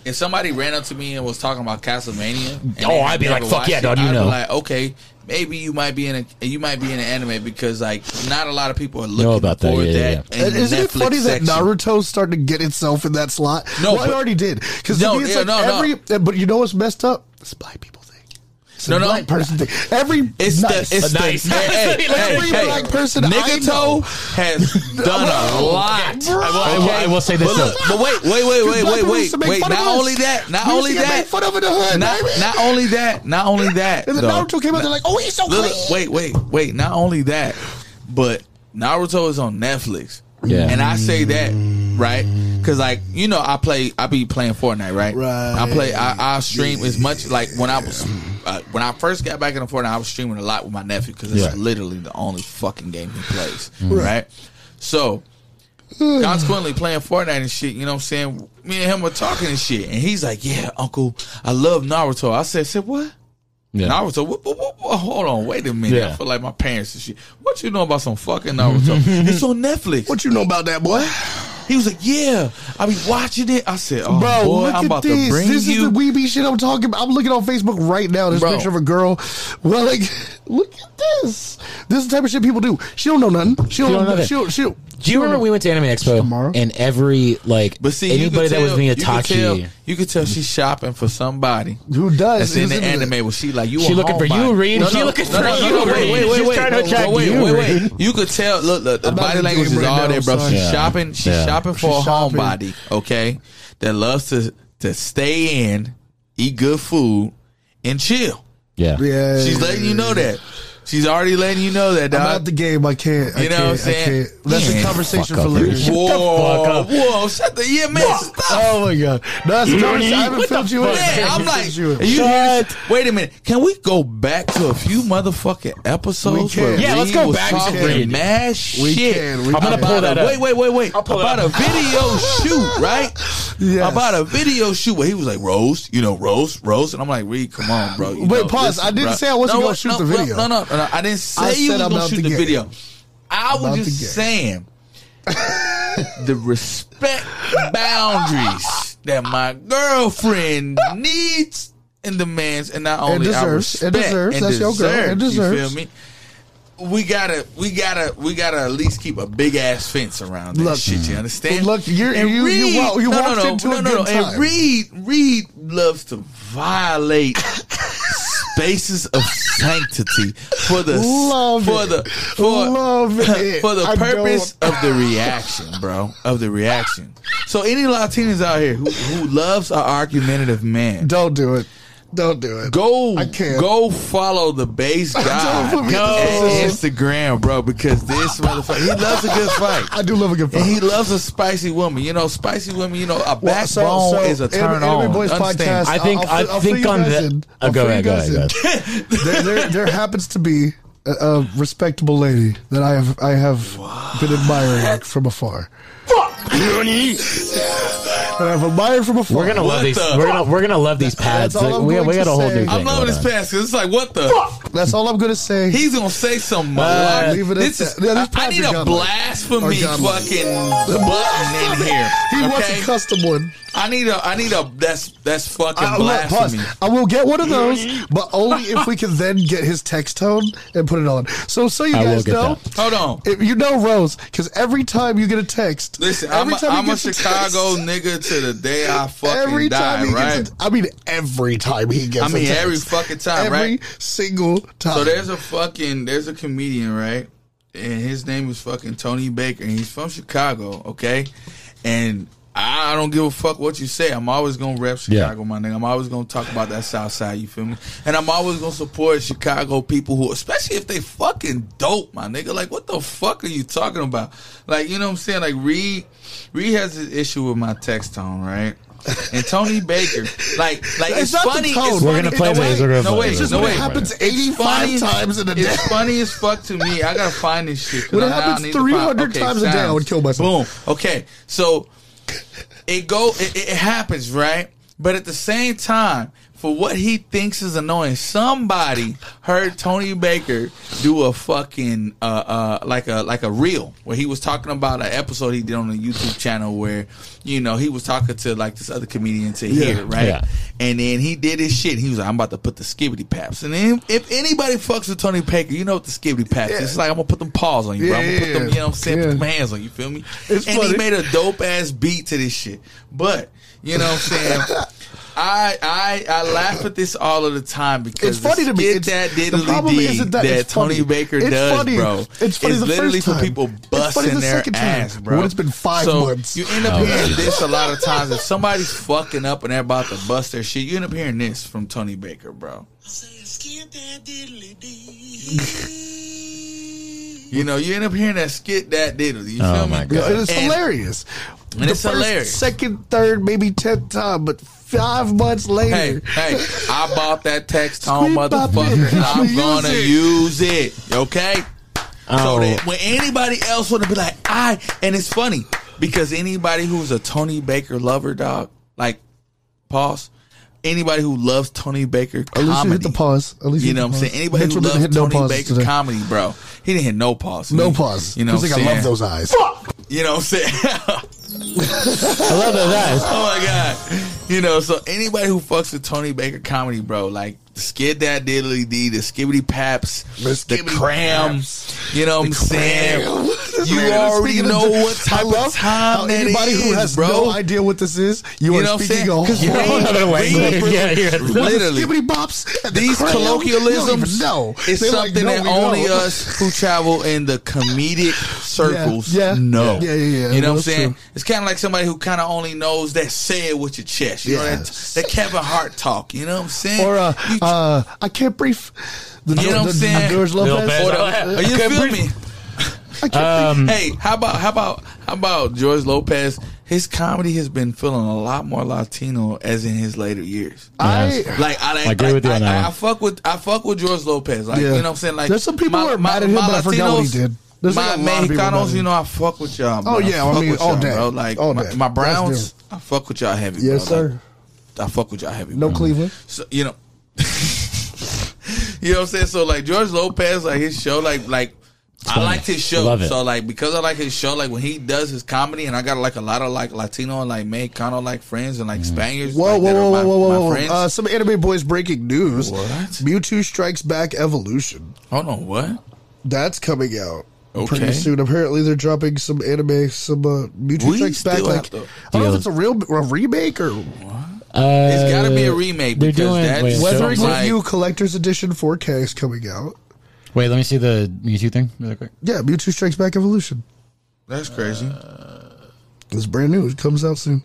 [SPEAKER 4] If somebody ran up to me and was talking about Castlevania, and
[SPEAKER 3] Oh,
[SPEAKER 4] they had
[SPEAKER 3] I'd be
[SPEAKER 4] never
[SPEAKER 3] like, fuck
[SPEAKER 4] watched
[SPEAKER 3] yeah,
[SPEAKER 4] it,
[SPEAKER 3] dog, you
[SPEAKER 4] I'd be
[SPEAKER 3] know.
[SPEAKER 4] like, okay, maybe you might be in a you might be in an anime because like not a lot of people are looking
[SPEAKER 3] about that,
[SPEAKER 4] for
[SPEAKER 3] yeah, yeah,
[SPEAKER 4] that. in
[SPEAKER 2] And
[SPEAKER 4] the
[SPEAKER 2] isn't it
[SPEAKER 4] Netflix
[SPEAKER 2] funny
[SPEAKER 4] section.
[SPEAKER 2] that Naruto's starting to get itself in that slot?
[SPEAKER 4] No,
[SPEAKER 2] well, it
[SPEAKER 4] but-
[SPEAKER 2] already did. Because
[SPEAKER 4] No,
[SPEAKER 2] it's
[SPEAKER 4] yeah,
[SPEAKER 2] like
[SPEAKER 4] no, no.
[SPEAKER 2] every. But you know what's messed up? It's black people thing. It's a
[SPEAKER 4] No, no.
[SPEAKER 2] black person thing. Every
[SPEAKER 4] It's
[SPEAKER 2] nice.
[SPEAKER 4] the it's
[SPEAKER 3] Nice.
[SPEAKER 4] the hey, hey,
[SPEAKER 2] Every
[SPEAKER 4] hey,
[SPEAKER 2] black
[SPEAKER 4] hey.
[SPEAKER 2] person I
[SPEAKER 4] Nigga
[SPEAKER 2] know.
[SPEAKER 4] Toe has done a lot.
[SPEAKER 2] Bro.
[SPEAKER 3] I will, I will, I will say this
[SPEAKER 4] But,
[SPEAKER 3] though.
[SPEAKER 4] look, but wait, wait, wait,
[SPEAKER 2] Black
[SPEAKER 4] wait,
[SPEAKER 2] people
[SPEAKER 4] wait,
[SPEAKER 2] used
[SPEAKER 4] wait,
[SPEAKER 2] to make
[SPEAKER 4] wait.
[SPEAKER 2] fun of
[SPEAKER 4] Not
[SPEAKER 2] us.
[SPEAKER 4] only that, not
[SPEAKER 2] We used
[SPEAKER 4] only
[SPEAKER 2] to get made
[SPEAKER 4] that,
[SPEAKER 2] fun of in the hood,
[SPEAKER 4] not,
[SPEAKER 2] baby.
[SPEAKER 4] not only that, not only that.
[SPEAKER 2] And the
[SPEAKER 4] though.
[SPEAKER 2] Naruto came out. They're like, "Oh, he's so
[SPEAKER 4] Look,
[SPEAKER 2] clean."
[SPEAKER 4] look, wait, wait, wait. Not only that, but Naruto is on Netflix.
[SPEAKER 3] Yeah.
[SPEAKER 4] And I say that, right? Cause like, you know, I play I be playing Fortnite, right?
[SPEAKER 2] Right.
[SPEAKER 4] I play I, I stream as much like when I was uh, when I first got back into Fortnite, I was streaming a lot with my nephew because it's
[SPEAKER 3] Yeah. Mm-hmm.
[SPEAKER 4] literally the only fucking game he plays. Right? So consequently playing Fortnite and shit, you know what I'm saying? Me and him were talking and shit. And he's like, Yeah, Uncle, I love Naruto. I said, said what?
[SPEAKER 3] Yeah.
[SPEAKER 4] Naruto. What, what, what, what- hold on, wait a minute.
[SPEAKER 3] Yeah.
[SPEAKER 4] I feel like my parents and shit. What you know about some fucking Naruto? it's on Netflix.
[SPEAKER 2] Mm-hmm. What you know about that boy,
[SPEAKER 4] He was like, "Yeah, I be watching it." I said, "Oh
[SPEAKER 2] bro?
[SPEAKER 4] boy,
[SPEAKER 2] look
[SPEAKER 4] I'm
[SPEAKER 2] at
[SPEAKER 4] about
[SPEAKER 2] this.
[SPEAKER 4] to bring
[SPEAKER 2] this
[SPEAKER 4] you."
[SPEAKER 2] is the weeby shit I'm talking about. I'm looking on Facebook right now. This
[SPEAKER 4] Bro.
[SPEAKER 2] picture of a girl. Well, like, look at this. This is the type of shit people do. She don't know nothing. She don't.
[SPEAKER 3] don't know
[SPEAKER 2] know
[SPEAKER 3] nothing.
[SPEAKER 2] she don't. She don't.
[SPEAKER 3] do you remember we went to Anime Expo
[SPEAKER 2] Tomorrow?
[SPEAKER 3] and every like
[SPEAKER 4] but see, you could
[SPEAKER 3] anybody that was
[SPEAKER 4] tell-
[SPEAKER 3] being
[SPEAKER 4] you could
[SPEAKER 3] Itachi,
[SPEAKER 4] tell- you could tell she's shopping for somebody
[SPEAKER 2] Who does?
[SPEAKER 4] that's in
[SPEAKER 2] Who's
[SPEAKER 4] the
[SPEAKER 2] into that?
[SPEAKER 4] anime. Where she like you?
[SPEAKER 3] She
[SPEAKER 4] a
[SPEAKER 3] looking for you,
[SPEAKER 4] homebody.
[SPEAKER 3] Reed. She looking for you,
[SPEAKER 4] Wait, wait,
[SPEAKER 3] Reed.
[SPEAKER 4] wait,
[SPEAKER 3] She's
[SPEAKER 4] wait.
[SPEAKER 3] trying to
[SPEAKER 4] Wait,
[SPEAKER 3] attract
[SPEAKER 4] wait,
[SPEAKER 3] you,
[SPEAKER 4] wait, wait.
[SPEAKER 3] Reed.
[SPEAKER 4] You could tell. Look, look. The
[SPEAKER 2] I'm not
[SPEAKER 4] body
[SPEAKER 2] into
[SPEAKER 4] language
[SPEAKER 2] him
[SPEAKER 4] is
[SPEAKER 2] right now,
[SPEAKER 4] all there, bro.
[SPEAKER 2] I'm
[SPEAKER 4] She's
[SPEAKER 3] sorry.
[SPEAKER 4] shopping. She's
[SPEAKER 3] Yeah.
[SPEAKER 4] shopping for
[SPEAKER 2] She's
[SPEAKER 4] a
[SPEAKER 2] shopping.
[SPEAKER 4] homebody. Okay, that loves to to stay in, eat good food, and chill.
[SPEAKER 3] yeah,
[SPEAKER 2] Yeah.
[SPEAKER 4] She's letting you know that. She's already letting you know that. Dog.
[SPEAKER 2] I'm out the game. I can't. I
[SPEAKER 4] You know
[SPEAKER 2] can't,
[SPEAKER 4] what I'm saying?
[SPEAKER 2] I can't. That's
[SPEAKER 4] Yeah.
[SPEAKER 2] a conversation
[SPEAKER 3] Fuck
[SPEAKER 2] for
[SPEAKER 3] up,
[SPEAKER 2] later.
[SPEAKER 3] dude.
[SPEAKER 4] Whoa,
[SPEAKER 3] the fuck up.
[SPEAKER 4] whoa, shut the yeah, man. Stop.
[SPEAKER 2] Oh my god. No, that's a conversation. I haven't
[SPEAKER 3] What the
[SPEAKER 2] filled you in.
[SPEAKER 3] fuck?
[SPEAKER 2] I
[SPEAKER 4] Man,
[SPEAKER 2] haven't
[SPEAKER 4] I'm like,
[SPEAKER 2] filled you in.
[SPEAKER 4] you hear this? wait a minute. Can we go back to a few motherfucking episodes?
[SPEAKER 2] We can.
[SPEAKER 4] where
[SPEAKER 2] Yeah,
[SPEAKER 3] let's
[SPEAKER 4] Reed
[SPEAKER 3] go
[SPEAKER 4] was
[SPEAKER 3] back to
[SPEAKER 4] talking
[SPEAKER 3] Reed.
[SPEAKER 4] mad
[SPEAKER 2] We
[SPEAKER 4] shit.
[SPEAKER 2] can, we I'm
[SPEAKER 3] gonna
[SPEAKER 4] About
[SPEAKER 3] pull that
[SPEAKER 4] a-
[SPEAKER 3] up.
[SPEAKER 4] Wait, wait, wait, wait.
[SPEAKER 3] pull
[SPEAKER 4] About
[SPEAKER 3] it
[SPEAKER 4] a video shoot, right?
[SPEAKER 2] Yes.
[SPEAKER 4] About a video shoot where he was like, Rose, you know, Rose, Rose. And I'm like, Reed, come on, bro. You
[SPEAKER 2] Wait,
[SPEAKER 4] know,
[SPEAKER 2] pause. I didn't
[SPEAKER 4] bro.
[SPEAKER 2] say I wasn't
[SPEAKER 4] No,
[SPEAKER 2] gonna shoot
[SPEAKER 4] no,
[SPEAKER 2] the
[SPEAKER 4] no,
[SPEAKER 2] video.
[SPEAKER 4] No, no, no. no. I didn't say
[SPEAKER 2] I
[SPEAKER 4] you
[SPEAKER 2] said
[SPEAKER 4] was
[SPEAKER 2] I'm
[SPEAKER 4] going
[SPEAKER 2] out
[SPEAKER 4] to shoot the
[SPEAKER 2] the gate.
[SPEAKER 4] video. I
[SPEAKER 2] out
[SPEAKER 4] was
[SPEAKER 2] the
[SPEAKER 4] just
[SPEAKER 2] gate.
[SPEAKER 4] saying the respect boundaries that my girlfriend needs and demands, and not only
[SPEAKER 2] deserves.
[SPEAKER 4] I
[SPEAKER 2] It
[SPEAKER 4] respect
[SPEAKER 2] deserves.
[SPEAKER 4] and
[SPEAKER 2] That's your girl.
[SPEAKER 4] deserves, You
[SPEAKER 2] It deserves.
[SPEAKER 4] feel me? We gotta, we gotta, we gotta at least keep a big ass fence around that
[SPEAKER 2] Look,
[SPEAKER 4] shit. You understand?
[SPEAKER 2] look, you're-
[SPEAKER 4] And
[SPEAKER 2] you- you wa- you walked into a good time.
[SPEAKER 4] And Reed, Reed loves to violate spaces of sanctity for the
[SPEAKER 2] Love
[SPEAKER 4] for
[SPEAKER 2] it.
[SPEAKER 4] the for
[SPEAKER 2] Love it.
[SPEAKER 4] for the
[SPEAKER 2] I
[SPEAKER 4] purpose of the reaction, bro. Of the reaction. So any Latinas out here who, who loves an argumentative man,
[SPEAKER 2] Don't do it. Don't do it.
[SPEAKER 4] go
[SPEAKER 2] I can't.
[SPEAKER 4] go follow the base guy
[SPEAKER 2] put me in
[SPEAKER 4] on
[SPEAKER 2] this
[SPEAKER 4] Instagram, bro, because this motherfucker he loves a good fight.
[SPEAKER 2] I do love a good
[SPEAKER 4] And
[SPEAKER 2] fight.
[SPEAKER 4] he loves a spicy woman. You know, spicy women, you know, a backbone
[SPEAKER 2] Well, so- so
[SPEAKER 4] is a turn
[SPEAKER 2] Anime- Anime
[SPEAKER 4] on.
[SPEAKER 2] Boys
[SPEAKER 4] Understand?
[SPEAKER 2] podcast.
[SPEAKER 3] I think-
[SPEAKER 2] I'll- I'll-
[SPEAKER 3] I
[SPEAKER 2] I'll fill
[SPEAKER 3] think
[SPEAKER 2] you
[SPEAKER 3] on
[SPEAKER 2] guys
[SPEAKER 3] the-
[SPEAKER 2] in.
[SPEAKER 3] Oh,
[SPEAKER 2] I'll
[SPEAKER 3] go
[SPEAKER 2] fill you
[SPEAKER 3] ahead, go
[SPEAKER 2] guys
[SPEAKER 3] ahead,
[SPEAKER 2] in. there, there, there happens to be a, a respectable lady that I have I have been admiring from afar. That I've admired from afar.
[SPEAKER 3] We're gonna love
[SPEAKER 4] What
[SPEAKER 3] these.
[SPEAKER 4] the
[SPEAKER 3] We're gonna we're gonna love these pads.
[SPEAKER 2] That's all
[SPEAKER 3] Like,
[SPEAKER 2] I'm
[SPEAKER 3] we
[SPEAKER 2] going
[SPEAKER 3] we got
[SPEAKER 2] to
[SPEAKER 3] a whole
[SPEAKER 2] say.
[SPEAKER 3] new.
[SPEAKER 2] I'm
[SPEAKER 4] I'm
[SPEAKER 3] thing
[SPEAKER 4] loving
[SPEAKER 3] going
[SPEAKER 4] this
[SPEAKER 3] on.
[SPEAKER 4] past because it's like, what the?
[SPEAKER 2] That's all I'm gonna say.
[SPEAKER 4] He's gonna say some
[SPEAKER 2] Uh,
[SPEAKER 4] malarkey.
[SPEAKER 2] leave it at
[SPEAKER 4] This is
[SPEAKER 2] that. Yeah, these
[SPEAKER 4] I, I
[SPEAKER 2] pads
[SPEAKER 4] need
[SPEAKER 2] are
[SPEAKER 4] a
[SPEAKER 2] godlike.
[SPEAKER 4] blasphemy
[SPEAKER 2] Are godlike.
[SPEAKER 4] fucking button in here.
[SPEAKER 2] He wants a
[SPEAKER 4] okay?
[SPEAKER 2] custom one.
[SPEAKER 4] I need a I need a that's that's fucking
[SPEAKER 2] I, Uh, look, pause.
[SPEAKER 4] blasphemy.
[SPEAKER 2] I will get one of those, but only if we can then get his text tone and put it on. So, so you
[SPEAKER 3] I will
[SPEAKER 2] guys
[SPEAKER 3] get
[SPEAKER 2] know,
[SPEAKER 3] that.
[SPEAKER 4] Hold on.
[SPEAKER 2] if you know Rose, because every time you get a text,
[SPEAKER 4] Listen, I'm
[SPEAKER 2] every
[SPEAKER 4] a, I'm a
[SPEAKER 2] gets
[SPEAKER 4] Chicago
[SPEAKER 2] text,
[SPEAKER 4] nigga to the day I fucking
[SPEAKER 2] every
[SPEAKER 4] die,
[SPEAKER 2] time he
[SPEAKER 4] right?
[SPEAKER 2] gets, a, I mean, every time he gets,
[SPEAKER 4] I mean,
[SPEAKER 2] a text.
[SPEAKER 4] every fucking time,
[SPEAKER 2] every
[SPEAKER 4] right?
[SPEAKER 2] single time.
[SPEAKER 4] So there's a fucking there's a comedian, right? And his name is fucking Tony Baker, and he's from Chicago, okay? And I don't give a fuck what you say. I'm always gonna rep Chicago, my nigga. I'm always gonna talk about that South Side. You feel me? And I'm always gonna support Chicago people who, especially if they fucking dope, my nigga. Like, what the fuck are you talking about? Like, you know what I'm saying? Like, Reed, Reed has an issue with my text tone, right? and Tony Baker. Like, like
[SPEAKER 2] It's
[SPEAKER 4] it's,
[SPEAKER 2] not the
[SPEAKER 4] funny.
[SPEAKER 2] tone.
[SPEAKER 4] It's
[SPEAKER 2] We're
[SPEAKER 4] funny.
[SPEAKER 3] gonna play
[SPEAKER 4] No
[SPEAKER 3] this.
[SPEAKER 4] way.
[SPEAKER 3] We're gonna
[SPEAKER 4] no
[SPEAKER 3] play
[SPEAKER 4] way.
[SPEAKER 3] this.
[SPEAKER 4] No
[SPEAKER 2] What
[SPEAKER 4] way.
[SPEAKER 2] happens
[SPEAKER 4] It's
[SPEAKER 2] 85
[SPEAKER 4] funny.
[SPEAKER 2] times in a day?
[SPEAKER 4] It's funny as fuck to me. I gotta find this shit. 'cause
[SPEAKER 2] When it
[SPEAKER 4] I- I
[SPEAKER 2] happens
[SPEAKER 4] need to find-
[SPEAKER 2] 300 times a day, I
[SPEAKER 4] sounds.
[SPEAKER 2] would kill myself.
[SPEAKER 4] Boom. Okay, so it go. It, it it happens, right? But at the same time, for what he thinks is annoying, somebody heard Tony Baker do a fucking uh, uh like a like a reel where he was talking about an episode he did on a YouTube channel where you know he was talking to like this other comedian to hear right,
[SPEAKER 3] Yeah.
[SPEAKER 4] and then he did his shit. He was like, "I'm about to put the skibbity paps." And then if anybody fucks with Tony Baker, you know what the skibbity paps? is. It's like I'm gonna put them paws on you, bro. I'm gonna put
[SPEAKER 2] Yeah.
[SPEAKER 4] them, you know what I'm saying?
[SPEAKER 2] Yeah.
[SPEAKER 4] Put my hands on you. Feel me?
[SPEAKER 2] It's
[SPEAKER 4] and
[SPEAKER 2] funny.
[SPEAKER 4] he made a dope ass beat to this shit. But you know what I'm saying? I I I laugh at this all of the time because
[SPEAKER 2] It's funny to me.
[SPEAKER 4] Get
[SPEAKER 2] It's-
[SPEAKER 4] that
[SPEAKER 2] the
[SPEAKER 4] diddly
[SPEAKER 2] problem
[SPEAKER 4] dee
[SPEAKER 2] isn't
[SPEAKER 4] that,
[SPEAKER 2] that it's
[SPEAKER 4] Tony
[SPEAKER 2] funny.
[SPEAKER 4] Baker
[SPEAKER 2] It's
[SPEAKER 4] does,
[SPEAKER 2] funny.
[SPEAKER 4] bro.
[SPEAKER 2] It's funny the
[SPEAKER 4] literally
[SPEAKER 2] first
[SPEAKER 4] for
[SPEAKER 2] time.
[SPEAKER 4] people
[SPEAKER 2] It's funny
[SPEAKER 4] busting
[SPEAKER 2] the
[SPEAKER 4] their
[SPEAKER 2] second time.
[SPEAKER 4] ass, bro.
[SPEAKER 2] When it's been five
[SPEAKER 4] so
[SPEAKER 2] months.
[SPEAKER 4] You end up hearing this a lot of times. If somebody's fucking up and they're about to bust their shit, you end up hearing this from Tony Baker, bro. You know, you end up hearing that skit that diddly. You
[SPEAKER 3] Oh
[SPEAKER 4] feel
[SPEAKER 3] my
[SPEAKER 4] me?
[SPEAKER 3] God.
[SPEAKER 2] It is
[SPEAKER 4] And-
[SPEAKER 2] hilarious.
[SPEAKER 4] and it's hilarious.
[SPEAKER 2] Second, third, maybe tenth time, but five months later.
[SPEAKER 4] Hey, hey, I bought that text home,
[SPEAKER 2] Squeak bop
[SPEAKER 4] motherfucker.
[SPEAKER 2] it.
[SPEAKER 4] and I'm gonna use
[SPEAKER 2] Use
[SPEAKER 4] it. Okay? So
[SPEAKER 3] Oh.
[SPEAKER 4] that when anybody else wanna be like, I and it's funny because anybody who's a Tony Baker lover, dog, like pause. Anybody who loves Tony Baker
[SPEAKER 2] At
[SPEAKER 3] Oh,
[SPEAKER 4] comedy,
[SPEAKER 2] least you hit the pause. At least
[SPEAKER 4] you
[SPEAKER 2] hit
[SPEAKER 4] know
[SPEAKER 2] the
[SPEAKER 4] what I'm
[SPEAKER 2] pause.
[SPEAKER 4] saying. Anybody who
[SPEAKER 2] Mitchell didn't
[SPEAKER 4] loves
[SPEAKER 2] hit no
[SPEAKER 4] Tony
[SPEAKER 2] pauses
[SPEAKER 4] Baker
[SPEAKER 2] today.
[SPEAKER 4] comedy, bro, he didn't hit no pause.
[SPEAKER 2] No
[SPEAKER 4] He-
[SPEAKER 2] pause.
[SPEAKER 4] You know,
[SPEAKER 2] He's
[SPEAKER 4] what
[SPEAKER 2] like,
[SPEAKER 4] I'm
[SPEAKER 2] I love
[SPEAKER 4] saying?
[SPEAKER 2] those eyes.
[SPEAKER 4] You know what I'm saying?
[SPEAKER 3] I love that. That's
[SPEAKER 4] Oh my god! You know, so anybody who fucks with Tony Baker comedy, bro, like the Skid Dad Diddly D, the Skibbity Paps, the,
[SPEAKER 2] The Skibbity
[SPEAKER 4] Crams. You know what I'm saying?
[SPEAKER 2] This
[SPEAKER 4] You
[SPEAKER 2] man is
[SPEAKER 4] already
[SPEAKER 2] speaking
[SPEAKER 4] know
[SPEAKER 2] of-
[SPEAKER 4] what type
[SPEAKER 2] I love
[SPEAKER 4] of time
[SPEAKER 2] how
[SPEAKER 4] that
[SPEAKER 2] anybody
[SPEAKER 4] it
[SPEAKER 2] who
[SPEAKER 4] is,
[SPEAKER 2] has
[SPEAKER 4] bro.
[SPEAKER 2] no idea what this is, you,
[SPEAKER 4] You
[SPEAKER 2] are
[SPEAKER 4] know what I'm
[SPEAKER 2] speaking a
[SPEAKER 4] saying? 'Cause
[SPEAKER 2] whole
[SPEAKER 4] you
[SPEAKER 3] a whole
[SPEAKER 4] Ring,
[SPEAKER 3] other language.
[SPEAKER 4] ring.
[SPEAKER 3] Yeah, yeah.
[SPEAKER 4] Literally.
[SPEAKER 2] Skibbity bops. and the
[SPEAKER 4] These
[SPEAKER 2] cram,
[SPEAKER 4] colloquialisms
[SPEAKER 2] You don't even know.
[SPEAKER 4] is
[SPEAKER 2] They're like,
[SPEAKER 4] something
[SPEAKER 2] no,
[SPEAKER 4] that
[SPEAKER 2] we know.
[SPEAKER 4] only us who travel in the comedic circles
[SPEAKER 2] yeah.
[SPEAKER 4] know.
[SPEAKER 2] Yeah, yeah, yeah.
[SPEAKER 4] You know what I'm
[SPEAKER 2] That's
[SPEAKER 4] saying?
[SPEAKER 2] true.
[SPEAKER 4] It's kind of like somebody who kind of only knows that say it with your chest. You know
[SPEAKER 2] Yes.
[SPEAKER 4] that, that Kevin Hart talk. You know what I'm saying?
[SPEAKER 2] Or uh,
[SPEAKER 4] You-
[SPEAKER 2] uh, I can't brief. The,
[SPEAKER 4] You know what I'm saying?
[SPEAKER 2] George
[SPEAKER 3] Lil
[SPEAKER 2] Lopez.
[SPEAKER 3] Pez.
[SPEAKER 4] Or the- Oh, you feel me?
[SPEAKER 2] I can't brief.
[SPEAKER 4] Hey, how about how about how about George Lopez? His comedy has been feeling a lot more Latino as in his later years.
[SPEAKER 2] I
[SPEAKER 4] Like I, like,
[SPEAKER 3] agree with you
[SPEAKER 4] I,
[SPEAKER 3] on that
[SPEAKER 4] I-
[SPEAKER 3] one.
[SPEAKER 4] I fuck with I fuck with George Lopez. Like
[SPEAKER 2] Yeah.
[SPEAKER 4] you know what I'm saying. Like
[SPEAKER 2] There's some people who are mad at him, but I forgot what he did. There's,
[SPEAKER 4] my
[SPEAKER 2] like, a lot of people mad at
[SPEAKER 4] Mexicanos,
[SPEAKER 2] him.
[SPEAKER 4] you know, I fuck with y'all. Bro.
[SPEAKER 2] Oh, yeah, I
[SPEAKER 4] fuck
[SPEAKER 2] mean,
[SPEAKER 4] with
[SPEAKER 2] all
[SPEAKER 4] y'all,
[SPEAKER 2] day.
[SPEAKER 4] bro. Like
[SPEAKER 2] All
[SPEAKER 4] my,
[SPEAKER 2] day.
[SPEAKER 4] my
[SPEAKER 2] That's
[SPEAKER 4] Browns,
[SPEAKER 2] different.
[SPEAKER 4] I fuck with y'all heavy.
[SPEAKER 2] Yes,
[SPEAKER 4] bro. Like,
[SPEAKER 2] sir.
[SPEAKER 4] I fuck with y'all heavy.
[SPEAKER 2] no
[SPEAKER 4] bro.
[SPEAKER 2] Cleveland.
[SPEAKER 4] So you know, you know what I'm saying. So like George Lopez, like his show, like like I liked his show.
[SPEAKER 3] Love it.
[SPEAKER 4] So like because I like his show, like when he does his comedy, and I got like a lot of like Latino and like Mexicano like friends and like Spaniards.
[SPEAKER 2] Mm. Whoa,
[SPEAKER 4] like,
[SPEAKER 2] whoa,
[SPEAKER 4] that
[SPEAKER 2] whoa,
[SPEAKER 4] are
[SPEAKER 2] whoa,
[SPEAKER 4] my-
[SPEAKER 2] whoa,
[SPEAKER 4] my
[SPEAKER 2] whoa, whoa!
[SPEAKER 4] friends.
[SPEAKER 2] Uh, some anime boys breaking news.
[SPEAKER 4] What?
[SPEAKER 2] Mewtwo Strikes Back Evolution.
[SPEAKER 4] Hold on, what?
[SPEAKER 2] That's coming out pretty
[SPEAKER 4] Okay.
[SPEAKER 2] soon. Apparently, they're dropping some anime, some uh, Mewtwo
[SPEAKER 4] We
[SPEAKER 2] Strikes Back.
[SPEAKER 4] still have
[SPEAKER 2] Like,
[SPEAKER 4] to-
[SPEAKER 2] I don't know if it's a real a remake or
[SPEAKER 3] Uh,
[SPEAKER 4] It's got to be a remake
[SPEAKER 3] they're
[SPEAKER 4] because
[SPEAKER 3] doing-
[SPEAKER 4] that's
[SPEAKER 3] wait,
[SPEAKER 4] so,
[SPEAKER 2] Weathering with
[SPEAKER 4] like,
[SPEAKER 2] You Collector's Edition 4K is coming out.
[SPEAKER 3] Wait, let me see the Mewtwo thing really quick.
[SPEAKER 2] Yeah, Mewtwo Strikes Back Evolution.
[SPEAKER 4] That's crazy.
[SPEAKER 2] It's brand new. It comes out soon.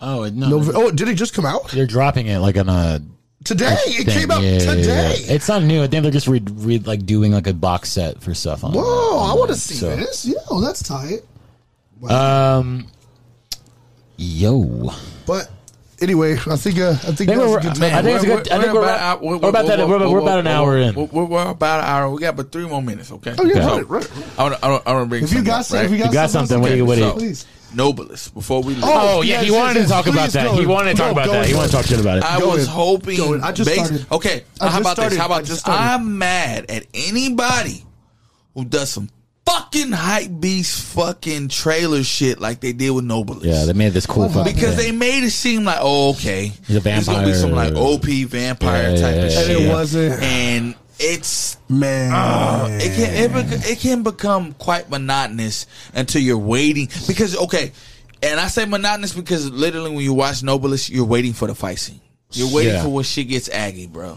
[SPEAKER 3] Oh it- no,
[SPEAKER 2] Nov- oh, did it just come out
[SPEAKER 3] they're dropping it like on a.
[SPEAKER 2] today? It
[SPEAKER 3] thing.
[SPEAKER 2] came out
[SPEAKER 3] Yeah, yeah, yeah.
[SPEAKER 2] today.
[SPEAKER 3] It's not new. I think they're just re- re- like doing like a box set for stuff on.
[SPEAKER 2] Whoa! I
[SPEAKER 3] online,
[SPEAKER 2] want to see
[SPEAKER 3] so.
[SPEAKER 2] this. Yeah, well, that's tight. Oh,
[SPEAKER 3] Yo,
[SPEAKER 2] But anyway, I think uh, I think
[SPEAKER 3] They
[SPEAKER 2] that was
[SPEAKER 3] were-
[SPEAKER 2] a good time.
[SPEAKER 3] I think it's a
[SPEAKER 4] we're-
[SPEAKER 3] good- I
[SPEAKER 4] we're
[SPEAKER 3] think we're about- we're about that- we're about- we're about an hour in.
[SPEAKER 4] We're, we're- we're about an hour. We got but three more minutes. Okay.
[SPEAKER 2] Oh yeah,
[SPEAKER 3] Okay.
[SPEAKER 2] right, right.
[SPEAKER 4] I want to. I want to bring.
[SPEAKER 2] If you
[SPEAKER 4] something
[SPEAKER 2] got,
[SPEAKER 4] up,
[SPEAKER 2] some-
[SPEAKER 4] right?
[SPEAKER 2] if you got,
[SPEAKER 3] You got something, what do you- what do you-
[SPEAKER 2] please.
[SPEAKER 4] Nobilis before we leave.
[SPEAKER 3] Oh, yeah,
[SPEAKER 2] yes,
[SPEAKER 3] he wanted
[SPEAKER 2] yes,
[SPEAKER 3] to talk
[SPEAKER 2] yes.
[SPEAKER 3] about
[SPEAKER 2] Please
[SPEAKER 3] that.
[SPEAKER 2] go
[SPEAKER 3] He
[SPEAKER 2] in.
[SPEAKER 3] wanted to talk
[SPEAKER 2] Go,
[SPEAKER 3] about
[SPEAKER 2] go
[SPEAKER 3] that.
[SPEAKER 2] in.
[SPEAKER 3] He wanted to talk shit about it.
[SPEAKER 4] I
[SPEAKER 2] Go
[SPEAKER 4] was
[SPEAKER 2] ahead.
[SPEAKER 4] hoping.
[SPEAKER 2] Go ahead. I just
[SPEAKER 4] bas-
[SPEAKER 2] started.
[SPEAKER 4] Okay,
[SPEAKER 2] I
[SPEAKER 4] how
[SPEAKER 2] just
[SPEAKER 4] about
[SPEAKER 2] started.
[SPEAKER 4] this? How
[SPEAKER 2] I
[SPEAKER 4] about
[SPEAKER 2] just
[SPEAKER 4] this?
[SPEAKER 2] started.
[SPEAKER 4] I'm mad at anybody who does some fucking hype beast fucking trailer shit like they did with Nobilis.
[SPEAKER 3] yeah, they made this cool
[SPEAKER 2] Hold on.
[SPEAKER 3] fucking
[SPEAKER 4] because they
[SPEAKER 3] thing.
[SPEAKER 4] made it seem like, oh, okay,
[SPEAKER 3] He's a
[SPEAKER 4] It's gonna be some like
[SPEAKER 3] vampire.
[SPEAKER 4] OP vampire
[SPEAKER 3] Yeah, yeah,
[SPEAKER 4] type of
[SPEAKER 3] yeah,
[SPEAKER 4] shit,
[SPEAKER 2] And it wasn't.
[SPEAKER 4] and it's
[SPEAKER 3] Ah,
[SPEAKER 4] uh,
[SPEAKER 2] Man,
[SPEAKER 4] it can it, bec- it can become quite monotonous until you're waiting because okay, and I say monotonous because literally when you watch Nobilis, you're waiting for the fight scene. You're waiting
[SPEAKER 3] Yeah.
[SPEAKER 4] for when shit gets aggy, bro.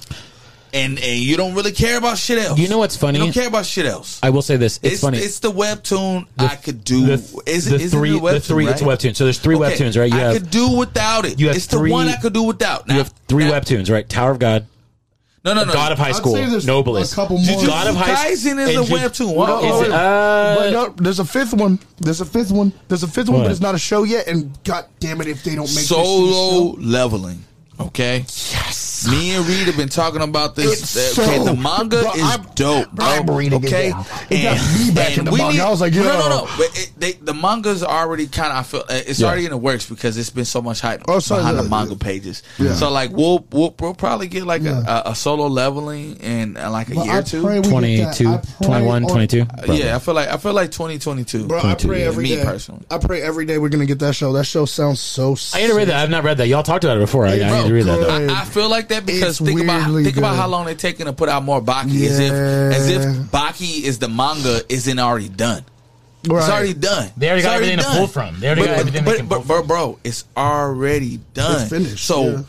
[SPEAKER 4] And and you don't really care about shit else.
[SPEAKER 3] You know what's funny?
[SPEAKER 4] You don't care about shit else.
[SPEAKER 3] I will say this. It's, funny.
[SPEAKER 4] It's the webtoon I could do.
[SPEAKER 3] the,
[SPEAKER 4] is
[SPEAKER 3] the
[SPEAKER 4] it, is
[SPEAKER 3] three,
[SPEAKER 4] it a webtoon,
[SPEAKER 3] the three. It's a
[SPEAKER 4] right?
[SPEAKER 3] webtoon. So there's three
[SPEAKER 4] Okay,
[SPEAKER 3] webtoons, right? You
[SPEAKER 4] I
[SPEAKER 3] have
[SPEAKER 4] could do without it.
[SPEAKER 3] you have
[SPEAKER 4] it's
[SPEAKER 3] three-
[SPEAKER 4] the one I could do without. Now,
[SPEAKER 3] you have three
[SPEAKER 4] now,
[SPEAKER 3] webtoons, right? Tower of God,
[SPEAKER 4] No, no, no.
[SPEAKER 3] God of high
[SPEAKER 2] I'd
[SPEAKER 3] school,
[SPEAKER 2] say there's
[SPEAKER 3] Noblest,
[SPEAKER 2] a couple more.
[SPEAKER 4] Jujutsu
[SPEAKER 3] God of high
[SPEAKER 4] Kaisen is a
[SPEAKER 3] and Ju-
[SPEAKER 4] webtoon. What?
[SPEAKER 2] Oh,
[SPEAKER 3] Is it,
[SPEAKER 2] wait.
[SPEAKER 3] uh,
[SPEAKER 2] but no, there's a fifth one. There's a fifth one. There's a fifth one,
[SPEAKER 3] What?
[SPEAKER 2] but it's not a show yet. And god damn it, if they don't make this shit a show.
[SPEAKER 4] solo leveling. Okay. Yes. Me and Reed have been talking about this. uh,
[SPEAKER 2] It's
[SPEAKER 4] okay,
[SPEAKER 2] so-
[SPEAKER 4] the manga
[SPEAKER 2] Bro,
[SPEAKER 4] is
[SPEAKER 2] I'm-
[SPEAKER 4] dope. Bro.
[SPEAKER 2] I'm reading it
[SPEAKER 4] okay?
[SPEAKER 2] now. It got me back in
[SPEAKER 4] and
[SPEAKER 2] the
[SPEAKER 4] we
[SPEAKER 2] manga. I was like,
[SPEAKER 4] no, no,
[SPEAKER 2] yo.
[SPEAKER 4] no. But it, they, the manga's already kind of. I feel uh, it's
[SPEAKER 3] Yeah.
[SPEAKER 4] already in the works because it's been so much hype
[SPEAKER 2] Oh, sorry,
[SPEAKER 4] behind
[SPEAKER 2] yeah,
[SPEAKER 4] the manga pages. So like, we'll we'll, we'll probably get like
[SPEAKER 2] Yeah.
[SPEAKER 4] a, a, a solo leveling in uh, like a
[SPEAKER 2] But
[SPEAKER 4] year
[SPEAKER 2] I
[SPEAKER 4] or two.
[SPEAKER 2] pray we get that.
[SPEAKER 3] 22,
[SPEAKER 2] I pray
[SPEAKER 3] 21,
[SPEAKER 2] on-
[SPEAKER 3] 22.
[SPEAKER 4] yeah, I feel like I feel like twenty twenty two.
[SPEAKER 2] Bro, I pray
[SPEAKER 3] yeah.
[SPEAKER 2] every
[SPEAKER 4] Me
[SPEAKER 2] day.
[SPEAKER 4] personally.
[SPEAKER 2] I pray every day we're gonna get that show. That show sounds so.
[SPEAKER 3] I need to read that. I've not read that. Y'all talked about it before. I, I
[SPEAKER 2] Bro,
[SPEAKER 3] need to read that. Though.
[SPEAKER 2] good.
[SPEAKER 4] I, I feel like that because
[SPEAKER 2] It's
[SPEAKER 4] think about
[SPEAKER 2] weirdly
[SPEAKER 4] think about
[SPEAKER 2] good.
[SPEAKER 4] how long they're taking to put out more Baki. As if as if
[SPEAKER 2] Yeah.
[SPEAKER 4] Baki is the manga isn't already done.
[SPEAKER 2] Right.
[SPEAKER 4] It's already done.
[SPEAKER 3] They already
[SPEAKER 4] It's
[SPEAKER 3] got everything to
[SPEAKER 4] done.
[SPEAKER 3] pull from. They already
[SPEAKER 4] but,
[SPEAKER 3] got everything
[SPEAKER 4] but,
[SPEAKER 3] they can
[SPEAKER 4] but,
[SPEAKER 3] pull
[SPEAKER 4] but, bro, it's already done.
[SPEAKER 2] It's finished,
[SPEAKER 4] So.
[SPEAKER 2] yeah.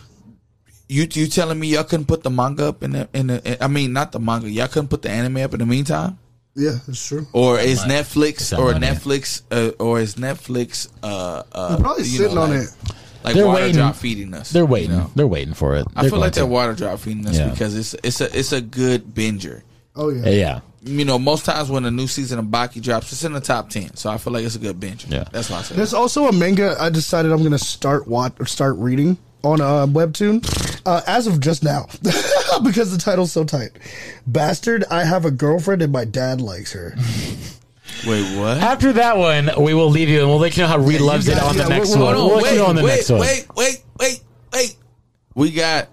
[SPEAKER 4] You, you telling me y'all couldn't put the manga up in the in the in- I mean not the manga y'all couldn't put the anime up in the meantime
[SPEAKER 2] Yeah, it's true.
[SPEAKER 4] or is Netflix
[SPEAKER 3] that
[SPEAKER 4] or
[SPEAKER 3] money.
[SPEAKER 4] Netflix uh, or is Netflix uh, uh
[SPEAKER 2] They're probably
[SPEAKER 4] you
[SPEAKER 2] sitting
[SPEAKER 4] know,
[SPEAKER 2] on
[SPEAKER 4] like-
[SPEAKER 2] it.
[SPEAKER 4] like
[SPEAKER 3] They're
[SPEAKER 4] water
[SPEAKER 3] waiting.
[SPEAKER 4] drop feeding us
[SPEAKER 3] They're waiting. They're waiting for it.
[SPEAKER 4] I
[SPEAKER 3] They're
[SPEAKER 4] feel like
[SPEAKER 3] going
[SPEAKER 4] that
[SPEAKER 3] to.
[SPEAKER 4] water drop feeding us
[SPEAKER 3] Yeah.
[SPEAKER 4] because it's it's a it's a good binger.
[SPEAKER 2] Oh yeah.
[SPEAKER 3] Yeah.
[SPEAKER 4] You know, most times when a new season of Baki drops, it's in the top ten. So I feel like it's a good binger.
[SPEAKER 3] Yeah.
[SPEAKER 4] that's why I said.
[SPEAKER 2] There's also a manga I decided I'm gonna start watch or start reading on uh, webtoon uh, as of just now because the title's so tight. Bastard, I have a girlfriend and my dad likes her.
[SPEAKER 4] that. Wait, what?
[SPEAKER 3] After that one, we will leave you, and we'll let you know how Reed loves it
[SPEAKER 2] guys-
[SPEAKER 3] on the
[SPEAKER 2] yeah,
[SPEAKER 3] next
[SPEAKER 2] we'll-
[SPEAKER 3] one.
[SPEAKER 2] we'll-
[SPEAKER 3] We'll let you know on the
[SPEAKER 4] wait,
[SPEAKER 3] next
[SPEAKER 4] wait,
[SPEAKER 3] one.
[SPEAKER 4] wait, wait, wait, wait. We got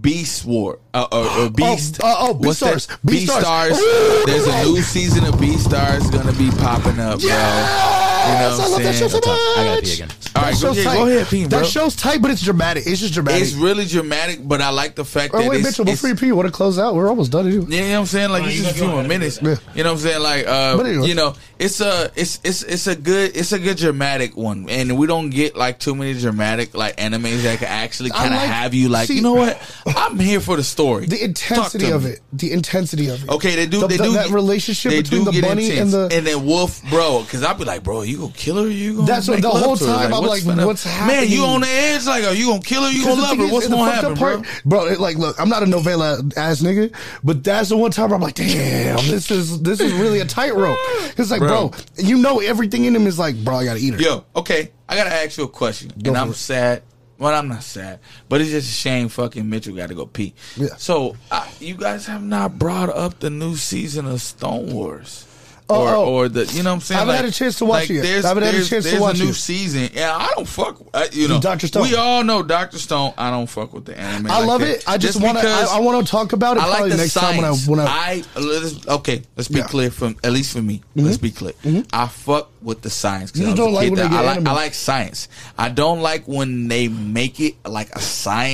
[SPEAKER 4] Beast War, uh, uh, uh, Beast.
[SPEAKER 2] Oh, uh, oh,
[SPEAKER 4] What's
[SPEAKER 2] Beastars.
[SPEAKER 4] that? Beastars.
[SPEAKER 2] Beastars.
[SPEAKER 4] There's a new season of Beastars gonna be popping up, bro.
[SPEAKER 2] Yes,
[SPEAKER 4] what
[SPEAKER 2] I
[SPEAKER 4] I'm
[SPEAKER 2] love that show
[SPEAKER 4] saying?
[SPEAKER 2] so much.
[SPEAKER 3] That's up. I gotta pee again.
[SPEAKER 4] All right,
[SPEAKER 2] That
[SPEAKER 4] go,
[SPEAKER 2] show's
[SPEAKER 4] yeah,
[SPEAKER 2] tight.
[SPEAKER 4] go ahead, Pete,
[SPEAKER 2] That
[SPEAKER 4] bro.
[SPEAKER 2] show's tight, but it's dramatic. It's just dramatic.
[SPEAKER 4] It's really dramatic, but I like the fact
[SPEAKER 2] oh
[SPEAKER 4] that
[SPEAKER 2] wait,
[SPEAKER 4] it's,
[SPEAKER 2] Mitchell,
[SPEAKER 4] it's
[SPEAKER 2] before you pee, you want to close out? We're almost done. Anyway.
[SPEAKER 4] Yeah, you know what I'm saying? Like
[SPEAKER 3] Nah,
[SPEAKER 4] it's
[SPEAKER 3] Oh, you
[SPEAKER 4] just
[SPEAKER 3] go
[SPEAKER 4] a few more
[SPEAKER 3] ahead.
[SPEAKER 4] minutes.
[SPEAKER 2] Yeah.
[SPEAKER 4] You know what I'm saying? Like uh
[SPEAKER 2] But anyway.
[SPEAKER 4] you know, it's a it's it's it's a good it's a good dramatic one. And we don't get like too many dramatic like animes that can actually
[SPEAKER 2] I
[SPEAKER 4] kinda
[SPEAKER 2] like-
[SPEAKER 4] have you like,
[SPEAKER 2] see-
[SPEAKER 4] you know what? I'm here for the story.
[SPEAKER 2] The intensity
[SPEAKER 4] Talk to
[SPEAKER 2] of
[SPEAKER 4] me.
[SPEAKER 2] it. The intensity of it.
[SPEAKER 4] Okay, they do.
[SPEAKER 2] The-
[SPEAKER 4] they
[SPEAKER 2] the-
[SPEAKER 4] do
[SPEAKER 2] that
[SPEAKER 4] get-
[SPEAKER 2] relationship
[SPEAKER 4] they do
[SPEAKER 2] between the
[SPEAKER 4] get
[SPEAKER 2] bunny
[SPEAKER 4] intense.
[SPEAKER 2] and the-
[SPEAKER 4] and then Wolf, bro. Because I'd be like, bro, you gonna kill her? You gonna?
[SPEAKER 2] That's what-
[SPEAKER 4] make
[SPEAKER 2] the
[SPEAKER 4] love
[SPEAKER 2] whole
[SPEAKER 4] to her?
[SPEAKER 2] time I'm like,
[SPEAKER 4] finna-
[SPEAKER 2] what's
[SPEAKER 4] Man, you
[SPEAKER 2] happening?
[SPEAKER 4] on the edge? Like, are you gonna kill her? You
[SPEAKER 2] Because
[SPEAKER 4] gonna
[SPEAKER 2] the
[SPEAKER 4] love
[SPEAKER 2] thing
[SPEAKER 4] her?
[SPEAKER 2] is,
[SPEAKER 4] What's
[SPEAKER 2] and the
[SPEAKER 4] gonna
[SPEAKER 2] fucked
[SPEAKER 4] happen,
[SPEAKER 2] up
[SPEAKER 4] bro?
[SPEAKER 2] bro? It, like, look, I'm not a novella ass nigga, but that's the one time I'm like, damn, this is this is really a tightrope. It's like,
[SPEAKER 4] Bro.
[SPEAKER 2] bro. you know everything in him is like, bro, I gotta eat her.
[SPEAKER 4] Yo, okay, I gotta ask you a question, and
[SPEAKER 2] for
[SPEAKER 4] I'm
[SPEAKER 2] it.
[SPEAKER 4] sad. Well, I'm not sad, but it's just a shame. Fucking Mitchell got to go pee.
[SPEAKER 2] Yeah.
[SPEAKER 4] So uh, you guys have not brought up the new season of Stone Wars.
[SPEAKER 2] Oh,
[SPEAKER 4] or,
[SPEAKER 2] oh.
[SPEAKER 4] or the you know what I'm saying.
[SPEAKER 2] I haven't had a chance to watch it yet. I haven't had a
[SPEAKER 4] there's-
[SPEAKER 2] chance to
[SPEAKER 4] there's
[SPEAKER 2] watch
[SPEAKER 4] a new
[SPEAKER 2] it.
[SPEAKER 4] season, and I don't fuck. I, you know,
[SPEAKER 2] Dr. Stone.
[SPEAKER 4] We all know Doctor Stone. I don't fuck with the anime.
[SPEAKER 2] I
[SPEAKER 4] like
[SPEAKER 2] love
[SPEAKER 4] that.
[SPEAKER 2] it. I just, want to.
[SPEAKER 4] because
[SPEAKER 2] I, want to talk about it.
[SPEAKER 4] I like
[SPEAKER 2] probably
[SPEAKER 4] the
[SPEAKER 2] next
[SPEAKER 4] science.
[SPEAKER 2] time when I when I.
[SPEAKER 4] I, let's, okay, let's be
[SPEAKER 2] Yeah. Mm-hmm.
[SPEAKER 4] clear. From at least for me, let's be clear. I fuck with the science. 'cause
[SPEAKER 2] You
[SPEAKER 4] I was
[SPEAKER 2] don't
[SPEAKER 4] a
[SPEAKER 2] like
[SPEAKER 4] kid
[SPEAKER 2] when
[SPEAKER 4] that-
[SPEAKER 2] they
[SPEAKER 4] I
[SPEAKER 2] get
[SPEAKER 4] like I
[SPEAKER 2] animal.
[SPEAKER 4] like science. I don't like when they make it like a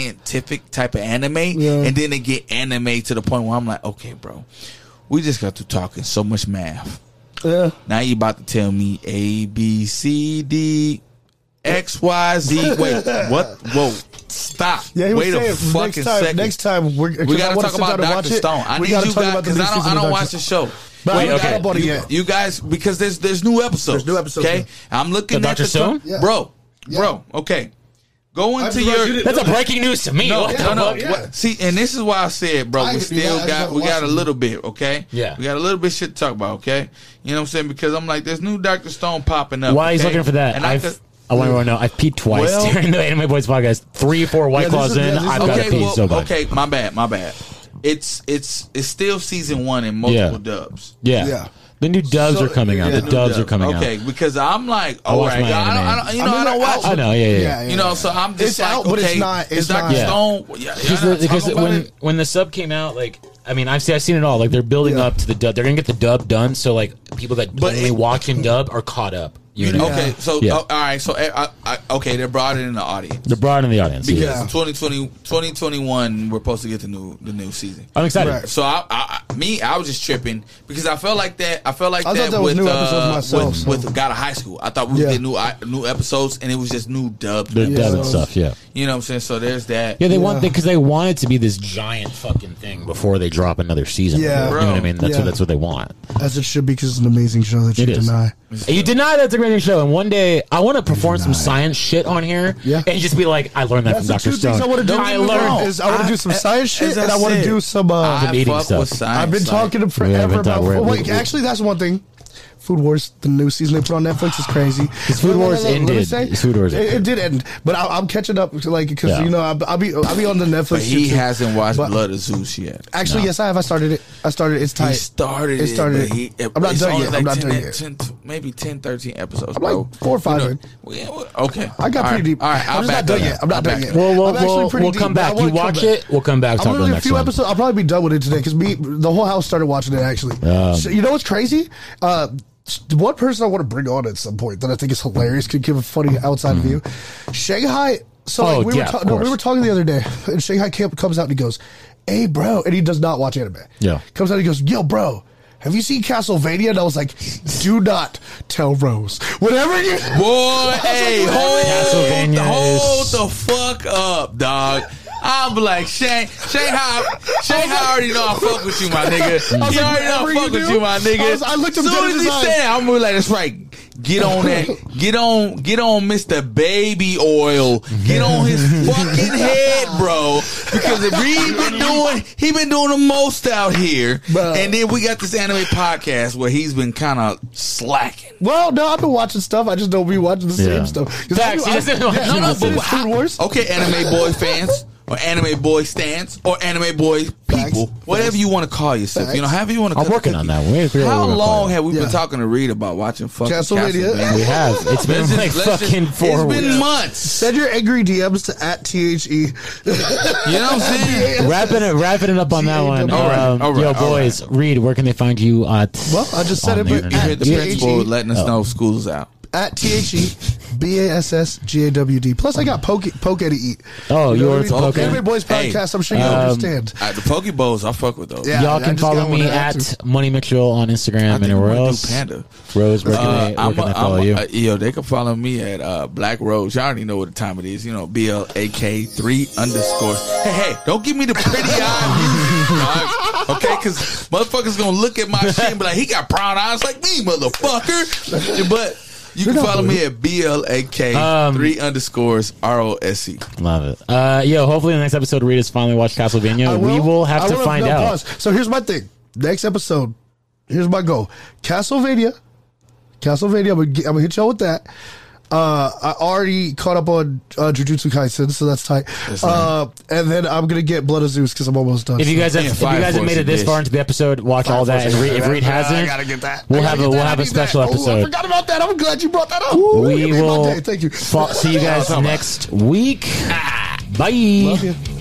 [SPEAKER 4] scientific type of anime, and then they get anime to the point where I'm like, okay, bro, we just got to talking so much math.
[SPEAKER 2] yeah.
[SPEAKER 4] Now you about to tell me A B C D X Y Z. Wait, what? Whoa, stop.
[SPEAKER 2] Yeah, he was
[SPEAKER 4] Wait a
[SPEAKER 2] saying
[SPEAKER 4] fucking
[SPEAKER 2] next time,
[SPEAKER 4] second.
[SPEAKER 2] next time we're, 'cause
[SPEAKER 4] We
[SPEAKER 2] I
[SPEAKER 4] gotta
[SPEAKER 2] wanna
[SPEAKER 4] talk
[SPEAKER 2] sit down
[SPEAKER 4] about
[SPEAKER 2] and
[SPEAKER 4] Doctor
[SPEAKER 2] watch it.
[SPEAKER 4] Stone. I
[SPEAKER 2] We
[SPEAKER 4] need
[SPEAKER 2] gotta
[SPEAKER 4] you
[SPEAKER 2] talk about
[SPEAKER 4] guys because
[SPEAKER 2] the new
[SPEAKER 4] I don't,
[SPEAKER 2] season
[SPEAKER 4] I
[SPEAKER 2] of
[SPEAKER 4] don't
[SPEAKER 2] Dr.
[SPEAKER 4] watch the show.
[SPEAKER 2] But I
[SPEAKER 4] Wait,
[SPEAKER 2] haven't got
[SPEAKER 4] okay.
[SPEAKER 2] up on it
[SPEAKER 4] you,
[SPEAKER 2] yet.
[SPEAKER 4] you guys because there's there's new episodes.
[SPEAKER 2] There's new episodes,
[SPEAKER 4] Okay,
[SPEAKER 2] yeah.
[SPEAKER 4] I'm looking
[SPEAKER 3] The
[SPEAKER 4] at
[SPEAKER 3] Dr.
[SPEAKER 4] the
[SPEAKER 3] Stone?
[SPEAKER 2] Yeah.
[SPEAKER 4] bro, bro. Okay, go into your.
[SPEAKER 3] That's a breaking news to me.
[SPEAKER 4] No,
[SPEAKER 3] What the
[SPEAKER 4] no, no.
[SPEAKER 3] fuck?
[SPEAKER 2] yeah.
[SPEAKER 4] What- See, and this is why I said, bro,
[SPEAKER 2] I
[SPEAKER 4] we
[SPEAKER 2] could do
[SPEAKER 4] still
[SPEAKER 2] that. I
[SPEAKER 4] got
[SPEAKER 2] just
[SPEAKER 4] we got
[SPEAKER 2] haven't
[SPEAKER 4] a
[SPEAKER 2] watched it.
[SPEAKER 4] little bit, okay?
[SPEAKER 3] Yeah.
[SPEAKER 4] we got a little bit shit to talk about, okay? You know what I'm saying? Because I'm like, there's new Doctor Stone popping up.
[SPEAKER 3] While he's
[SPEAKER 4] okay?
[SPEAKER 3] looking for that,
[SPEAKER 4] and I
[SPEAKER 3] I've,
[SPEAKER 4] could,
[SPEAKER 3] I want everyone to know I've peed twice
[SPEAKER 4] Well-
[SPEAKER 3] during the Anime Boys podcast. Three, four White
[SPEAKER 2] Yeah, this
[SPEAKER 3] Claws
[SPEAKER 2] is-
[SPEAKER 3] in,
[SPEAKER 2] yeah, this is-
[SPEAKER 3] I've got to
[SPEAKER 4] okay,
[SPEAKER 3] pee
[SPEAKER 4] well,
[SPEAKER 3] so bad.
[SPEAKER 4] okay, my bad, my bad. It's it's it's still season one in multiple
[SPEAKER 3] Yeah.
[SPEAKER 4] dubs.
[SPEAKER 3] Yeah.
[SPEAKER 2] Yeah.
[SPEAKER 3] The new dubs
[SPEAKER 2] So-
[SPEAKER 3] are coming out.
[SPEAKER 2] yeah.
[SPEAKER 3] the dubs are coming
[SPEAKER 4] okay,
[SPEAKER 3] out.
[SPEAKER 4] because I'm like, all
[SPEAKER 3] watch
[SPEAKER 4] right,
[SPEAKER 3] my
[SPEAKER 4] I don't, I
[SPEAKER 3] anime.
[SPEAKER 4] don't, you know, I, don't watch.
[SPEAKER 3] I know, yeah, yeah, yeah.
[SPEAKER 4] You know, so I'm just
[SPEAKER 2] It's
[SPEAKER 4] like,
[SPEAKER 2] out,
[SPEAKER 4] okay,
[SPEAKER 2] but it's not-
[SPEAKER 4] is
[SPEAKER 2] it's
[SPEAKER 4] Dr.
[SPEAKER 2] not- Yeah.
[SPEAKER 4] Stone. Yeah,
[SPEAKER 3] Because
[SPEAKER 4] y'all
[SPEAKER 3] the,
[SPEAKER 4] not
[SPEAKER 3] because
[SPEAKER 4] talking about
[SPEAKER 3] when
[SPEAKER 4] it?
[SPEAKER 3] when the sub came out, like I mean, I've seen, I've seen it all. Like they're building
[SPEAKER 2] Yeah.
[SPEAKER 3] up to the dub. They're gonna get the dub done, so like people that
[SPEAKER 4] But
[SPEAKER 3] only
[SPEAKER 4] it-
[SPEAKER 3] watch in dub are caught up. You know,
[SPEAKER 4] Okay, so
[SPEAKER 3] Yeah.
[SPEAKER 4] oh, all right, so uh, I, I, okay, they brought it in the audience.
[SPEAKER 3] they're brought in the audience.
[SPEAKER 4] because
[SPEAKER 3] Yeah.
[SPEAKER 2] Yeah.
[SPEAKER 4] 2020, 2021, we're supposed to get the new the new season.
[SPEAKER 3] I'm excited.
[SPEAKER 2] Right.
[SPEAKER 4] So I, I, I me, I was just tripping because I felt like that. I felt like
[SPEAKER 2] I thought
[SPEAKER 4] that,
[SPEAKER 2] that was
[SPEAKER 4] with,
[SPEAKER 2] new
[SPEAKER 4] uh,
[SPEAKER 2] episodes myself,
[SPEAKER 4] with,
[SPEAKER 2] so.
[SPEAKER 4] with God of High School. I thought we
[SPEAKER 2] Yeah.
[SPEAKER 4] did new I- new episodes, and it was just new dubbed.
[SPEAKER 3] The
[SPEAKER 4] episodes.
[SPEAKER 3] dub and stuff, yeah.
[SPEAKER 4] You know what I'm saying? So there's that.
[SPEAKER 3] Yeah, they
[SPEAKER 2] Yeah.
[SPEAKER 3] want because they want it to be this giant fucking thing before they drop another season.
[SPEAKER 2] Yeah.
[SPEAKER 3] you know what I mean. That's
[SPEAKER 2] Yeah.
[SPEAKER 3] what that's what they want.
[SPEAKER 2] As it should be, because it's an amazing show that you
[SPEAKER 3] It is.
[SPEAKER 2] deny.
[SPEAKER 3] And you deny that's a great show, and one day I want to perform some science shit on here,
[SPEAKER 2] Yeah.
[SPEAKER 3] and just be like, I learned that
[SPEAKER 2] That's
[SPEAKER 3] from
[SPEAKER 2] the
[SPEAKER 3] Doctor
[SPEAKER 2] two
[SPEAKER 3] Stone.
[SPEAKER 2] things I want to do.
[SPEAKER 3] I learned.
[SPEAKER 2] is I want to do some science shit,
[SPEAKER 4] as
[SPEAKER 2] and I want to
[SPEAKER 4] said,
[SPEAKER 2] do some. Uh,
[SPEAKER 4] I
[SPEAKER 3] meeting
[SPEAKER 4] fuck
[SPEAKER 3] stuff.
[SPEAKER 4] with science,
[SPEAKER 2] I've been
[SPEAKER 4] like-
[SPEAKER 2] talking to
[SPEAKER 3] We haven't
[SPEAKER 2] forever about.
[SPEAKER 3] talked- we're-
[SPEAKER 2] wait,
[SPEAKER 3] we- we-
[SPEAKER 2] actually, that's one thing. Food Wars, the new season they put on Netflix is crazy.
[SPEAKER 3] Food Wars
[SPEAKER 2] let me
[SPEAKER 3] ended.
[SPEAKER 2] say-
[SPEAKER 3] His Food Wars
[SPEAKER 2] it, it
[SPEAKER 3] ended.
[SPEAKER 2] did end, but I, I'm catching up, like because
[SPEAKER 3] Yeah.
[SPEAKER 2] you know I'll, I'll be I'll be on the Netflix.
[SPEAKER 4] But he
[SPEAKER 2] shit, too.
[SPEAKER 4] hasn't watched
[SPEAKER 2] But-
[SPEAKER 4] Blood of Zeus yet.
[SPEAKER 2] Actually, yes, I have. I started it. I started. it. It's tight.
[SPEAKER 4] He started.
[SPEAKER 2] It started.
[SPEAKER 4] but he-
[SPEAKER 2] I'm not
[SPEAKER 4] it's
[SPEAKER 2] done
[SPEAKER 4] only
[SPEAKER 2] yet.
[SPEAKER 4] like
[SPEAKER 2] I'm not
[SPEAKER 4] 10
[SPEAKER 2] done yet.
[SPEAKER 4] 10 maybe 10, 13 episodes.
[SPEAKER 2] I'm like
[SPEAKER 4] bro.
[SPEAKER 2] four or five
[SPEAKER 4] You
[SPEAKER 2] in.
[SPEAKER 4] yeah, well, okay.
[SPEAKER 2] I got
[SPEAKER 4] All
[SPEAKER 2] pretty
[SPEAKER 4] right.
[SPEAKER 2] deep.
[SPEAKER 4] All right,
[SPEAKER 2] I'm
[SPEAKER 4] I'll
[SPEAKER 2] just
[SPEAKER 4] back
[SPEAKER 2] not done
[SPEAKER 4] up.
[SPEAKER 2] yet. I'm not
[SPEAKER 4] I'll
[SPEAKER 2] done
[SPEAKER 4] back
[SPEAKER 2] yet.
[SPEAKER 4] up.
[SPEAKER 3] We'll, we'll,
[SPEAKER 2] I'm actually
[SPEAKER 3] we'll,
[SPEAKER 2] pretty
[SPEAKER 3] we'll come
[SPEAKER 2] deep, but I
[SPEAKER 3] back.
[SPEAKER 2] wanna
[SPEAKER 3] You
[SPEAKER 2] come
[SPEAKER 3] watch
[SPEAKER 2] back.
[SPEAKER 3] it. We'll come back.
[SPEAKER 2] I'm
[SPEAKER 3] Talk about
[SPEAKER 2] only
[SPEAKER 3] the
[SPEAKER 2] a
[SPEAKER 3] next
[SPEAKER 2] few
[SPEAKER 3] one.
[SPEAKER 2] episodes. I'll probably be done with it today because me, the whole house started watching it. Actually, so, you know what's crazy? Uh, s- one person I want to bring on at some point that I think is hilarious could give a funny outside view. Shanghai. So
[SPEAKER 3] Mm-hmm. Oh,
[SPEAKER 2] like, we
[SPEAKER 3] yeah,
[SPEAKER 2] were
[SPEAKER 3] of
[SPEAKER 2] talking. No, we
[SPEAKER 3] course.
[SPEAKER 2] were talking the other day, and Shanghai Camp comes out and he goes, "Hey, bro," and he does not watch anime.
[SPEAKER 3] Yeah.
[SPEAKER 2] comes out and he goes, "Yo, bro." Have you seen Castlevania? And I was like, do not tell Rose. Whatever you.
[SPEAKER 4] Boy, hey, hold the,
[SPEAKER 3] Castlevania
[SPEAKER 4] hold
[SPEAKER 3] is-
[SPEAKER 4] the fuck up, dog. I'm like Shane. Shane, how Shane, how already know I fuck with you, my nigga.
[SPEAKER 2] was
[SPEAKER 4] He
[SPEAKER 2] like,
[SPEAKER 4] already know I
[SPEAKER 2] whatever you
[SPEAKER 4] fuck with
[SPEAKER 2] do,
[SPEAKER 4] you, my nigga.
[SPEAKER 2] I was- I looked him
[SPEAKER 4] Soon
[SPEAKER 2] dead in
[SPEAKER 4] as
[SPEAKER 2] his
[SPEAKER 4] he
[SPEAKER 2] eyes.
[SPEAKER 4] said, it, I'm really like, that's right. Get on that. Get on. Get on, Mister Baby Oil. Get on his fucking head, bro. Because if he been doing, he been doing the most out here.
[SPEAKER 2] Bro.
[SPEAKER 4] And then we got this anime podcast where he's been kind of slacking.
[SPEAKER 2] Well, no, I've been watching stuff. I just don't be watching the
[SPEAKER 3] Yeah.
[SPEAKER 2] same stuff. 'Cause
[SPEAKER 3] Facts,
[SPEAKER 2] I-
[SPEAKER 3] he doesn't watch
[SPEAKER 2] yeah, no, no,
[SPEAKER 3] the
[SPEAKER 2] but
[SPEAKER 3] same
[SPEAKER 2] Food Wars.
[SPEAKER 4] Okay, anime boy fans or anime boy stands or anime boy people,
[SPEAKER 2] Facts.
[SPEAKER 4] whatever you want to call yourself. You know, however you want to.
[SPEAKER 3] I'm working on that. We're gonna figure out
[SPEAKER 4] How
[SPEAKER 3] what we're gonna call
[SPEAKER 4] long
[SPEAKER 3] it.
[SPEAKER 4] have we
[SPEAKER 2] Yeah.
[SPEAKER 4] been talking to Reed about watching fucking
[SPEAKER 2] Castlevania.
[SPEAKER 4] Castlevania?
[SPEAKER 3] We have. It's been
[SPEAKER 4] Let's just-
[SPEAKER 3] like
[SPEAKER 4] let's just-
[SPEAKER 3] fucking four
[SPEAKER 4] It's been
[SPEAKER 3] weeks.
[SPEAKER 4] months.
[SPEAKER 2] Send your angry DMs to at E, THE.
[SPEAKER 4] You know what I'm saying?
[SPEAKER 3] Wrapping it, wrapping it up on that one.
[SPEAKER 2] All
[SPEAKER 4] right,
[SPEAKER 3] Um,
[SPEAKER 4] all right,
[SPEAKER 3] yo,
[SPEAKER 4] all
[SPEAKER 3] boys, Reed, where can they find you? At
[SPEAKER 2] Well, I just said
[SPEAKER 3] on
[SPEAKER 2] it,
[SPEAKER 3] the
[SPEAKER 2] but-
[SPEAKER 3] internet?
[SPEAKER 4] You heard the
[SPEAKER 2] Yeah.
[SPEAKER 4] principal letting
[SPEAKER 3] Oh.
[SPEAKER 4] us know school's out.
[SPEAKER 2] At THE. B A S S G A W D. Plus, I got Poke, poke to Eat.
[SPEAKER 3] Oh,
[SPEAKER 2] You know
[SPEAKER 3] yours,
[SPEAKER 2] what I mean?
[SPEAKER 3] Poke.
[SPEAKER 2] Every Boys
[SPEAKER 4] Hey,
[SPEAKER 2] podcast, I'm sure you
[SPEAKER 4] um,
[SPEAKER 2] understand.
[SPEAKER 4] Uh, the Poke Bowls, I fuck with those.
[SPEAKER 2] Yeah, I
[SPEAKER 3] Y'all can
[SPEAKER 2] just
[SPEAKER 3] follow
[SPEAKER 2] got one
[SPEAKER 3] me
[SPEAKER 2] I had
[SPEAKER 3] at
[SPEAKER 2] to.
[SPEAKER 3] Money Mitchell on Instagram
[SPEAKER 4] I
[SPEAKER 3] and
[SPEAKER 4] think I'm
[SPEAKER 3] everywhere
[SPEAKER 4] gonna do
[SPEAKER 3] else.
[SPEAKER 4] Panda.
[SPEAKER 3] Rose, where can,
[SPEAKER 4] Uh,
[SPEAKER 3] they, where
[SPEAKER 4] I'm, a,
[SPEAKER 3] can they follow
[SPEAKER 4] I'm a,
[SPEAKER 3] you?
[SPEAKER 4] uh, yo, they can follow me at uh, Black Rose. Y'all already know what the time it is. You know, B L A K three underscore. Hey, hey, don't give me the pretty eye, music, dog. okay? Because motherfuckers gonna look at my shit and be like, he got brown eyes like me, motherfucker. But you can
[SPEAKER 2] not
[SPEAKER 4] follow me at B L A K
[SPEAKER 3] Um,
[SPEAKER 4] three underscores R O S E.
[SPEAKER 3] Love it. Uh, yo, hopefully in the next episode, Reed has finally watched Castlevania.
[SPEAKER 2] I
[SPEAKER 3] we will have
[SPEAKER 2] I
[SPEAKER 3] to
[SPEAKER 2] will-
[SPEAKER 3] find
[SPEAKER 2] no,
[SPEAKER 3] out.
[SPEAKER 2] pause. So here's my thing. Next episode, here's my goal. Castlevania, Castlevania. I'm gonna, get- I'm gonna hit y'all with that. Uh, I already caught up on uh, Jujutsu Kaisen, so that's tight. Uh, and then I'm gonna get Blood of Zeus because I'm almost done.
[SPEAKER 3] If you
[SPEAKER 2] so.
[SPEAKER 3] guys have,
[SPEAKER 4] Man,
[SPEAKER 3] if you guys have
[SPEAKER 4] Fireforce
[SPEAKER 3] made it this
[SPEAKER 4] is
[SPEAKER 3] far into the episode, watch all that. And Reed, if Reed hasn't,
[SPEAKER 2] I gotta get that.
[SPEAKER 3] we'll
[SPEAKER 2] I gotta
[SPEAKER 3] have
[SPEAKER 2] get
[SPEAKER 3] a we'll
[SPEAKER 2] that. I
[SPEAKER 3] have a
[SPEAKER 2] need that.
[SPEAKER 3] special
[SPEAKER 2] Ooh, I
[SPEAKER 3] episode.
[SPEAKER 2] forgot about that. I'm glad you brought that up. Ooh,
[SPEAKER 3] We
[SPEAKER 2] you made my
[SPEAKER 3] will
[SPEAKER 2] day. Thank you.
[SPEAKER 3] fo- see you guys
[SPEAKER 2] Awesome.
[SPEAKER 3] next week. Bye.
[SPEAKER 2] Love you.